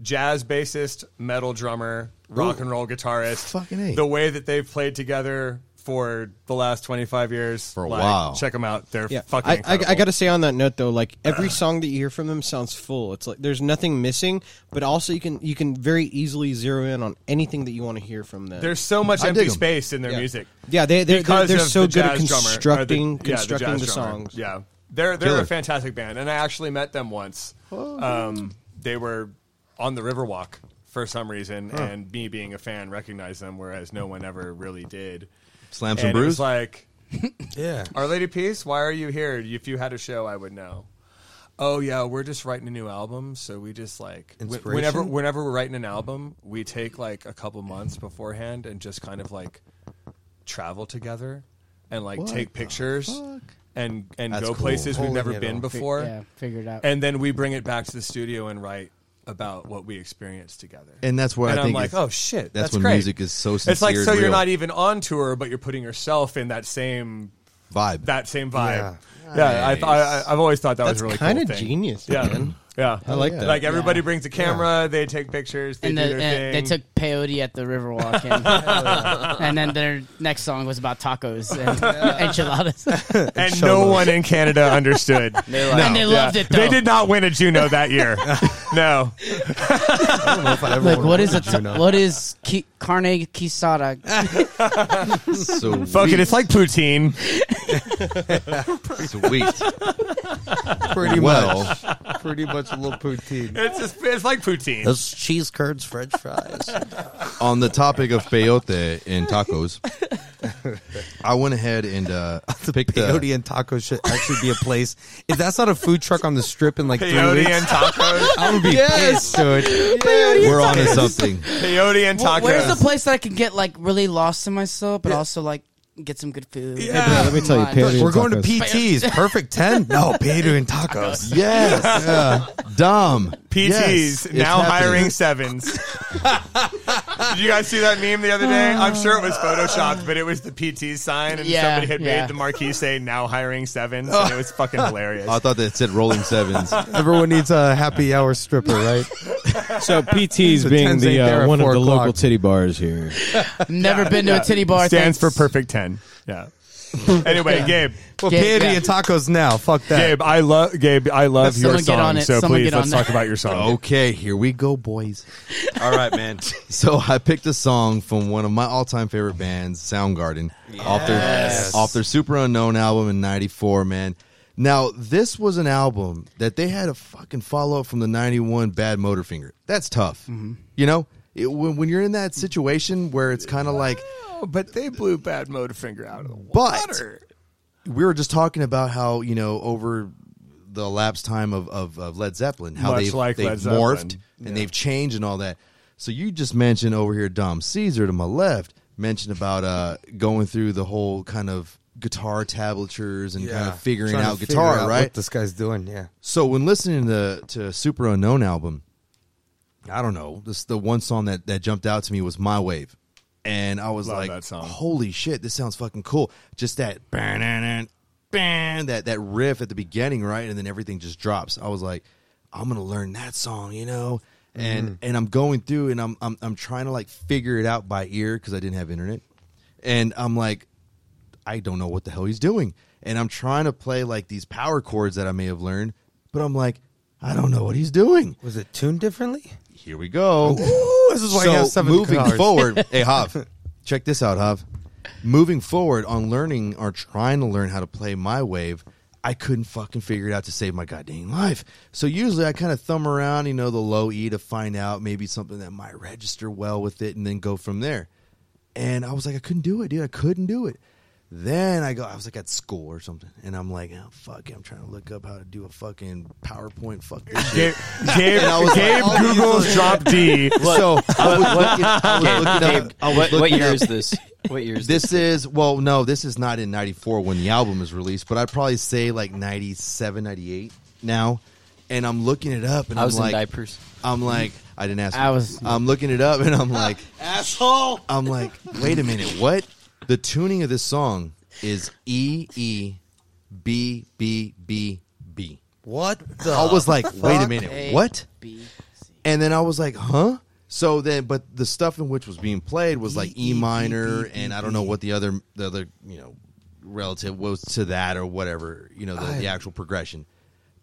[SPEAKER 6] Jazz bassist, metal drummer, rock and roll guitarist.
[SPEAKER 3] Fucking A.
[SPEAKER 6] the way that they've played together for the last 25 years
[SPEAKER 3] For a while.
[SPEAKER 6] Check them out. They're
[SPEAKER 1] yeah,
[SPEAKER 6] fucking.
[SPEAKER 1] I, I, I
[SPEAKER 6] incredible.
[SPEAKER 1] got to say on that note though, like every song that you hear from them sounds full. It's like there's nothing missing, but also you can you can very easily zero in on anything that you want to hear from them.
[SPEAKER 6] There's so much
[SPEAKER 3] I
[SPEAKER 6] empty
[SPEAKER 3] dig 'em.
[SPEAKER 6] space in their
[SPEAKER 1] Yeah.
[SPEAKER 6] music.
[SPEAKER 1] Yeah, they- they're-
[SPEAKER 6] Because
[SPEAKER 1] they're- they're
[SPEAKER 6] of
[SPEAKER 1] so
[SPEAKER 6] the
[SPEAKER 1] good at
[SPEAKER 6] jazz drummer, or the-
[SPEAKER 1] constructing-
[SPEAKER 6] yeah,
[SPEAKER 1] constructing
[SPEAKER 6] jazz
[SPEAKER 1] the
[SPEAKER 6] drummer.
[SPEAKER 1] songs.
[SPEAKER 6] Yeah, they're they're
[SPEAKER 3] Killer.
[SPEAKER 6] a fantastic band, and I actually met them once.
[SPEAKER 1] Oh.
[SPEAKER 6] Um, they were on the Riverwalk for some reason, and me being a fan recognized them, whereas no one ever really did.
[SPEAKER 3] Slams and
[SPEAKER 6] and it
[SPEAKER 3] Brews.
[SPEAKER 6] was like,
[SPEAKER 7] Yeah.
[SPEAKER 6] Our Lady Peace, why are you here? If you had a show, I would know. Oh yeah, we're just writing a new album, so we just like wh-
[SPEAKER 7] Inspiration?
[SPEAKER 6] whenever whenever we're writing an album, we take like a couple months beforehand and just kind of like travel together and like take pictures and and
[SPEAKER 3] That's cool.
[SPEAKER 6] go places
[SPEAKER 7] Holy
[SPEAKER 6] we've never
[SPEAKER 7] needle. Fi-
[SPEAKER 6] been before,
[SPEAKER 4] yeah, figure it out.
[SPEAKER 6] and then we bring it back to the studio and write about what we experienced together.
[SPEAKER 3] And that's where
[SPEAKER 6] And
[SPEAKER 3] I
[SPEAKER 6] I'm
[SPEAKER 3] think
[SPEAKER 6] like,
[SPEAKER 3] it's-
[SPEAKER 6] oh
[SPEAKER 3] that's
[SPEAKER 6] shit, that's
[SPEAKER 3] when
[SPEAKER 6] great.
[SPEAKER 3] music is so
[SPEAKER 6] It's like
[SPEAKER 3] sincere
[SPEAKER 6] so
[SPEAKER 3] and
[SPEAKER 6] you're
[SPEAKER 3] real.
[SPEAKER 6] not even on tour, but you're putting yourself in that same
[SPEAKER 3] vibe.
[SPEAKER 6] that same vibe. Yeah, I, th- I,
[SPEAKER 3] Nice.
[SPEAKER 6] I- I've always thought that
[SPEAKER 1] That's
[SPEAKER 6] was a really
[SPEAKER 1] kind
[SPEAKER 6] cool
[SPEAKER 1] of
[SPEAKER 6] thing.
[SPEAKER 1] genius,
[SPEAKER 6] Yeah,
[SPEAKER 1] man.
[SPEAKER 6] yeah,
[SPEAKER 1] I like
[SPEAKER 3] yeah.
[SPEAKER 1] that.
[SPEAKER 6] Like everybody brings a camera, they take pictures, they
[SPEAKER 4] and,
[SPEAKER 6] do
[SPEAKER 4] the,
[SPEAKER 6] their
[SPEAKER 4] and they
[SPEAKER 6] thing.
[SPEAKER 4] took peyote at the Riverwalk, and, and then their next song was about tacos and enchiladas,
[SPEAKER 6] and no one in Canada understood.
[SPEAKER 5] They're like,
[SPEAKER 4] and they
[SPEAKER 6] Yeah.
[SPEAKER 4] loved it. Though.
[SPEAKER 6] They did not win a Juno that year. no,
[SPEAKER 4] Like what is a ta- what is ki- carne quisada?
[SPEAKER 3] so
[SPEAKER 6] fuck it. It's like poutine.
[SPEAKER 3] sweet.
[SPEAKER 2] Pretty
[SPEAKER 3] Well.
[SPEAKER 2] much. Pretty much a little poutine.
[SPEAKER 6] It's just, it's like poutine.
[SPEAKER 7] Those cheese curds, French fries.
[SPEAKER 3] on the topic of peyote and tacos, I went ahead and uh, picked
[SPEAKER 7] Peyote
[SPEAKER 3] the
[SPEAKER 7] and taco should actually be a place. If that's not a food truck on the strip in like three
[SPEAKER 6] Peyote
[SPEAKER 7] weeks,
[SPEAKER 6] and tacos.
[SPEAKER 7] I would be pissed, dude.
[SPEAKER 3] We're on to something.
[SPEAKER 6] Peyote and tacos.
[SPEAKER 4] Where's the place that I can get like really lost in myself, but also like get some good food?
[SPEAKER 6] Yeah.
[SPEAKER 1] Let me tell you,
[SPEAKER 4] Come on.
[SPEAKER 1] peyote-
[SPEAKER 7] We're going to
[SPEAKER 1] Tacos.
[SPEAKER 7] PT's. Perfect 10? No, peyote and tacos.
[SPEAKER 3] Yes, Dom.
[SPEAKER 6] PTs
[SPEAKER 3] Yes, it's
[SPEAKER 6] now
[SPEAKER 3] happening.
[SPEAKER 6] hiring sevens. Did you guys see that meme the other day? I'm sure it was photoshopped, but it was the PT sign, and
[SPEAKER 4] Uh, Yeah,
[SPEAKER 6] somebody had
[SPEAKER 4] yeah.
[SPEAKER 6] made the marquee say "now hiring sevens, and it was fucking hilarious.
[SPEAKER 3] I thought that said rolling sevens.
[SPEAKER 7] Everyone needs a happy hour stripper, right?
[SPEAKER 1] So PT's
[SPEAKER 7] So
[SPEAKER 1] being
[SPEAKER 7] tens
[SPEAKER 1] the
[SPEAKER 7] ain't there
[SPEAKER 1] uh,
[SPEAKER 7] at
[SPEAKER 1] one of
[SPEAKER 7] four
[SPEAKER 1] the
[SPEAKER 7] o'clock.
[SPEAKER 1] local titty bars here.
[SPEAKER 4] Never been to
[SPEAKER 6] Yeah.
[SPEAKER 4] a titty bar. thanks.
[SPEAKER 6] Stands for perfect ten. Yeah. Anyway, Gabe.
[SPEAKER 7] Well,
[SPEAKER 4] Yeah,
[SPEAKER 7] peyote
[SPEAKER 4] yeah.
[SPEAKER 7] and tacos now. Fuck that.
[SPEAKER 6] Gabe, I love Gabe. I love
[SPEAKER 4] Let's-
[SPEAKER 6] your
[SPEAKER 4] someone
[SPEAKER 6] song.
[SPEAKER 4] get on it.
[SPEAKER 6] So
[SPEAKER 4] Someone
[SPEAKER 6] please,
[SPEAKER 4] get on
[SPEAKER 6] let's
[SPEAKER 4] that.
[SPEAKER 6] talk about your song.
[SPEAKER 3] Okay, here we go, boys. All right, man. so I picked a song from one of my all-time favorite bands, Soundgarden, off their off their Super Unknown album in '94. Man, now this was an album that they had a fucking follow-up from the '91 Bad Motorfinger. That's tough, you know. It, when, when you're in that situation where it's kind of like
[SPEAKER 6] but they blew Bad Motorfinger out of the
[SPEAKER 3] water. we were just talking about how you know over the elapsed time of, of, of Led Zeppelin, how
[SPEAKER 6] Much
[SPEAKER 3] they've,
[SPEAKER 6] like
[SPEAKER 3] they've
[SPEAKER 6] Led Zeppelin.
[SPEAKER 3] morphed and they've changed and all that. So you just mentioned over here, Dom Caesar to my left mentioned about uh, going through the whole kind of guitar tablatures and kind of figuring
[SPEAKER 7] Trying to
[SPEAKER 3] out
[SPEAKER 7] figure
[SPEAKER 3] guitar,
[SPEAKER 7] out
[SPEAKER 3] right?
[SPEAKER 7] What this guy's doing, yeah.
[SPEAKER 3] So when listening to to Super Unknown album, I don't know, this the one song that that jumped out to me was My Wave. And I was
[SPEAKER 6] Love
[SPEAKER 3] like,
[SPEAKER 6] that song.
[SPEAKER 3] "Holy shit, this sounds fucking cool." Just that that that riff at the beginning, right? And then everything just drops. I was like, "I'm going to learn that song, you know?" And and I'm going through and I'm I'm I'm trying to like figure it out by ear cuz I didn't have internet. And I'm like, I don't know what the hell he's doing. And I'm trying to play like these power chords that I may have learned, but I'm like, I don't know what he's doing.
[SPEAKER 7] Was it tuned differently?
[SPEAKER 3] Here we go.
[SPEAKER 7] this is why
[SPEAKER 3] so
[SPEAKER 7] you have seven
[SPEAKER 3] moving
[SPEAKER 7] guitars.
[SPEAKER 3] forward, hey Hav, check this out, Hav. Moving forward on learning or trying to learn how to play my wave, I couldn't fucking figure it out to save my goddamn life. So usually I kind of thumb around, you know, the low E to find out maybe something that might register well with it, and then go from there. And I was like, I couldn't do it, dude. I couldn't do it. Then I go, I was like at school or something, and I'm like, oh, fuck, it. I'm trying to look up how to do a fucking PowerPoint. Fuck this shit.
[SPEAKER 6] Gabe, Gabe,
[SPEAKER 3] I was like,
[SPEAKER 6] Gabe
[SPEAKER 4] "Oh,
[SPEAKER 3] all these
[SPEAKER 6] Google's drop D.
[SPEAKER 3] So I was looking, I was looking
[SPEAKER 5] Gabe,
[SPEAKER 3] up. I was
[SPEAKER 5] what, what
[SPEAKER 3] looking
[SPEAKER 5] year
[SPEAKER 3] up-
[SPEAKER 5] is this? What year is this?
[SPEAKER 3] This is well, no, this is not in '94 when the album is released, but I'd probably say like '97, '98 now. And I'm looking it up, and
[SPEAKER 5] I was
[SPEAKER 3] am
[SPEAKER 5] in
[SPEAKER 3] like,
[SPEAKER 5] diapers.
[SPEAKER 3] I'm like, I didn't ask.
[SPEAKER 4] I
[SPEAKER 3] you.
[SPEAKER 4] was-
[SPEAKER 3] I'm looking it up, and I'm like,
[SPEAKER 1] Asshole.
[SPEAKER 3] I'm like, wait a minute, what? The tuning of this song is E E B B B B.
[SPEAKER 7] What the?
[SPEAKER 3] I was like, wait a
[SPEAKER 7] fuck?
[SPEAKER 3] minute, what?
[SPEAKER 4] B, C.
[SPEAKER 3] And then I was like, huh? So then, but the stuff in which was being played was like E minor, and I don't know what the other, the other, you know, relative was to that or whatever, you know, the, the actual progression.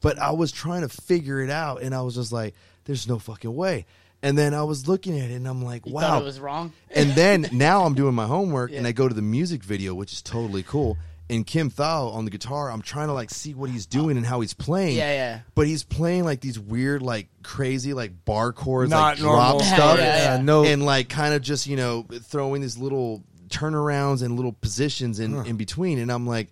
[SPEAKER 3] But I was trying to figure it out, and I was just like, there's no fucking way. And then I was looking at it, and I'm like,
[SPEAKER 4] You
[SPEAKER 3] wow.
[SPEAKER 4] thought it was wrong.
[SPEAKER 3] And then now I'm doing my homework and I go to the music video, which is totally cool. And Kim Thao on the guitar, I'm trying to like see what he's doing and how he's playing.
[SPEAKER 4] Yeah, yeah.
[SPEAKER 3] But he's playing like these weird, like crazy, like bar chords, like
[SPEAKER 6] Not
[SPEAKER 3] drop
[SPEAKER 6] normal. Yeah,
[SPEAKER 3] stuff,
[SPEAKER 4] yeah,
[SPEAKER 7] yeah. No-
[SPEAKER 3] and like kind of just you know throwing these little turnarounds and little positions in in between. And I'm like,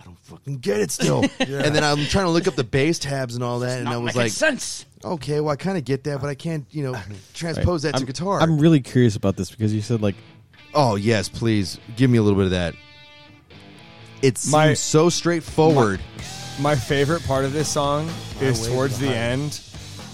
[SPEAKER 3] I don't fucking get it still. And then I'm trying to look up the bass tabs and all that, and
[SPEAKER 4] Not
[SPEAKER 3] I was
[SPEAKER 4] making
[SPEAKER 3] like,
[SPEAKER 4] sense.
[SPEAKER 3] okay, well I kind of get that, but I can't you know transpose that to
[SPEAKER 1] I'm,
[SPEAKER 3] guitar.
[SPEAKER 1] I'm really curious about this because you said like
[SPEAKER 3] Oh yes, please give me a little bit of that. It seems
[SPEAKER 6] My-
[SPEAKER 3] so straightforward.
[SPEAKER 6] My favorite part of this song is towards the end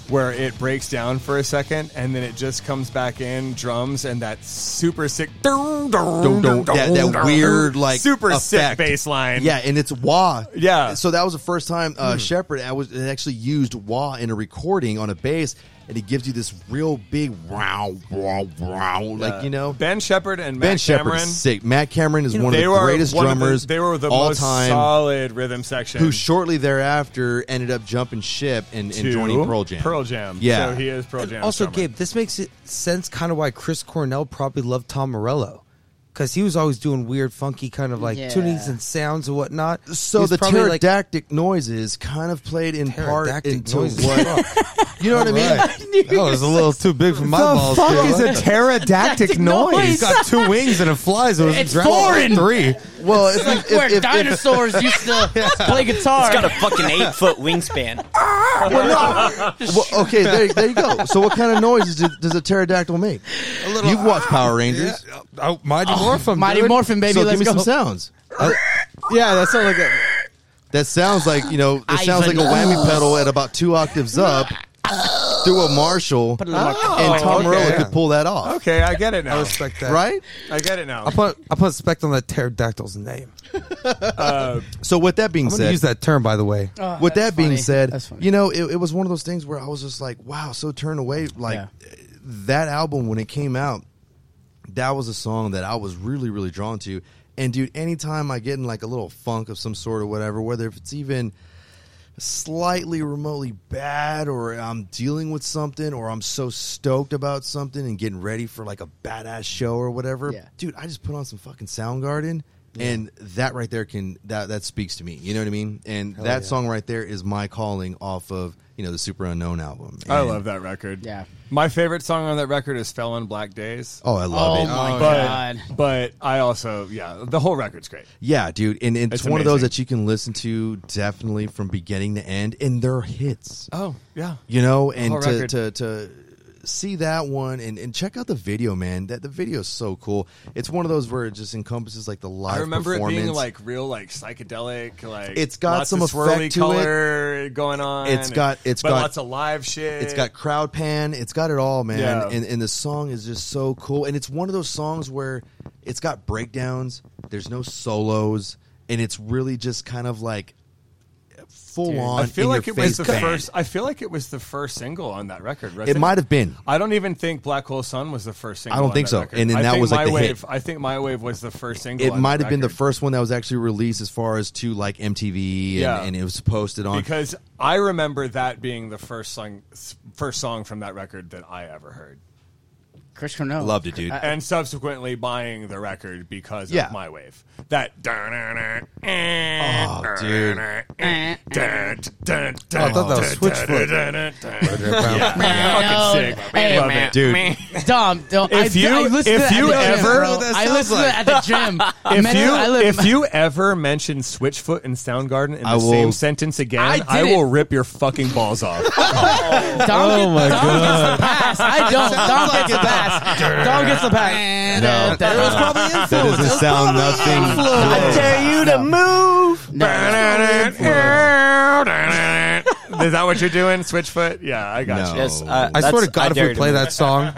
[SPEAKER 6] where it breaks down for a second and then it just comes back in drums and that super sick dun, dun,
[SPEAKER 3] Dun, dun,
[SPEAKER 6] dun,
[SPEAKER 3] yeah,
[SPEAKER 6] dun,
[SPEAKER 3] that
[SPEAKER 6] dun,
[SPEAKER 3] weird like
[SPEAKER 6] super sick
[SPEAKER 3] effect.
[SPEAKER 6] bass line.
[SPEAKER 3] Yeah, and it's wah.
[SPEAKER 6] Yeah. Hmm.
[SPEAKER 3] So that was the first time uh, Shepard I was actually used wah in a recording on a bass, and it gives you this real big wow, wow, wow, like you know.
[SPEAKER 6] Ben Shepard and
[SPEAKER 3] Ben
[SPEAKER 6] Matt
[SPEAKER 3] Shepard
[SPEAKER 6] Cameron.
[SPEAKER 3] is sick. Matt Cameron is one of
[SPEAKER 6] They
[SPEAKER 3] the
[SPEAKER 6] were
[SPEAKER 3] greatest
[SPEAKER 6] one of the-
[SPEAKER 3] drummers.
[SPEAKER 6] they were the
[SPEAKER 3] all
[SPEAKER 6] most
[SPEAKER 3] time.
[SPEAKER 6] solid rhythm section.
[SPEAKER 3] Who shortly thereafter ended up jumping ship and, and
[SPEAKER 6] to
[SPEAKER 3] joining Pearl Jam.
[SPEAKER 6] Pearl Jam.
[SPEAKER 3] Yeah.
[SPEAKER 6] So he is Pearl Jam.
[SPEAKER 7] also,
[SPEAKER 6] drummer.
[SPEAKER 7] Gabe, this makes it sense kind of why Chris Cornell probably loved Tom Morello. Because he was always doing weird, funky kind of like
[SPEAKER 4] Yeah.
[SPEAKER 7] tunings and sounds and whatnot.
[SPEAKER 3] So
[SPEAKER 7] He's
[SPEAKER 3] the
[SPEAKER 7] probably, like,
[SPEAKER 3] pterodactic noises kind of played in part
[SPEAKER 7] pterodactic
[SPEAKER 3] into
[SPEAKER 7] noises.
[SPEAKER 3] what you know what I mean.
[SPEAKER 7] that was a little too big for my
[SPEAKER 2] The
[SPEAKER 7] balls.
[SPEAKER 2] fuck
[SPEAKER 7] kid.
[SPEAKER 2] is a pterodactic
[SPEAKER 7] He's
[SPEAKER 2] noise?
[SPEAKER 7] got two wings and it flies. It was
[SPEAKER 4] It's
[SPEAKER 7] drowning.
[SPEAKER 4] foreign.
[SPEAKER 7] Three.
[SPEAKER 3] Well, it's like
[SPEAKER 4] Where
[SPEAKER 3] if, if, if,
[SPEAKER 4] dinosaurs used to play guitar.
[SPEAKER 5] It's got a fucking eight foot wingspan.
[SPEAKER 3] Well, okay, there, there you go. So, what kind of noises do, does a pterodactyl make? You've watched Power Rangers.
[SPEAKER 7] Oh, Mighty Morphin.
[SPEAKER 4] Mighty
[SPEAKER 7] dude.
[SPEAKER 4] Morphin, baby.
[SPEAKER 3] so,
[SPEAKER 4] let's
[SPEAKER 3] give me
[SPEAKER 4] go.
[SPEAKER 3] some sounds.
[SPEAKER 2] Yeah, that sounds like a.
[SPEAKER 3] That sounds like you know. It sounds like a whammy pedal at about two octaves up through a Marshall, and Tom
[SPEAKER 6] okay.
[SPEAKER 3] Morello could pull that off,
[SPEAKER 6] Okay, I get it now.
[SPEAKER 7] Respect that.
[SPEAKER 3] right?
[SPEAKER 6] I get it now.
[SPEAKER 7] I put I put respect on that pterodactyl's name.
[SPEAKER 3] So, with that being
[SPEAKER 7] I'm gonna
[SPEAKER 3] said,
[SPEAKER 7] use that term, by the way.
[SPEAKER 4] Oh,
[SPEAKER 3] with
[SPEAKER 4] that's
[SPEAKER 3] that being
[SPEAKER 4] funny.
[SPEAKER 3] said,
[SPEAKER 4] That's funny.
[SPEAKER 3] you know, it, it was one of those things where I was just like, wow, so turned away. Like that album when it came out, that was a song that I was really, really drawn to. And dude, anytime I get in like a little funk of some sort or whatever, whether if it's even slightly remotely bad or I'm dealing with something or I'm so stoked about something and getting ready for like a badass show or whatever,
[SPEAKER 4] Yeah.
[SPEAKER 3] dude, I just put on some fucking Soundgarden and that right there can that that speaks to me. You know what I mean? And that song right there is my calling off of, you know, the Super Unknown album.
[SPEAKER 6] I
[SPEAKER 3] And-
[SPEAKER 6] love that record.
[SPEAKER 4] Yeah.
[SPEAKER 6] My favorite song on that record is "Fell on Black Days."
[SPEAKER 3] Oh, I love
[SPEAKER 4] Oh
[SPEAKER 3] it.
[SPEAKER 4] my
[SPEAKER 6] but,
[SPEAKER 4] god.
[SPEAKER 6] But I also, yeah, the whole record's great.
[SPEAKER 3] Yeah, dude, and, and it's
[SPEAKER 6] It's
[SPEAKER 3] one of those
[SPEAKER 6] amazing.
[SPEAKER 3] that you can listen to definitely from beginning to end, and they're hits.
[SPEAKER 6] Oh, yeah.
[SPEAKER 3] you know, and
[SPEAKER 6] whole
[SPEAKER 3] to,
[SPEAKER 6] record.
[SPEAKER 3] to to see that one and, and check out the video, man. That the video is so cool. It's one of those where it just encompasses like the live.
[SPEAKER 6] I remember it
[SPEAKER 3] performance.
[SPEAKER 6] being like real, like psychedelic, like
[SPEAKER 3] It's got
[SPEAKER 6] lots
[SPEAKER 3] some
[SPEAKER 6] of swirly
[SPEAKER 3] effect to it.
[SPEAKER 6] color going on.
[SPEAKER 3] It's got- it's
[SPEAKER 6] but
[SPEAKER 3] got-
[SPEAKER 6] lots of live shit.
[SPEAKER 3] It's got crowd pan. It's got it all, man.
[SPEAKER 6] Yeah.
[SPEAKER 3] And, and the song is just so cool. And it's one of those songs where it's got breakdowns. There's no solos, and it's really just kind of like full on.
[SPEAKER 6] I feel
[SPEAKER 3] in
[SPEAKER 6] like
[SPEAKER 3] your
[SPEAKER 6] it was
[SPEAKER 3] face
[SPEAKER 6] the
[SPEAKER 3] band.
[SPEAKER 6] first. I feel like it was the first single on that record. wasn't
[SPEAKER 3] It might have been.
[SPEAKER 6] I don't even think Black Hole Sun was the first single.
[SPEAKER 3] I don't
[SPEAKER 6] on
[SPEAKER 3] think
[SPEAKER 6] that
[SPEAKER 3] so.
[SPEAKER 6] record.
[SPEAKER 3] And then
[SPEAKER 6] I
[SPEAKER 3] that
[SPEAKER 6] think
[SPEAKER 3] was, like,
[SPEAKER 6] my
[SPEAKER 3] the hit.
[SPEAKER 6] wave. I think My Wave was the first single.
[SPEAKER 3] It
[SPEAKER 6] on
[SPEAKER 3] might
[SPEAKER 6] that
[SPEAKER 3] have been the
[SPEAKER 6] record.
[SPEAKER 3] first one that was actually released as far as to like MTV, and,
[SPEAKER 6] Yeah.
[SPEAKER 3] and it was posted on.
[SPEAKER 6] because I remember that being the first song, first song from that record that I ever heard,
[SPEAKER 4] Chris Cornell.
[SPEAKER 3] Loved it, dude.
[SPEAKER 6] and subsequently buying the record because
[SPEAKER 3] Uh, Yeah.
[SPEAKER 6] of My Wave. That
[SPEAKER 3] oh, dude.
[SPEAKER 4] Eh.
[SPEAKER 7] I thought that was Switchfoot.
[SPEAKER 6] fucking sick.
[SPEAKER 4] Hey,
[SPEAKER 6] Love
[SPEAKER 4] man.
[SPEAKER 6] it.
[SPEAKER 3] Dude,
[SPEAKER 4] Dumb, dumb.
[SPEAKER 6] If
[SPEAKER 4] I,
[SPEAKER 6] you-
[SPEAKER 4] I listen
[SPEAKER 6] if
[SPEAKER 4] to that
[SPEAKER 6] you
[SPEAKER 4] at the gym,
[SPEAKER 6] ever-
[SPEAKER 4] bro.
[SPEAKER 6] That
[SPEAKER 4] I listen to that at the gym.
[SPEAKER 6] If
[SPEAKER 4] Man,
[SPEAKER 6] you
[SPEAKER 4] I live-
[SPEAKER 6] if you ever mention Switchfoot and Soundgarden in the
[SPEAKER 3] I will-
[SPEAKER 6] same sentence
[SPEAKER 4] I
[SPEAKER 6] again,
[SPEAKER 4] did
[SPEAKER 6] I, will
[SPEAKER 4] it.
[SPEAKER 6] rip your fucking balls off.
[SPEAKER 4] Dom gets, Dom gets the pass. I don't. Dom gets the pass. Dom gets the pass.
[SPEAKER 3] No.
[SPEAKER 4] That was probably influence.
[SPEAKER 3] that doesn't sound nothing.
[SPEAKER 4] I dare you to move.
[SPEAKER 6] Is that what you're doing, Switchfoot? Yeah, I got
[SPEAKER 3] No.
[SPEAKER 6] you.
[SPEAKER 5] Yes, I,
[SPEAKER 7] I
[SPEAKER 5] that's-
[SPEAKER 7] swear to God, if
[SPEAKER 5] dare
[SPEAKER 7] we
[SPEAKER 5] to
[SPEAKER 7] play
[SPEAKER 5] move.
[SPEAKER 7] that song,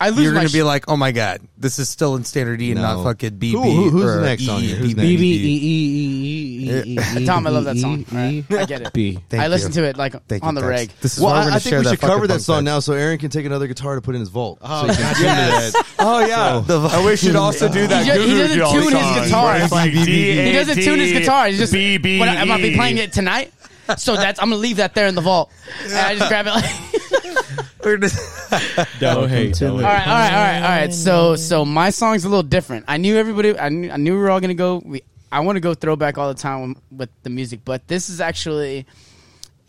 [SPEAKER 4] I lose
[SPEAKER 7] you're
[SPEAKER 4] my
[SPEAKER 7] gonna
[SPEAKER 4] sh-
[SPEAKER 7] be like, "Oh my God, this is still in standard E, and
[SPEAKER 3] No.
[SPEAKER 7] not fucking BB."
[SPEAKER 3] Who- who- who's
[SPEAKER 7] or
[SPEAKER 3] the next on
[SPEAKER 7] E,
[SPEAKER 3] here? Who's
[SPEAKER 7] BB.
[SPEAKER 3] next?
[SPEAKER 4] Tom, I love
[SPEAKER 7] E
[SPEAKER 4] that song. Alright, I get it.
[SPEAKER 1] B.
[SPEAKER 7] Thank
[SPEAKER 4] I listen
[SPEAKER 7] you.
[SPEAKER 4] to it like
[SPEAKER 7] Thank
[SPEAKER 4] on
[SPEAKER 7] you,
[SPEAKER 4] the
[SPEAKER 7] thanks.
[SPEAKER 4] reg.
[SPEAKER 7] This is
[SPEAKER 3] Well,
[SPEAKER 7] why we're
[SPEAKER 3] I,
[SPEAKER 7] gonna
[SPEAKER 3] I
[SPEAKER 7] share
[SPEAKER 3] think we should
[SPEAKER 7] fucking
[SPEAKER 3] cover that
[SPEAKER 7] funk
[SPEAKER 3] song
[SPEAKER 7] bed.
[SPEAKER 3] now so Aaron can take another guitar to put in his vault. Oh, so he can
[SPEAKER 6] Yes. Oh yeah.
[SPEAKER 7] So-
[SPEAKER 6] and we should also do that.
[SPEAKER 4] He ju- he
[SPEAKER 6] Goo Goo
[SPEAKER 4] doesn't
[SPEAKER 6] Dolls
[SPEAKER 4] tune his
[SPEAKER 6] song,
[SPEAKER 4] guitar.
[SPEAKER 6] where it's like
[SPEAKER 4] He doesn't tune his guitar. He's just.
[SPEAKER 6] B B. E.
[SPEAKER 4] What, am I be playing it tonight? So that's I'm gonna leave that there in the vault, and I just grab it. Like,
[SPEAKER 1] Don't hate. Don't
[SPEAKER 4] all right, all right, all right, all right. So so my song's a little different. I knew everybody. I knew, I knew we were all gonna go. We I want to go throwback all the time with the music, but this is actually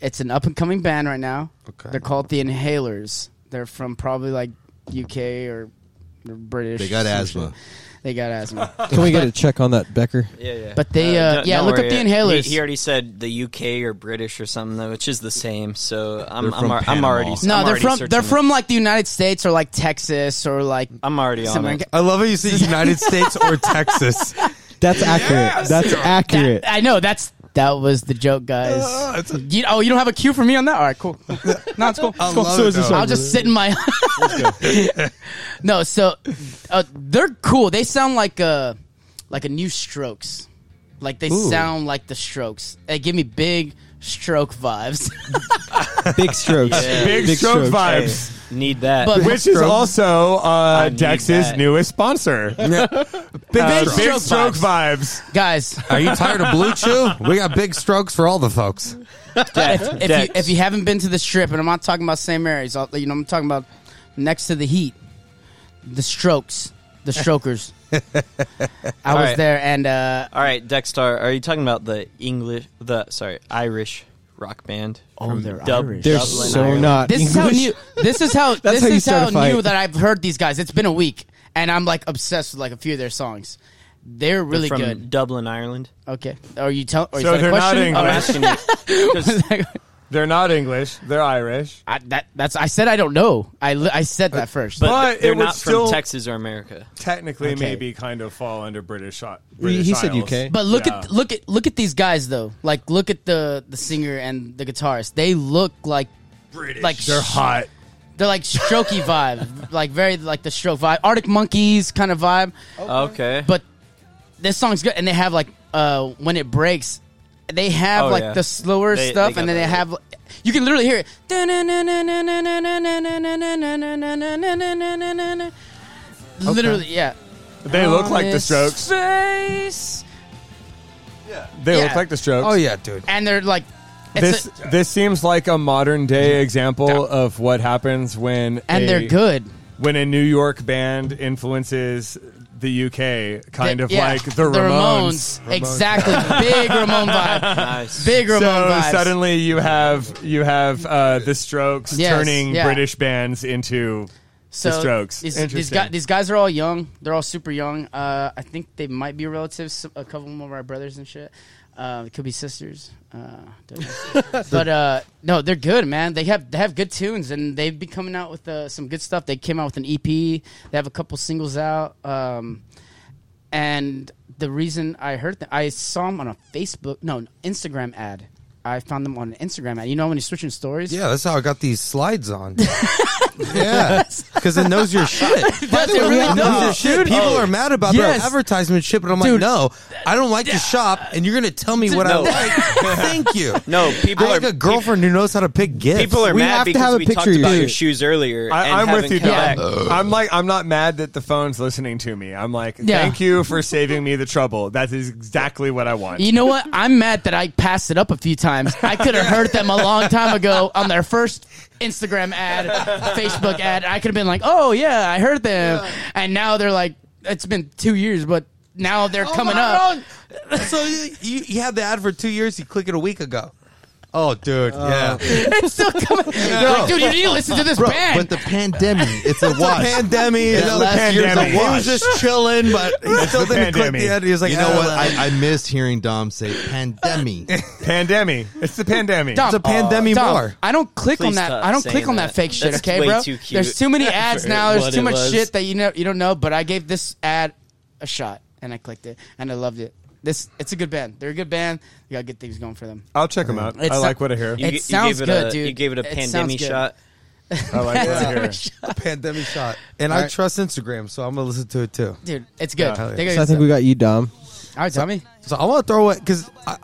[SPEAKER 4] it's an up and coming band right now.
[SPEAKER 7] Okay.
[SPEAKER 4] They're called the Inhalers. They're from probably like UK or. or British.
[SPEAKER 3] They got
[SPEAKER 4] or some
[SPEAKER 3] asthma.
[SPEAKER 4] shit. They got asthma.
[SPEAKER 1] Can we get a check on that, Becker?
[SPEAKER 5] Yeah, yeah.
[SPEAKER 4] But they, uh,
[SPEAKER 5] don't-
[SPEAKER 4] yeah,
[SPEAKER 5] don't
[SPEAKER 4] look up
[SPEAKER 5] worry.
[SPEAKER 4] the inhalers.
[SPEAKER 5] He, he already said the UK or British or something, though, which is the same. So I'm,
[SPEAKER 3] They're from
[SPEAKER 5] I'm, ar- I'm
[SPEAKER 3] Panama.
[SPEAKER 5] already.
[SPEAKER 4] No, they're
[SPEAKER 5] I'm already
[SPEAKER 4] from
[SPEAKER 5] searching
[SPEAKER 4] they're
[SPEAKER 5] it.
[SPEAKER 4] from like the United States or like Texas or like
[SPEAKER 5] I'm already on
[SPEAKER 4] somewhere.
[SPEAKER 5] it.
[SPEAKER 7] I love how you say United States or Texas.
[SPEAKER 1] That's accurate. That's accurate.
[SPEAKER 4] I know that's That was the joke, guys.
[SPEAKER 5] Uh,
[SPEAKER 4] You- oh, you don't have a cue for me on that? All right, cool. no, it's cool. It's cool.
[SPEAKER 3] love So it, is this though.
[SPEAKER 4] I'll just sit in my. no, so uh, they're cool. They sound like a like a new Strokes. Like they sound like the Strokes. They give me big stroke vibes.
[SPEAKER 1] Big strokes.
[SPEAKER 6] Big, stroke vibes.
[SPEAKER 5] Need that.
[SPEAKER 4] But-
[SPEAKER 6] Which is also uh,
[SPEAKER 5] need
[SPEAKER 6] Dex's
[SPEAKER 5] that.
[SPEAKER 6] newest sponsor.
[SPEAKER 7] Big
[SPEAKER 6] Uh,
[SPEAKER 7] strokes.
[SPEAKER 6] big stroke vibes.
[SPEAKER 4] guys,
[SPEAKER 7] Are you tired of Blue Chew? We got big strokes for all the folks.
[SPEAKER 5] Dex,
[SPEAKER 4] Uh, if you,
[SPEAKER 5] Dex.
[SPEAKER 4] if you haven't been to the strip, and I'm not talking about St. Mary's, I'll, you know, I'm talking about next to the Heat, the Strokes, the Strokers. I was
[SPEAKER 5] right.
[SPEAKER 4] there, and uh,
[SPEAKER 5] All right, Dexstar, are you talking about the English, the sorry, Irish rock band?
[SPEAKER 4] oh, they're
[SPEAKER 5] Dub-
[SPEAKER 4] Irish.
[SPEAKER 1] They're
[SPEAKER 5] Dublin,
[SPEAKER 1] so
[SPEAKER 5] Ireland.
[SPEAKER 1] not.
[SPEAKER 4] this is how
[SPEAKER 1] English.
[SPEAKER 4] new. This is how.
[SPEAKER 1] That's
[SPEAKER 4] this
[SPEAKER 1] how you
[SPEAKER 4] is
[SPEAKER 1] start
[SPEAKER 4] how
[SPEAKER 1] a fight.
[SPEAKER 4] new that I've heard these guys. It's been a week, and I'm like obsessed with like a few of their songs. They're
[SPEAKER 5] They're
[SPEAKER 4] really
[SPEAKER 5] from
[SPEAKER 4] good.
[SPEAKER 5] Dublin, Ireland.
[SPEAKER 4] Okay, are you telling?
[SPEAKER 6] So
[SPEAKER 4] that a
[SPEAKER 6] they're not
[SPEAKER 4] question?
[SPEAKER 5] I'm
[SPEAKER 6] Alright.
[SPEAKER 5] asking you. 'cause
[SPEAKER 6] They're not English. They're Irish.
[SPEAKER 4] I, that, that's. I said I don't know. I li- I said that first.
[SPEAKER 5] but,
[SPEAKER 6] But
[SPEAKER 5] they're
[SPEAKER 6] it would
[SPEAKER 5] not
[SPEAKER 6] still-
[SPEAKER 5] from Texas or America.
[SPEAKER 6] Technically,
[SPEAKER 4] Okay.
[SPEAKER 6] maybe kind of fall under British. British
[SPEAKER 1] He, he said
[SPEAKER 6] Isles.
[SPEAKER 1] UK.
[SPEAKER 4] But look
[SPEAKER 6] Yeah.
[SPEAKER 4] at look at look at these guys though. Like look at the the singer and the guitarist. They look like
[SPEAKER 6] British.
[SPEAKER 4] like
[SPEAKER 6] they're
[SPEAKER 4] sh-
[SPEAKER 6] hot.
[SPEAKER 4] They're like strokey vibe, like very like the stroke vibe, Arctic Monkeys kind of vibe.
[SPEAKER 6] Oh.
[SPEAKER 5] Okay.
[SPEAKER 4] But this song's good, and they have like uh when it breaks, they have
[SPEAKER 5] Oh,
[SPEAKER 4] like
[SPEAKER 5] yeah.
[SPEAKER 4] the slower
[SPEAKER 5] They-
[SPEAKER 4] stuff,
[SPEAKER 5] they
[SPEAKER 4] and
[SPEAKER 5] got
[SPEAKER 4] then they
[SPEAKER 5] that.
[SPEAKER 4] have you can literally hear it. Literally, yeah.
[SPEAKER 6] They look like the
[SPEAKER 4] Honest
[SPEAKER 6] Strokes.
[SPEAKER 4] Face.
[SPEAKER 6] They
[SPEAKER 4] Yeah.
[SPEAKER 6] look like the Strokes.
[SPEAKER 7] Oh yeah, dude.
[SPEAKER 4] And they're like it's
[SPEAKER 6] This
[SPEAKER 4] a-
[SPEAKER 6] this seems like a modern day example of what happens when
[SPEAKER 4] and
[SPEAKER 6] a-
[SPEAKER 4] they're good.
[SPEAKER 6] when a New York band influences the UK, kind
[SPEAKER 4] Th-
[SPEAKER 6] of
[SPEAKER 4] yeah.
[SPEAKER 6] like the Ramones.
[SPEAKER 4] Exactly. Big Ramon vibe.
[SPEAKER 5] nice.
[SPEAKER 4] Big Ramon
[SPEAKER 6] So
[SPEAKER 4] vibes.
[SPEAKER 6] suddenly you have you have uh, the Strokes
[SPEAKER 4] Yes,
[SPEAKER 6] turning
[SPEAKER 4] yeah.
[SPEAKER 6] British bands into
[SPEAKER 4] so
[SPEAKER 6] the Strokes.
[SPEAKER 4] These, these,
[SPEAKER 6] Interesting.
[SPEAKER 4] guys, these guys are all young. They're all super young. Uh, I think they might be relatives. A couple of them are brothers and shit. Uh, it could be sisters. Uh, don't know. but uh, no, they're good, man. They have they have good tunes, and they've been coming out with uh, some good stuff. They came out with an EP. They have a couple singles out. Um, and the reason I heard them, I saw them on a Facebook, no, an Instagram ad. I found them on an Instagram ad. You know when you're switching stories?
[SPEAKER 7] Yeah, that's how I got these slides on. yeah, because it knows your shit. By the way,
[SPEAKER 4] really
[SPEAKER 7] it knows your
[SPEAKER 4] does.
[SPEAKER 7] shit. People are mad about
[SPEAKER 4] Yes.
[SPEAKER 7] their advertisement shit, but I'm like, no, I don't like to shop, and you're gonna tell me what I
[SPEAKER 5] No.
[SPEAKER 7] like. Thank you.
[SPEAKER 5] No, people
[SPEAKER 7] I like
[SPEAKER 5] are
[SPEAKER 7] a girlfriend who knows how to pick gifts.
[SPEAKER 5] People are
[SPEAKER 1] We
[SPEAKER 5] mad
[SPEAKER 1] have to
[SPEAKER 5] because
[SPEAKER 1] have a
[SPEAKER 5] we
[SPEAKER 1] picture
[SPEAKER 5] talked
[SPEAKER 1] of
[SPEAKER 5] about
[SPEAKER 1] you.
[SPEAKER 5] your shoes earlier. and
[SPEAKER 6] I, I'm with
[SPEAKER 5] haven't
[SPEAKER 6] you,
[SPEAKER 5] come
[SPEAKER 6] Don.
[SPEAKER 5] back.
[SPEAKER 7] Oh.
[SPEAKER 6] I'm like, I'm not mad that the phone's listening to me. I'm like,
[SPEAKER 4] Yeah.
[SPEAKER 6] thank you for saving me the trouble. That is exactly what I want.
[SPEAKER 4] You know what? I'm mad that I passed it up a few times. I could have heard them a long time ago on their first Instagram ad, Facebook ad. I could have been like, "Oh yeah, I heard them," and now they're like, "It's been two years, but now they're coming up."
[SPEAKER 7] so you, you, you had the ad for two years. You click it a week ago. Oh, dude, yeah.
[SPEAKER 4] It's still coming. They're like, "Dude, you need to listen to this band."
[SPEAKER 2] But the pandemic, it's a
[SPEAKER 7] The
[SPEAKER 2] wash.
[SPEAKER 7] pandemic. you know,
[SPEAKER 2] last
[SPEAKER 7] the
[SPEAKER 2] year's a
[SPEAKER 7] pandemic. He was
[SPEAKER 2] wash.
[SPEAKER 7] just chilling, but he still
[SPEAKER 6] the
[SPEAKER 7] didn't click
[SPEAKER 6] pandemic.
[SPEAKER 7] the ad. He was like,
[SPEAKER 2] you know what?
[SPEAKER 7] I,
[SPEAKER 2] I, I missed hearing Dom say pandemic.
[SPEAKER 6] pandemic. It's the pandemic.
[SPEAKER 4] Dom,
[SPEAKER 7] it's a pandemic
[SPEAKER 4] Dom,
[SPEAKER 7] more.
[SPEAKER 4] Oh, I don't click
[SPEAKER 5] Please
[SPEAKER 4] on that.
[SPEAKER 5] stop
[SPEAKER 4] I don't
[SPEAKER 5] saying
[SPEAKER 4] click on that,
[SPEAKER 5] that.
[SPEAKER 4] fake shit.
[SPEAKER 5] That's
[SPEAKER 4] okay,
[SPEAKER 5] way
[SPEAKER 4] bro.
[SPEAKER 5] too cute
[SPEAKER 4] There's too many
[SPEAKER 5] for
[SPEAKER 4] ads now. There's
[SPEAKER 5] what
[SPEAKER 4] too
[SPEAKER 5] it
[SPEAKER 4] much
[SPEAKER 5] was.
[SPEAKER 4] shit that you know you don't know. But I gave this ad a shot and I clicked it and I loved it. This it's a good band. They're a good band. You gotta get things going for them.
[SPEAKER 6] I'll check them out.
[SPEAKER 4] It's
[SPEAKER 6] I like
[SPEAKER 4] not-
[SPEAKER 6] what I hear.
[SPEAKER 5] You,
[SPEAKER 4] It
[SPEAKER 5] g- you
[SPEAKER 4] sounds
[SPEAKER 5] gave it
[SPEAKER 4] good,
[SPEAKER 5] a,
[SPEAKER 4] dude.
[SPEAKER 5] You gave it a
[SPEAKER 4] It sounds
[SPEAKER 5] pandemic
[SPEAKER 4] good.
[SPEAKER 5] shot.
[SPEAKER 6] I like what I hear.
[SPEAKER 7] pandemic shot. And I
[SPEAKER 4] right.
[SPEAKER 7] trust Instagram, so I'm gonna listen to it too.
[SPEAKER 4] Dude, it's good.
[SPEAKER 7] Yeah.
[SPEAKER 4] They got
[SPEAKER 1] So I think we got you, Dom.
[SPEAKER 4] All right, Tommy.
[SPEAKER 7] So I want to throw it because I,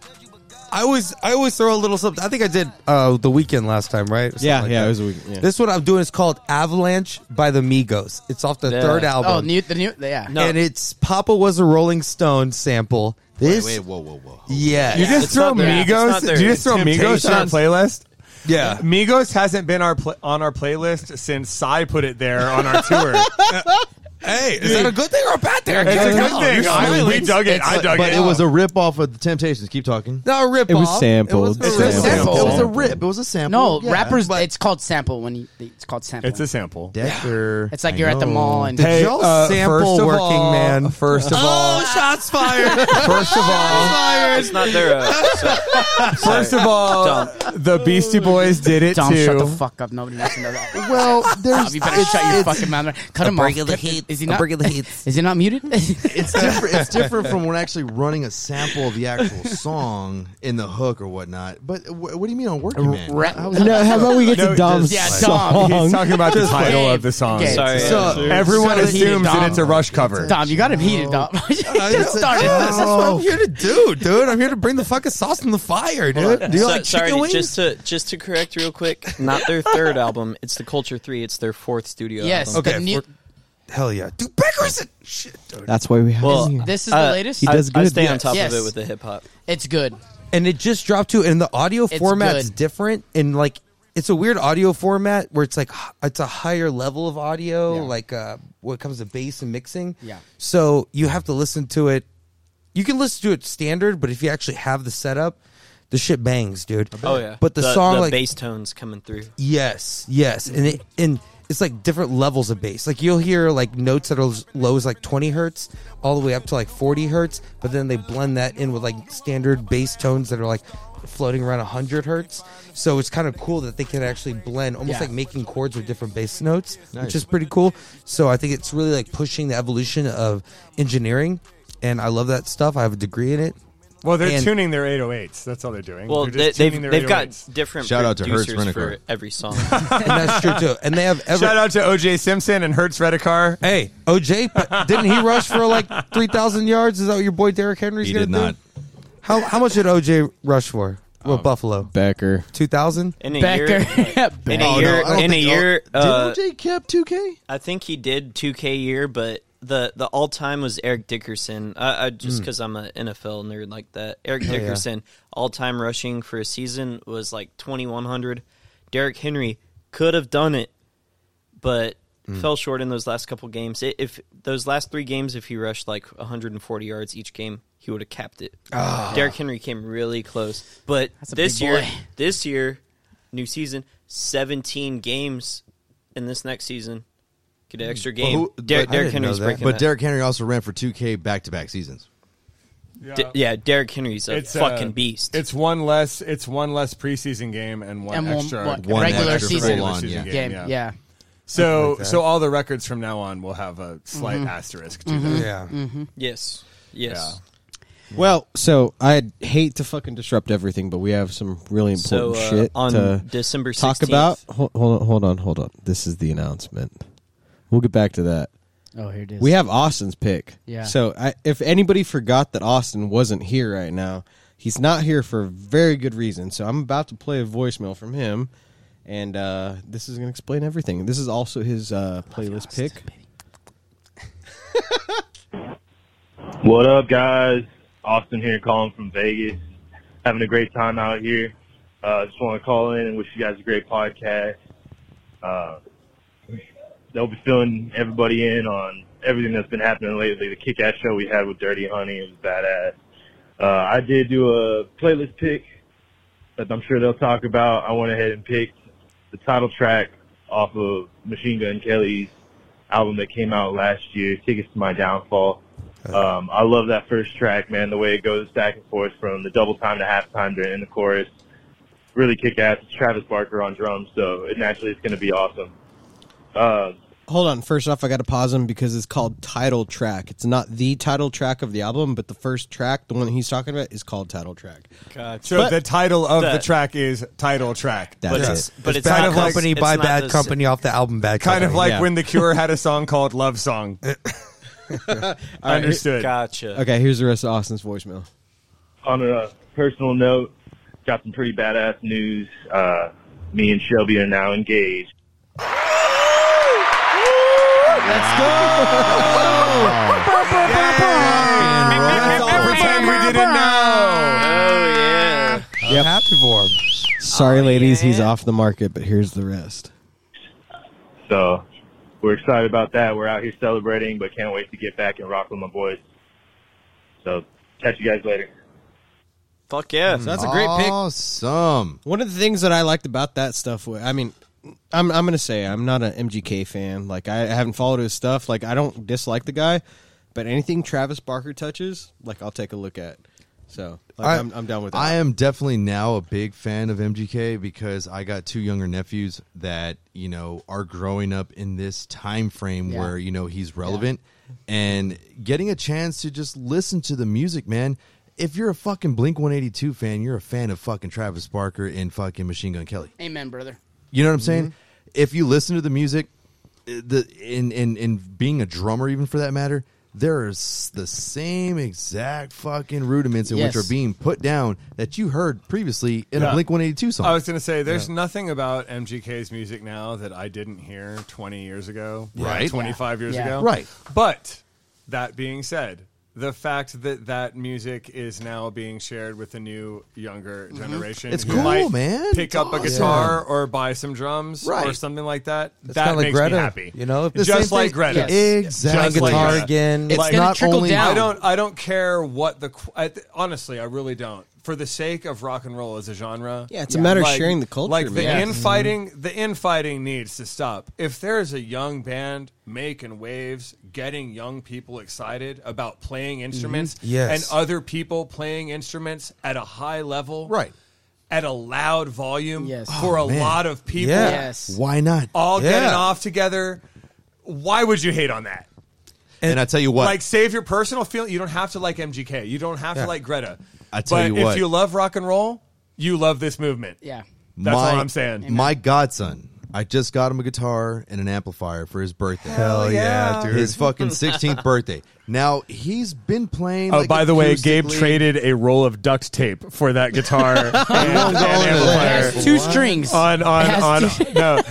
[SPEAKER 7] I always I always throw a little something. I think I did uh, the weekend last time, right? Something
[SPEAKER 1] Yeah,
[SPEAKER 7] like
[SPEAKER 1] yeah,
[SPEAKER 7] that.
[SPEAKER 1] it was a week. Yeah.
[SPEAKER 7] This one I'm doing is called Avalanche by the Migos. It's off the
[SPEAKER 5] Yeah.
[SPEAKER 7] third album,
[SPEAKER 4] Oh, new the new yeah.
[SPEAKER 5] No.
[SPEAKER 7] and it's Papa was a Rolling Stone sample. This,
[SPEAKER 2] Wait, whoa, whoa, whoa.
[SPEAKER 7] yeah,
[SPEAKER 6] You just
[SPEAKER 5] It's
[SPEAKER 6] throw
[SPEAKER 5] not their- it's not
[SPEAKER 6] Migos.
[SPEAKER 5] their
[SPEAKER 6] Do you just throw Migos on our
[SPEAKER 5] temptations.
[SPEAKER 6] playlist?
[SPEAKER 7] yeah.
[SPEAKER 6] Migos hasn't been our pl- on our playlist since Psy put it there on our tour.
[SPEAKER 7] Hey, is that a good thing or a bad thing? Oh, I
[SPEAKER 6] it's a
[SPEAKER 7] can't
[SPEAKER 6] good
[SPEAKER 7] tell.
[SPEAKER 6] thing.
[SPEAKER 7] You're
[SPEAKER 6] I-
[SPEAKER 7] smiling.
[SPEAKER 6] we dug it.
[SPEAKER 2] It's
[SPEAKER 6] I
[SPEAKER 2] like-
[SPEAKER 6] dug
[SPEAKER 2] but
[SPEAKER 6] it.
[SPEAKER 2] it was a rip off of the Temptations. Keep talking.
[SPEAKER 7] Not a rip
[SPEAKER 1] It was
[SPEAKER 7] off.
[SPEAKER 1] sampled.
[SPEAKER 7] It was,
[SPEAKER 1] It's
[SPEAKER 7] a
[SPEAKER 2] It was a sample.
[SPEAKER 7] sample.
[SPEAKER 2] It was a rip. It was a sample.
[SPEAKER 4] No,
[SPEAKER 2] Yeah.
[SPEAKER 4] rappers.
[SPEAKER 2] But
[SPEAKER 4] it's called sample when you. It's called sample.
[SPEAKER 6] It's a sample.
[SPEAKER 2] Dexter.
[SPEAKER 4] It's like you're at the mall and-
[SPEAKER 7] Did
[SPEAKER 6] Hey,
[SPEAKER 7] y'all
[SPEAKER 6] uh,
[SPEAKER 7] sample
[SPEAKER 6] first of
[SPEAKER 7] working
[SPEAKER 6] all-
[SPEAKER 7] man? First of all,
[SPEAKER 2] shots fired.
[SPEAKER 6] First of all,
[SPEAKER 5] It's not their. Uh, so,
[SPEAKER 6] first of all, the Beastie Boys did it
[SPEAKER 4] Dom,
[SPEAKER 6] too.
[SPEAKER 4] shut the fuck up. Nobody wants to know that.
[SPEAKER 2] well,
[SPEAKER 4] Stop.
[SPEAKER 2] there's
[SPEAKER 4] You better shut your fucking mouth. Cut him off.
[SPEAKER 2] break of the heat.
[SPEAKER 4] He's Is he
[SPEAKER 7] I'm
[SPEAKER 4] not?
[SPEAKER 7] bringing the heat.
[SPEAKER 4] Is he not muted? it's
[SPEAKER 3] different, it's different from when actually running a sample of the actual song in the hook or whatnot. But wh- what do you mean on Working Man?
[SPEAKER 4] Ra-
[SPEAKER 1] No, how about we get
[SPEAKER 6] No,
[SPEAKER 1] to Dom's
[SPEAKER 4] yeah,
[SPEAKER 1] song?
[SPEAKER 4] Dom.
[SPEAKER 6] He's talking about the title
[SPEAKER 4] Gabe,
[SPEAKER 6] of the song.
[SPEAKER 4] Gabe.
[SPEAKER 5] Sorry.
[SPEAKER 3] So-
[SPEAKER 5] dude.
[SPEAKER 6] Everyone
[SPEAKER 4] So heated,
[SPEAKER 6] assumes that
[SPEAKER 4] Dom.
[SPEAKER 6] it's a Rush cover.
[SPEAKER 4] Dom, you got him heated, Dom. you just started
[SPEAKER 7] That's
[SPEAKER 4] this.
[SPEAKER 7] what
[SPEAKER 5] Oh.
[SPEAKER 7] I'm here to do, dude. I'm here to bring the fucking sauce in the fire, dude. Do you
[SPEAKER 5] So-
[SPEAKER 7] like
[SPEAKER 5] sorry,
[SPEAKER 7] chicken wings?
[SPEAKER 5] just to just to correct real quick, not their third album. It's the Culture Three. It's their fourth studio.
[SPEAKER 4] Yes.
[SPEAKER 5] album.
[SPEAKER 4] the
[SPEAKER 7] Okay,
[SPEAKER 4] new-
[SPEAKER 7] for- Hell yeah, dude. Beggars and shit, dude.
[SPEAKER 2] That's why we have
[SPEAKER 5] Well,
[SPEAKER 2] him here.
[SPEAKER 4] This is the
[SPEAKER 5] Uh,
[SPEAKER 4] latest.
[SPEAKER 5] I-
[SPEAKER 2] does
[SPEAKER 5] I,
[SPEAKER 2] good,
[SPEAKER 5] stay on
[SPEAKER 2] yes.
[SPEAKER 5] top
[SPEAKER 4] Yes.
[SPEAKER 5] of it with the hip hop.
[SPEAKER 4] It's good.
[SPEAKER 7] And it just dropped too. And the audio
[SPEAKER 4] It's
[SPEAKER 7] format's
[SPEAKER 4] good.
[SPEAKER 7] different, and like it's a weird audio format where it's like h- it's a higher level of audio,
[SPEAKER 4] Yeah.
[SPEAKER 7] like uh, when it comes to bass and mixing.
[SPEAKER 4] Yeah.
[SPEAKER 7] So you have to listen to it. You can listen to it standard, but if you actually have the setup, the shit bangs, dude.
[SPEAKER 5] Oh yeah.
[SPEAKER 7] But the, song like
[SPEAKER 5] bass tones coming through.
[SPEAKER 7] Yes, yes, and it and it's like different levels of bass. Like you'll hear like notes that are as low as like twenty hertz, all the way up to like forty hertz. But then they blend that in with like standard bass tones that are like floating around hundred hertz. So it's kind of cool that they can actually blend, almost
[SPEAKER 4] Yeah.
[SPEAKER 7] like making chords with different bass notes, which is pretty cool. So I think it's really like pushing the evolution of engineering, and I love that stuff. I have a degree in it.
[SPEAKER 6] Well, they're
[SPEAKER 7] And-
[SPEAKER 6] tuning their 808s. That's all they're doing.
[SPEAKER 5] Well,
[SPEAKER 6] they're
[SPEAKER 5] they,
[SPEAKER 6] just
[SPEAKER 5] they've
[SPEAKER 6] tuning their
[SPEAKER 5] they've got
[SPEAKER 6] 808s.
[SPEAKER 5] different
[SPEAKER 3] Shout out to Hertz
[SPEAKER 5] producers for
[SPEAKER 3] Reniker.
[SPEAKER 5] every song.
[SPEAKER 7] And that's true too. And they have ever-
[SPEAKER 6] Shout out to OJ Simpson and Hertz Redekar.
[SPEAKER 7] Hey, OJ, but didn't he rush for like three thousand yards? Is that what your boy Derrick Henry's
[SPEAKER 3] He
[SPEAKER 7] gonna
[SPEAKER 3] did
[SPEAKER 7] do?
[SPEAKER 3] not.
[SPEAKER 7] How how much did OJ rush for with Buffalo?
[SPEAKER 2] Becker.
[SPEAKER 7] Two thousand.
[SPEAKER 5] In a
[SPEAKER 4] Becker.
[SPEAKER 5] year, in a
[SPEAKER 7] no,
[SPEAKER 5] year,
[SPEAKER 7] I don't
[SPEAKER 5] in a
[SPEAKER 7] think- oh,
[SPEAKER 5] year, uh,
[SPEAKER 3] Did OJ cap 2K?
[SPEAKER 5] I think he did 2K year, but the the all time was Eric Dickerson. I, I
[SPEAKER 7] Hmm.
[SPEAKER 5] just because I'm an NFL nerd like that. Eric Dickerson all time rushing for a season was like 2100. Derrick Henry could have done it, but fell short in those last couple games. I if those last three games, if he rushed like 140 yards each game, he would have capped it. Derrick Henry came really close, but
[SPEAKER 4] a
[SPEAKER 5] this
[SPEAKER 4] big
[SPEAKER 5] year,
[SPEAKER 4] boy.
[SPEAKER 5] this year, new season, 17 games in this next season. Get
[SPEAKER 4] Mm.
[SPEAKER 5] an extra game.
[SPEAKER 3] who-
[SPEAKER 5] Der-
[SPEAKER 3] but- I
[SPEAKER 5] Derrick
[SPEAKER 7] didn't know
[SPEAKER 5] Henry's
[SPEAKER 7] that.
[SPEAKER 5] breaking
[SPEAKER 3] But
[SPEAKER 5] that.
[SPEAKER 3] Derrick Henry also ran for 2K back to back seasons.
[SPEAKER 5] D- yeah, Derrick Henry's a fucking beast.
[SPEAKER 6] uh, It's one less. It's one less preseason game and one
[SPEAKER 4] And one-
[SPEAKER 6] extra
[SPEAKER 4] one-
[SPEAKER 3] One
[SPEAKER 4] regular
[SPEAKER 3] extra
[SPEAKER 4] season.
[SPEAKER 3] full on, yeah.
[SPEAKER 6] game,
[SPEAKER 4] Game. Yeah.
[SPEAKER 6] So
[SPEAKER 7] that.
[SPEAKER 6] so all the records from now on will have a slight
[SPEAKER 4] Mm-hmm.
[SPEAKER 6] asterisk to them.
[SPEAKER 7] Yeah.
[SPEAKER 5] yes, yes.
[SPEAKER 1] Well, so I hate to fucking disrupt everything, but we have some really
[SPEAKER 5] So
[SPEAKER 1] important
[SPEAKER 5] uh,
[SPEAKER 1] shit
[SPEAKER 5] on
[SPEAKER 1] to
[SPEAKER 5] December 16th,
[SPEAKER 1] talk about. Hold, hold on, hold on, hold on. This is the announcement. We'll get back to that.
[SPEAKER 4] Oh, here it is.
[SPEAKER 1] We have Austin's pick.
[SPEAKER 4] Yeah.
[SPEAKER 1] So I, if anybody forgot that Austin wasn't here right now, he's not here for a very good reason. So I'm about to play a voicemail from him, and uh, this is going to explain everything. This is also his uh, playlist pick.
[SPEAKER 8] What up, guys? Austin here, calling from Vegas. Having a great time out here. Uh, just want to call in and wish you guys a great podcast. Uh, they'll be filling everybody in on everything that's been happening lately. The kick-ass show we had with Dirty Honey it was badass. Uh, I did do a playlist pick that I'm sure they'll talk about. I went ahead and picked the title track off of Machine Gun Kelly's album that came out last year, Tickets to My Downfall. Um, I love that first track, man. The way it goes back and forth from the double time to halftime during in the chorus. Really kick ass. It's Travis Barker on drums, so it naturally it's going to be awesome. Uh,
[SPEAKER 1] Hold on. First off, I got to pause him because it's called title track. It's not the title track of the album, but the first track, the one that he's talking about, is called title track.
[SPEAKER 6] So
[SPEAKER 5] But-
[SPEAKER 6] the title of the
[SPEAKER 5] That-
[SPEAKER 6] track is title track.
[SPEAKER 1] That's
[SPEAKER 5] But
[SPEAKER 1] it.
[SPEAKER 5] it's, but it's,
[SPEAKER 7] bad
[SPEAKER 5] not
[SPEAKER 6] like-
[SPEAKER 7] company
[SPEAKER 5] it's
[SPEAKER 7] by
[SPEAKER 5] not
[SPEAKER 7] bad
[SPEAKER 5] the s-
[SPEAKER 7] company off the album bad
[SPEAKER 6] Kind of
[SPEAKER 7] company.
[SPEAKER 6] like
[SPEAKER 1] yeah.
[SPEAKER 6] when The Cure had a song called Love Song. Understood.
[SPEAKER 5] Gotcha.
[SPEAKER 1] Okay, here's the rest of Austin's voicemail.
[SPEAKER 8] on a personal note, got some pretty badass news. Uh, me and Shelby are now engaged.
[SPEAKER 6] Let's all pretend we didn't know.
[SPEAKER 7] I'm happy for him.
[SPEAKER 1] Sorry, ladies, he's off the market, but here's the rest.
[SPEAKER 8] So we're excited about that. We're out here celebrating, but can't wait to get back and rock with my boys. So catch you guys later.
[SPEAKER 5] Fuck yeah.
[SPEAKER 1] That's a great pick.
[SPEAKER 3] Awesome.
[SPEAKER 1] One of the things that I liked about that stuff, wa- I mean, I'm I'm gonna say I'm not an MGK fan. Like I haven't followed his stuff. Like I don't dislike the guy, but anything Travis Barker touches, like I'll take a look at. So like,
[SPEAKER 3] I-
[SPEAKER 1] I, am I'm down with that.
[SPEAKER 3] I am definitely now a big fan of MGK because I got two younger nephews that you know are growing up in this time frame
[SPEAKER 4] Yeah.
[SPEAKER 3] where you know he's relevant and getting a chance to just listen to the music, man. If you're a fucking Blink 182 fan, you're a fan of fucking Travis Barker and fucking Machine Gun Kelly.
[SPEAKER 4] Amen, brother.
[SPEAKER 3] You know what I'm saying?
[SPEAKER 6] Mm-hmm.
[SPEAKER 3] If you listen to the music, uh, the in in in being a drummer, even for that matter, there are s- the same exact fucking rudiments in which
[SPEAKER 4] Yes.
[SPEAKER 3] are being put down that you heard previously in
[SPEAKER 6] Yeah.
[SPEAKER 3] a Blink 182 song.
[SPEAKER 6] I was going to say, there's nothing about MGK's music now that I didn't hear 20 years ago,
[SPEAKER 3] Right.
[SPEAKER 6] 25 years
[SPEAKER 4] Yeah.
[SPEAKER 6] ago,
[SPEAKER 3] Right.
[SPEAKER 6] But that being said, the fact that that music is now being shared with the new younger generation,
[SPEAKER 3] It's
[SPEAKER 6] who
[SPEAKER 3] cool,
[SPEAKER 6] might
[SPEAKER 3] man.
[SPEAKER 6] Pick
[SPEAKER 3] It's
[SPEAKER 6] up a
[SPEAKER 3] awesome.
[SPEAKER 6] guitar or buy some drums or
[SPEAKER 3] Right.
[SPEAKER 6] something like that.
[SPEAKER 7] It's
[SPEAKER 6] that
[SPEAKER 7] kinda like
[SPEAKER 6] makes
[SPEAKER 7] Greta,
[SPEAKER 6] me happy.
[SPEAKER 7] you know? The
[SPEAKER 6] just
[SPEAKER 3] same
[SPEAKER 6] like
[SPEAKER 3] thing.
[SPEAKER 6] Greta.
[SPEAKER 4] Yes.
[SPEAKER 3] exactly.
[SPEAKER 6] Just like
[SPEAKER 7] guitar
[SPEAKER 6] that.
[SPEAKER 7] again.
[SPEAKER 3] It's
[SPEAKER 6] Like-
[SPEAKER 7] not
[SPEAKER 4] trickle
[SPEAKER 7] only
[SPEAKER 4] down.
[SPEAKER 6] I don't. I don't care what the. qu- I, th- honestly, I really don't. For the sake of rock and roll as a genre,
[SPEAKER 1] yeah, it's a matter of
[SPEAKER 6] like-
[SPEAKER 1] sharing the culture.
[SPEAKER 6] Like the
[SPEAKER 1] man.
[SPEAKER 6] infighting, the infighting needs to stop. If there is a young band making waves, getting young people excited about playing instruments,
[SPEAKER 7] Yes.
[SPEAKER 6] and other people playing instruments at a high level,
[SPEAKER 3] Right.
[SPEAKER 6] at a loud volume,
[SPEAKER 4] Yes.
[SPEAKER 6] for a
[SPEAKER 3] man.
[SPEAKER 6] lot of people,
[SPEAKER 7] Yeah.
[SPEAKER 4] Yes.
[SPEAKER 3] Why not?
[SPEAKER 6] all
[SPEAKER 7] Yeah.
[SPEAKER 6] getting off together, why would you hate on that?
[SPEAKER 3] and I tell you what,
[SPEAKER 6] Like, save your personal feeling. You don't have to like MGK. You don't have
[SPEAKER 7] Yeah.
[SPEAKER 6] to like Greta.
[SPEAKER 3] I tell
[SPEAKER 6] but
[SPEAKER 3] you
[SPEAKER 6] if
[SPEAKER 3] what.
[SPEAKER 6] you love rock and roll, you love this movement.
[SPEAKER 4] Yeah.
[SPEAKER 6] That's
[SPEAKER 3] my,
[SPEAKER 6] all I'm saying.
[SPEAKER 3] My godson, I just got him a guitar and an amplifier for his birthday.
[SPEAKER 7] Hell yeah, dude.
[SPEAKER 3] His fucking 16th birthday. Now he's been playing.
[SPEAKER 6] Oh,
[SPEAKER 3] like,
[SPEAKER 6] by the way, Gabe
[SPEAKER 3] acoustically-
[SPEAKER 6] traded a roll of duct tape for that guitar and, and amplifier
[SPEAKER 4] It has two strings.
[SPEAKER 6] on
[SPEAKER 4] It has
[SPEAKER 6] on on.
[SPEAKER 4] two-
[SPEAKER 6] no,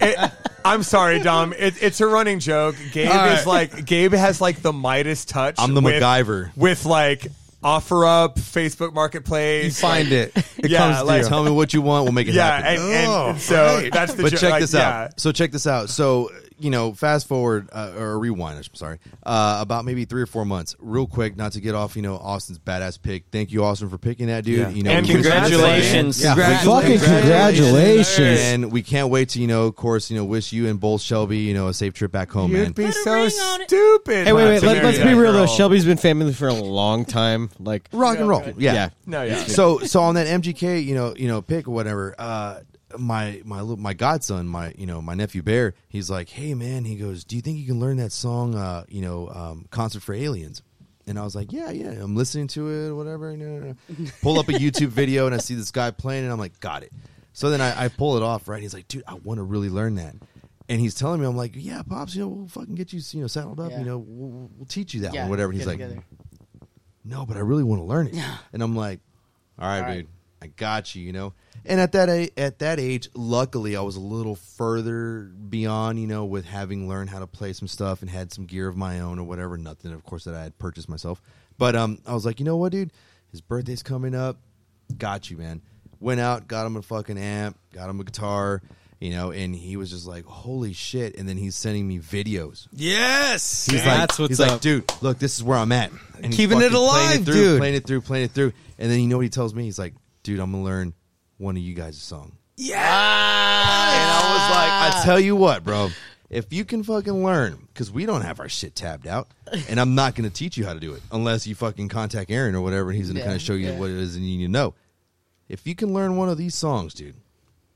[SPEAKER 6] It- I'm sorry, Dom. It, it's a running joke. Gabe is like Gabe has like the Midas touch.
[SPEAKER 3] I'm the
[SPEAKER 6] with,
[SPEAKER 3] MacGyver.
[SPEAKER 6] with like offer up Facebook Marketplace.
[SPEAKER 7] find it. It
[SPEAKER 6] Yeah,
[SPEAKER 7] comes
[SPEAKER 6] like-
[SPEAKER 7] to you.
[SPEAKER 3] Tell me what you want. We'll make it
[SPEAKER 6] yeah,
[SPEAKER 3] happen. Oh,
[SPEAKER 6] and, and so that's the.
[SPEAKER 3] but
[SPEAKER 6] joke,
[SPEAKER 3] check
[SPEAKER 6] like,
[SPEAKER 3] this
[SPEAKER 6] yeah.
[SPEAKER 3] out. So check this out. So you know, fast forward uh, or rewind. I'm sorry. Uh, about maybe three or four months, real quick, not to get off. You know, Austin's badass pick. Thank you, Austin, for picking that dude.
[SPEAKER 7] Yeah.
[SPEAKER 3] You know,
[SPEAKER 6] And
[SPEAKER 3] we-
[SPEAKER 5] Congratulations.
[SPEAKER 3] Yeah,
[SPEAKER 7] Congrats.
[SPEAKER 3] we-
[SPEAKER 1] Fucking congratulations.
[SPEAKER 3] And we can't wait to you know, of course, you know, wish you and both Shelby, you know, a safe trip back home, man.
[SPEAKER 6] You'd be so stupid.
[SPEAKER 1] Hey, wait,
[SPEAKER 6] not
[SPEAKER 1] wait.
[SPEAKER 6] to
[SPEAKER 1] Let,
[SPEAKER 6] marry
[SPEAKER 1] let's
[SPEAKER 6] that
[SPEAKER 1] be real though.
[SPEAKER 6] girl.
[SPEAKER 1] Shelby's been family for a long time. Like,
[SPEAKER 3] Rock and roll, yeah.
[SPEAKER 1] Yeah.
[SPEAKER 6] No, yeah.
[SPEAKER 3] So, so on that MGK, you know, you know, pick or whatever. Uh, my my little- my godson, my you know, my nephew Bear. He's like, hey man, he goes, do you think you can learn that song? Uh, you know, um, concert for aliens. And I was like, yeah, yeah. I'm listening to it, whatever. No, no, no. Pull up a YouTube video, and I see this guy playing, and I'm like, got it. So then I, I pull it off, right? He's like, dude, I want to really learn that. And he's telling me, I'm like, yeah, pops, you know, we'll fucking get you, you know, saddled up,
[SPEAKER 4] Yeah.
[SPEAKER 3] you know, we'll, we'll- we'll teach you that
[SPEAKER 4] Yeah,
[SPEAKER 3] one, whatever. And
[SPEAKER 4] get
[SPEAKER 3] he's like,
[SPEAKER 4] together.
[SPEAKER 3] no, but I really want to learn it. And I'm like, all right,
[SPEAKER 4] All right.
[SPEAKER 3] dude, I got you, you know. And at that a- at that age, luckily, I was a little further beyond, you know, with having learned how to play some stuff and had some gear of my own or whatever. Nothing, of course, that I had purchased myself. But um, I was like, you know what, dude, his birthday's coming up. Got you, man. Went out, got him a fucking amp, got him a guitar, you know, and he was just like, holy shit. And then he's sending me videos
[SPEAKER 7] Yes.
[SPEAKER 3] He's like,
[SPEAKER 1] That's what's
[SPEAKER 3] he's like,
[SPEAKER 1] up.
[SPEAKER 3] dude, look, this is where I'm at. And he's
[SPEAKER 7] Keeping
[SPEAKER 3] fucking
[SPEAKER 7] it
[SPEAKER 3] playing
[SPEAKER 7] alive,
[SPEAKER 3] through,
[SPEAKER 7] dude.
[SPEAKER 3] Playing it through, playing it through. And then you know what he tells me? He's like, dude, I'm going to learn one of you guys' song. And I was like, I tell you what, bro. If you can fucking learn, because we don't have our shit tabbed out, and I'm not going to teach you how to do it unless you fucking contact Aaron or whatever, and he's going to
[SPEAKER 4] Yeah,
[SPEAKER 3] kind of show you
[SPEAKER 4] yeah.
[SPEAKER 3] what it is and you need to know. If you can learn one of these songs, dude,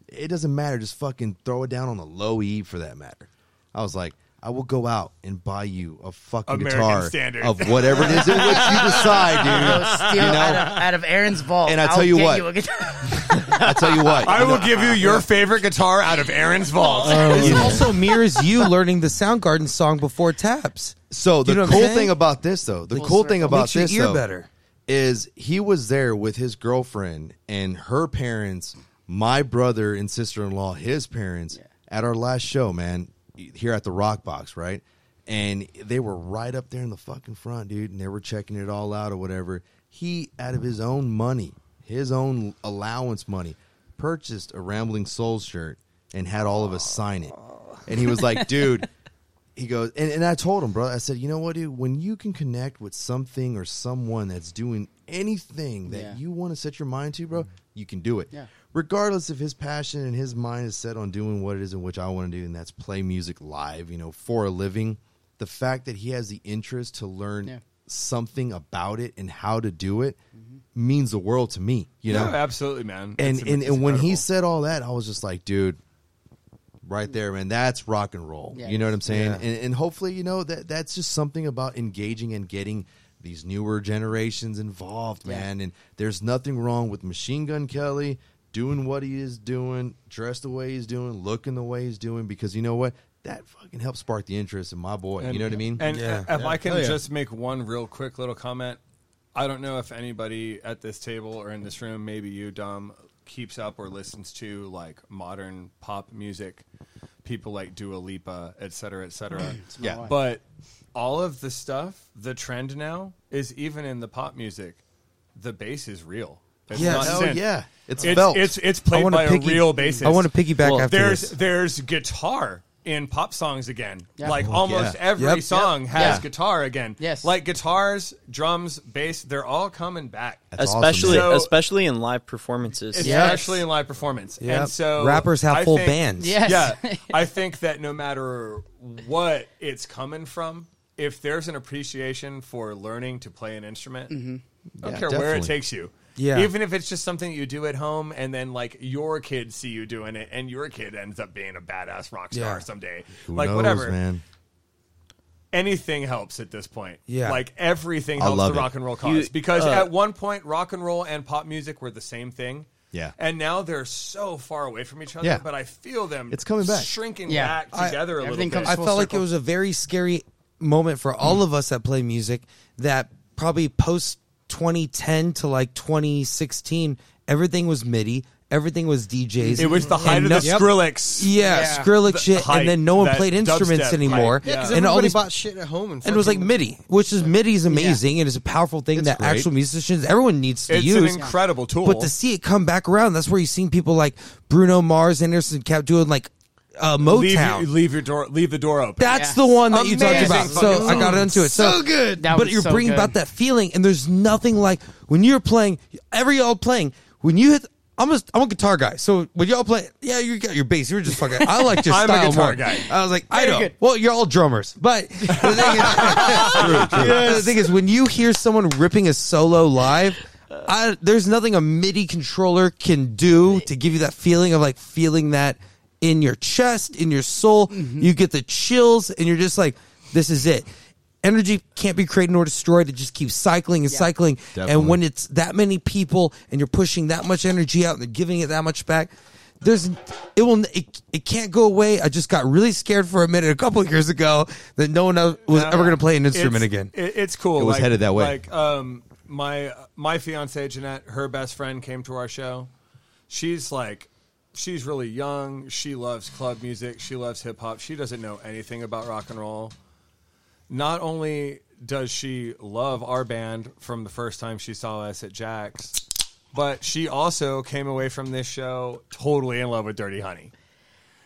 [SPEAKER 3] it doesn't matter. Just fucking throw it down on the low E for that matter. I was like, I will go out and buy you a fucking
[SPEAKER 6] American
[SPEAKER 3] guitar
[SPEAKER 6] Standard.
[SPEAKER 3] of whatever it is in which you decide, dude.
[SPEAKER 4] Go steal out, of, out of Aaron's vault.
[SPEAKER 3] And I tell
[SPEAKER 4] I'll
[SPEAKER 3] you
[SPEAKER 4] get
[SPEAKER 3] what.
[SPEAKER 4] You a guitar.
[SPEAKER 3] I tell you what,
[SPEAKER 6] I will give you your favorite guitar out of Aaron's vault.
[SPEAKER 7] This also mirrors you learning the Soundgarden song before taps.
[SPEAKER 3] So the
[SPEAKER 7] You know what I'm
[SPEAKER 3] cool
[SPEAKER 7] saying?
[SPEAKER 3] thing about this, though, the cool thing about
[SPEAKER 7] Makes your
[SPEAKER 3] this
[SPEAKER 7] ear
[SPEAKER 3] though,
[SPEAKER 7] better.
[SPEAKER 3] is he was there with his girlfriend and her parents, my brother and sister in law, his parents at our last show, man, here at the Rock Box, right? And they were right up there in the fucking front, dude, and they were checking it all out or whatever. He, out of his own money, his own allowance money, purchased a Rambling Souls shirt and had all of us sign it. And he was like, dude, he goes, and, and I told him, bro, I said, you know what, dude, when you can connect with something or someone that's doing anything that
[SPEAKER 4] Yeah. Mm-hmm.
[SPEAKER 3] you want to set your mind to, bro, you can do it.
[SPEAKER 4] Yeah.
[SPEAKER 3] Regardless if his passion and his mind is set on doing what it is in which I want to do, and that's play music live, you know, for a living, the fact that he has the interest to learn
[SPEAKER 4] Yeah.
[SPEAKER 3] something about it and how to do it
[SPEAKER 4] Mm-hmm.
[SPEAKER 3] means the world to me. You know,
[SPEAKER 6] No, absolutely, man.
[SPEAKER 3] and
[SPEAKER 6] It's-
[SPEAKER 3] and,
[SPEAKER 6] it's
[SPEAKER 3] and when he
[SPEAKER 6] incredible.
[SPEAKER 3] said all that, I was just like, dude, right there, man, that's rock and roll.
[SPEAKER 4] Yeah,
[SPEAKER 3] you know what I'm saying?
[SPEAKER 7] Yeah.
[SPEAKER 3] And, and hopefully, you know that that's just something about engaging and getting these newer generations involved,
[SPEAKER 4] Yeah.
[SPEAKER 3] man. And there's nothing wrong with Machine Gun Kelly doing what he is doing, dressed the way he's doing, looking the way he's doing, because you know what? That fucking helps spark the interest in my boy. you know what I mean?
[SPEAKER 6] And
[SPEAKER 7] Yeah.
[SPEAKER 6] if I can
[SPEAKER 1] Hell yeah.
[SPEAKER 6] just make one real quick little comment, I don't know if anybody at this table or in this room, maybe you, Dom, keeps up or listens to like modern pop music, people like Dua Lipa, et cetera, et cetera.
[SPEAKER 3] Yeah. wife.
[SPEAKER 6] But all of the stuff, the trend now is even in the pop music, the bass is real. It's
[SPEAKER 7] Yes.
[SPEAKER 6] not
[SPEAKER 3] Hell
[SPEAKER 6] synth.
[SPEAKER 3] Oh, yeah, it's,
[SPEAKER 6] It's,
[SPEAKER 3] felt.
[SPEAKER 6] it's it's
[SPEAKER 7] I
[SPEAKER 6] played
[SPEAKER 7] wanna
[SPEAKER 6] by
[SPEAKER 7] piggy-
[SPEAKER 6] a real bassist.
[SPEAKER 7] I want to piggyback
[SPEAKER 5] Well,
[SPEAKER 7] after
[SPEAKER 6] There's
[SPEAKER 7] this.
[SPEAKER 6] there's guitar in pop songs again.
[SPEAKER 4] Yeah.
[SPEAKER 6] Like almost
[SPEAKER 3] yeah.
[SPEAKER 6] every
[SPEAKER 7] Oh, Yep.
[SPEAKER 6] song has
[SPEAKER 4] Yeah.
[SPEAKER 6] guitar again.
[SPEAKER 4] Yes.
[SPEAKER 6] Like guitars, drums, bass, they're all coming back.
[SPEAKER 3] That's awesome,
[SPEAKER 5] especially
[SPEAKER 3] man.
[SPEAKER 6] So-
[SPEAKER 5] especially in live performances.
[SPEAKER 4] Yeah.
[SPEAKER 6] Especially in live performance.
[SPEAKER 7] Yep.
[SPEAKER 6] And so
[SPEAKER 7] rappers have
[SPEAKER 6] I
[SPEAKER 7] full
[SPEAKER 6] think-
[SPEAKER 7] bands.
[SPEAKER 4] Yeah. Yes.
[SPEAKER 6] Yeah. I think that no matter what it's coming from, if there's an appreciation for learning to play an instrument, I don't
[SPEAKER 3] Mm-hmm. Yeah,
[SPEAKER 6] care where it
[SPEAKER 3] definitely.
[SPEAKER 6] takes you.
[SPEAKER 7] Yeah.
[SPEAKER 6] Even if it's just something you do at home and then like your kids see you doing it and your kid ends up being a badass rock star
[SPEAKER 7] Yeah.
[SPEAKER 6] someday.
[SPEAKER 3] Who
[SPEAKER 6] like
[SPEAKER 3] knows,
[SPEAKER 6] whatever.
[SPEAKER 3] man.
[SPEAKER 6] anything helps at this point.
[SPEAKER 7] Yeah.
[SPEAKER 6] like everything
[SPEAKER 3] I
[SPEAKER 6] helps
[SPEAKER 3] love
[SPEAKER 6] the
[SPEAKER 3] it.
[SPEAKER 6] rock and roll cause
[SPEAKER 5] You-
[SPEAKER 6] because
[SPEAKER 5] uh,
[SPEAKER 6] at one point rock and roll and pop music were the same thing.
[SPEAKER 3] Yeah.
[SPEAKER 6] and now they're so far away from each other.
[SPEAKER 3] Yeah.
[SPEAKER 6] But I feel them.
[SPEAKER 3] It's coming back.
[SPEAKER 6] shrinking
[SPEAKER 4] Yeah.
[SPEAKER 6] back together a little
[SPEAKER 4] everything
[SPEAKER 6] bit.
[SPEAKER 4] comes
[SPEAKER 7] I
[SPEAKER 4] full
[SPEAKER 7] felt like it
[SPEAKER 4] circle.
[SPEAKER 7] was a very scary moment for all
[SPEAKER 6] Mm.
[SPEAKER 7] of us that play music that probably post 2010 to like 2016 everything was MIDI everything was DJs
[SPEAKER 6] it was the
[SPEAKER 7] And
[SPEAKER 6] height of
[SPEAKER 7] no-
[SPEAKER 6] the Skrillex.
[SPEAKER 7] yeah,
[SPEAKER 4] Yeah.
[SPEAKER 7] Skrillex
[SPEAKER 6] The
[SPEAKER 7] shit
[SPEAKER 6] hype,
[SPEAKER 7] and then no one
[SPEAKER 6] that
[SPEAKER 7] played
[SPEAKER 6] dubstep
[SPEAKER 7] instruments
[SPEAKER 6] hype.
[SPEAKER 7] anymore
[SPEAKER 6] Yeah, 'cause
[SPEAKER 7] and all
[SPEAKER 1] everybody
[SPEAKER 7] these
[SPEAKER 1] bought shit at home and,
[SPEAKER 7] and it was like
[SPEAKER 1] fucking-
[SPEAKER 7] MIDI which is MIDI is amazing and it's a powerful thing
[SPEAKER 3] It's
[SPEAKER 7] that
[SPEAKER 3] great.
[SPEAKER 7] actual musicians everyone needs to
[SPEAKER 6] It's an
[SPEAKER 7] use
[SPEAKER 6] incredible tool.
[SPEAKER 7] but to see it come back around that's where you've seen people like Bruno Mars Anderson kept doing like uh, Motown
[SPEAKER 6] leave, your, leave your door. Leave the door open.
[SPEAKER 7] that's the
[SPEAKER 4] Yeah.
[SPEAKER 7] one that you talked
[SPEAKER 6] Amazing
[SPEAKER 7] about.
[SPEAKER 6] fucking
[SPEAKER 7] So I got into it. So, good.
[SPEAKER 4] That
[SPEAKER 7] but
[SPEAKER 4] was
[SPEAKER 7] you're
[SPEAKER 4] so
[SPEAKER 7] bringing
[SPEAKER 4] good.
[SPEAKER 7] about that feeling, and there's nothing like when you're playing. Every y'all playing when you hit. I'm a, I'm a guitar guy, so when y'all play, yeah, you got your bass. You were just fucking. I like your
[SPEAKER 6] I'm a
[SPEAKER 7] style
[SPEAKER 6] guitar
[SPEAKER 7] more.
[SPEAKER 6] guy.
[SPEAKER 7] I was like, I know.
[SPEAKER 4] good.
[SPEAKER 7] Well, you're all drummers, but the thing, is, the thing is, when you hear someone ripping a solo live. I, there's nothing a MIDI controller can do to give you that feeling of like feeling that in your chest, in your soul. You get the chills, and you're just like, "This is it." Energy can't be created nor destroyed. It just keeps cycling and cycling.
[SPEAKER 3] Definitely.
[SPEAKER 7] And when it's that many people, and you're pushing that much energy out, and they're giving it that much back, there's it will it, it can't go away. I just got really scared for a minute a couple of years ago that no one else was ever going to play an instrument
[SPEAKER 6] it's,
[SPEAKER 7] again.
[SPEAKER 6] it- it's cool.
[SPEAKER 3] It was
[SPEAKER 6] like,
[SPEAKER 3] headed that way.
[SPEAKER 6] Like um, my my fiance Jeanette, her best friend came to our show. She's like, she's really young. She loves club music. She loves hip hop. She doesn't know anything about rock and roll. Not only does she love our band from the first time she saw us at Jack's, but she also came away from this show totally in love with Dirty Honey.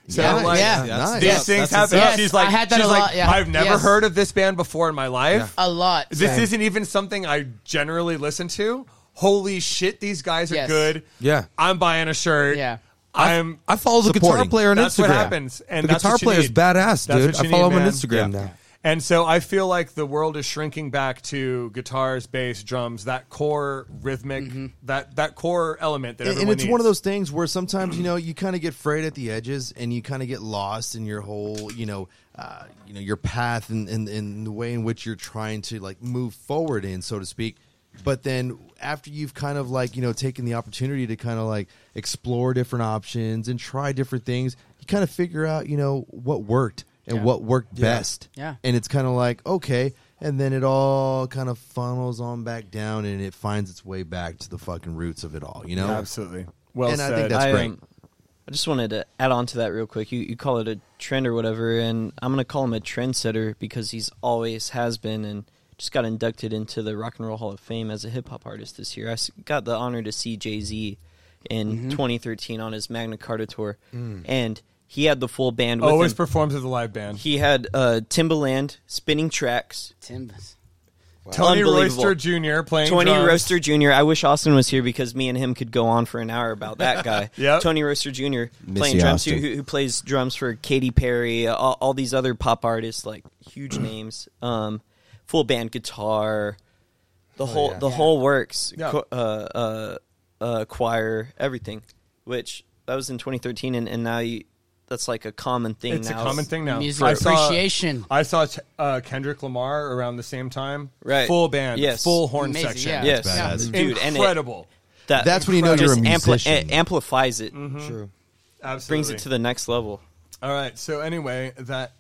[SPEAKER 6] So
[SPEAKER 4] Yeah.
[SPEAKER 6] like,
[SPEAKER 4] Yeah.
[SPEAKER 3] Nice.
[SPEAKER 6] these
[SPEAKER 3] Yeah,
[SPEAKER 6] things
[SPEAKER 3] that's
[SPEAKER 6] happen.
[SPEAKER 4] Yes,
[SPEAKER 6] she's like,
[SPEAKER 4] I had that
[SPEAKER 6] she's
[SPEAKER 4] a
[SPEAKER 6] like,
[SPEAKER 4] lot, yeah.
[SPEAKER 6] I've never
[SPEAKER 4] Yes.
[SPEAKER 6] heard of this band before in my life. Uh,
[SPEAKER 4] a lot.
[SPEAKER 6] This isn't even something I generally listen to. Holy shit, these guys are
[SPEAKER 4] Yes.
[SPEAKER 6] good.
[SPEAKER 7] Yeah.
[SPEAKER 6] I'm buying a shirt.
[SPEAKER 4] Yeah.
[SPEAKER 6] I'm.
[SPEAKER 7] I follow the guitar
[SPEAKER 3] Supporting.
[SPEAKER 7] player on
[SPEAKER 6] that's
[SPEAKER 7] Instagram.
[SPEAKER 6] what happens. And
[SPEAKER 7] the
[SPEAKER 6] that's
[SPEAKER 7] guitar
[SPEAKER 6] what you
[SPEAKER 7] player is
[SPEAKER 6] need.
[SPEAKER 7] badass,
[SPEAKER 6] That's what
[SPEAKER 7] dude. I
[SPEAKER 6] you
[SPEAKER 7] follow
[SPEAKER 6] need,
[SPEAKER 7] him on
[SPEAKER 6] man.
[SPEAKER 7] Instagram
[SPEAKER 6] Yeah.
[SPEAKER 7] now.
[SPEAKER 6] And so I feel like the world is shrinking back to guitars, bass, drums, that core rhythmic, that that core element that
[SPEAKER 3] Mm-hmm. and, and
[SPEAKER 6] everyone
[SPEAKER 3] it's one of those
[SPEAKER 6] needs.
[SPEAKER 3] things where sometimes you know you kind of get frayed at the edges and you kind of get lost in your whole you know uh, you know your path and, and, and the way in which you're trying to like move forward in so to speak but then after you've kind of like you know taken the opportunity to kind of like explore different options and try different things you kind of figure out you know what worked and
[SPEAKER 4] Yeah.
[SPEAKER 3] what worked best
[SPEAKER 4] Yeah.
[SPEAKER 3] and it's kind of like okay and then it all kind of funnels on back down and it finds its way back to the fucking roots of it all you know
[SPEAKER 6] Absolutely. Well
[SPEAKER 3] And I
[SPEAKER 6] said.
[SPEAKER 3] think that's
[SPEAKER 5] I,
[SPEAKER 3] great.
[SPEAKER 5] um, I just wanted to add on to that real quick. You, you call it a trend or whatever, and I'm going to call him a trendsetter because he's always has been and just got inducted into the Rock and Roll Hall of Fame as a hip hop artist this year. I s- got the honor to see Jay Z in
[SPEAKER 6] Mm-hmm.
[SPEAKER 5] 2013 on his Magna Carta tour, and he had the full band with
[SPEAKER 6] Mm. always
[SPEAKER 5] him.
[SPEAKER 6] performs with a live band.
[SPEAKER 5] he had uh, Timbaland spinning tracks.
[SPEAKER 4] Timbas.
[SPEAKER 6] Tony
[SPEAKER 5] Unbelievable.
[SPEAKER 6] Royster Jr. playing
[SPEAKER 5] Tony
[SPEAKER 6] drums.
[SPEAKER 5] Roaster Jr. I wish Austin was here because me and him could go on for an hour about that guy.
[SPEAKER 6] Yep.
[SPEAKER 5] Tony Roaster Jr. playing drums, who, who plays drums for Katy Perry, uh, all, all these other pop artists, like huge names. Um, full band guitar, the whole
[SPEAKER 7] yeah.
[SPEAKER 5] the whole works
[SPEAKER 6] Oh, Yeah.
[SPEAKER 5] cho- uh, uh, uh, choir everything which that was in 2013 and, and now you, that's like a common thing
[SPEAKER 6] It's a
[SPEAKER 5] now
[SPEAKER 6] common thing now.
[SPEAKER 4] Music appreciation.
[SPEAKER 6] I saw uh, Kendrick Lamar around the same time.
[SPEAKER 5] Right.
[SPEAKER 6] Full band.
[SPEAKER 5] Yes.
[SPEAKER 6] Full horn
[SPEAKER 4] Amazing,
[SPEAKER 6] section.
[SPEAKER 4] yeah.
[SPEAKER 5] yes
[SPEAKER 3] That's badass.
[SPEAKER 5] dude and it,
[SPEAKER 6] Incredible.
[SPEAKER 5] that,
[SPEAKER 3] That's when you know you're a
[SPEAKER 5] just ampli-
[SPEAKER 3] musician.
[SPEAKER 5] a- amplifies it
[SPEAKER 6] Mm-hmm.
[SPEAKER 7] True.
[SPEAKER 6] Absolutely.
[SPEAKER 5] brings it to the next level
[SPEAKER 6] All right. So anyway, that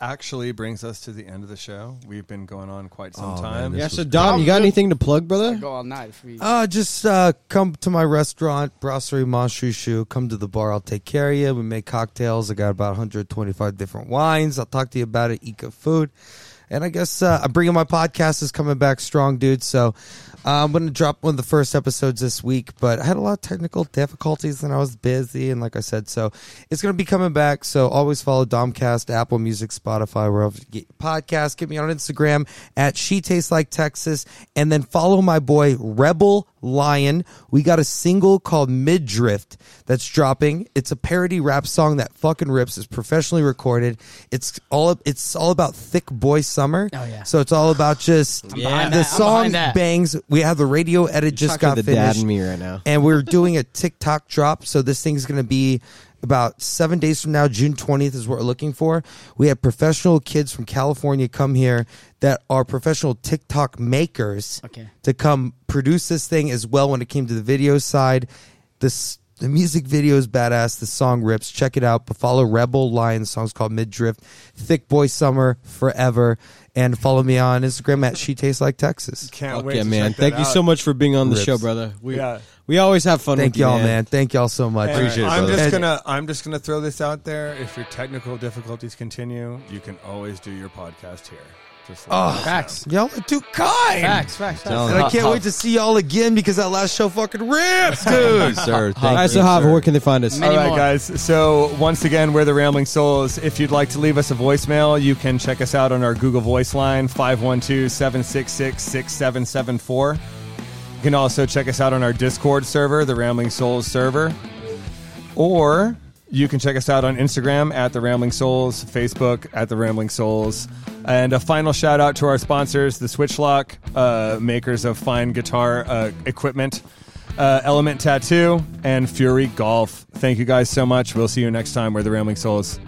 [SPEAKER 6] actually brings us to the end of the show. We've been going on quite some
[SPEAKER 1] Oh,
[SPEAKER 3] man,
[SPEAKER 6] time.
[SPEAKER 3] this
[SPEAKER 1] Yeah, so
[SPEAKER 3] was-
[SPEAKER 1] Dom, you got anything to plug, brother?
[SPEAKER 4] Go all night if we.
[SPEAKER 7] Uh, just uh, come to my restaurant, Brasserie Manchushu. Come to the bar. I'll take care of you. We make cocktails. I got about 125 different wines. I'll talk to you about it. Eco food. And I guess uh, I'm bringing my podcast is coming back strong, dude. So uh, I'm going to drop one of the first episodes this week. But I had a lot of technical difficulties and I was busy. And like I said, so it's going to be coming back. So always follow Domcast, Apple Music, Spotify, wherever you get your podcasts. Get me on Instagram at She Tastes Like Texas. And then follow my boy Rebel Lion. We got a single called Mid Drift that's dropping. It's a parody rap song that fucking rips. It's professionally recorded. It's all it's all about thick boy summer.
[SPEAKER 4] Oh, yeah.
[SPEAKER 7] So it's all about just
[SPEAKER 4] behind
[SPEAKER 7] the
[SPEAKER 4] that. I'm
[SPEAKER 7] song
[SPEAKER 4] behind that.
[SPEAKER 7] bangs. We have the radio edit just
[SPEAKER 1] Talking
[SPEAKER 7] got
[SPEAKER 1] to the dad
[SPEAKER 7] finished
[SPEAKER 1] and me right now.
[SPEAKER 7] and we're doing a TikTok drop. So this thing's going to be about seven days from now, June 20th is what we're looking for. We have professional kids from California come here that are professional TikTok makers
[SPEAKER 4] Okay.
[SPEAKER 7] to come produce this thing as well when it came to the video side. This the music video is badass. The song rips. Check it out. But follow Rebel Lion. The song's called Mid Drift. Thick Boy Summer Forever. And follow me on Instagram at She Tastes Like Texas.
[SPEAKER 6] Can't
[SPEAKER 1] Fuck
[SPEAKER 6] wait.
[SPEAKER 1] yeah,
[SPEAKER 6] to
[SPEAKER 1] man.
[SPEAKER 6] check that
[SPEAKER 1] Thank you
[SPEAKER 6] out.
[SPEAKER 1] so much for being on the
[SPEAKER 7] Rips.
[SPEAKER 1] show, brother. We
[SPEAKER 6] Yeah.
[SPEAKER 1] we always have fun
[SPEAKER 7] Thank
[SPEAKER 1] with you,
[SPEAKER 7] y'all, man. Thank y'all so much.
[SPEAKER 6] And
[SPEAKER 3] Appreciate it,
[SPEAKER 6] I'm
[SPEAKER 3] brother.
[SPEAKER 6] just
[SPEAKER 7] And-
[SPEAKER 6] gonna I'm just gonna throw this out there. If your technical difficulties continue, you can always do your podcast here. Just like
[SPEAKER 1] Ah,
[SPEAKER 4] Facts.
[SPEAKER 7] Y'all are too kind.
[SPEAKER 4] Facts. Facts. Facts.
[SPEAKER 7] And I can't wait to see y'all again because that last show fucking rips, dude.
[SPEAKER 3] sir. Thank
[SPEAKER 1] All right,
[SPEAKER 3] you,
[SPEAKER 1] so Hava,
[SPEAKER 3] sir.
[SPEAKER 1] where can they find us?
[SPEAKER 4] Man.
[SPEAKER 6] All right,
[SPEAKER 4] anymore.
[SPEAKER 6] guys. So once again, we're the Rambling Souls. If you'd like to leave us a voicemail, you can check us out on our Google Voice line, 512-766-6774. You can also check us out on our Discord server, the Rambling Souls server. Or you can check us out on Instagram at the Rambling Souls, Facebook at the Rambling Souls. And a final shout out to our sponsors, the Switchlock, uh, makers of fine guitar uh, equipment, uh, Element Tattoo, and Fury Golf. Thank you guys so much. We'll see you next time. We're the Rambling Souls.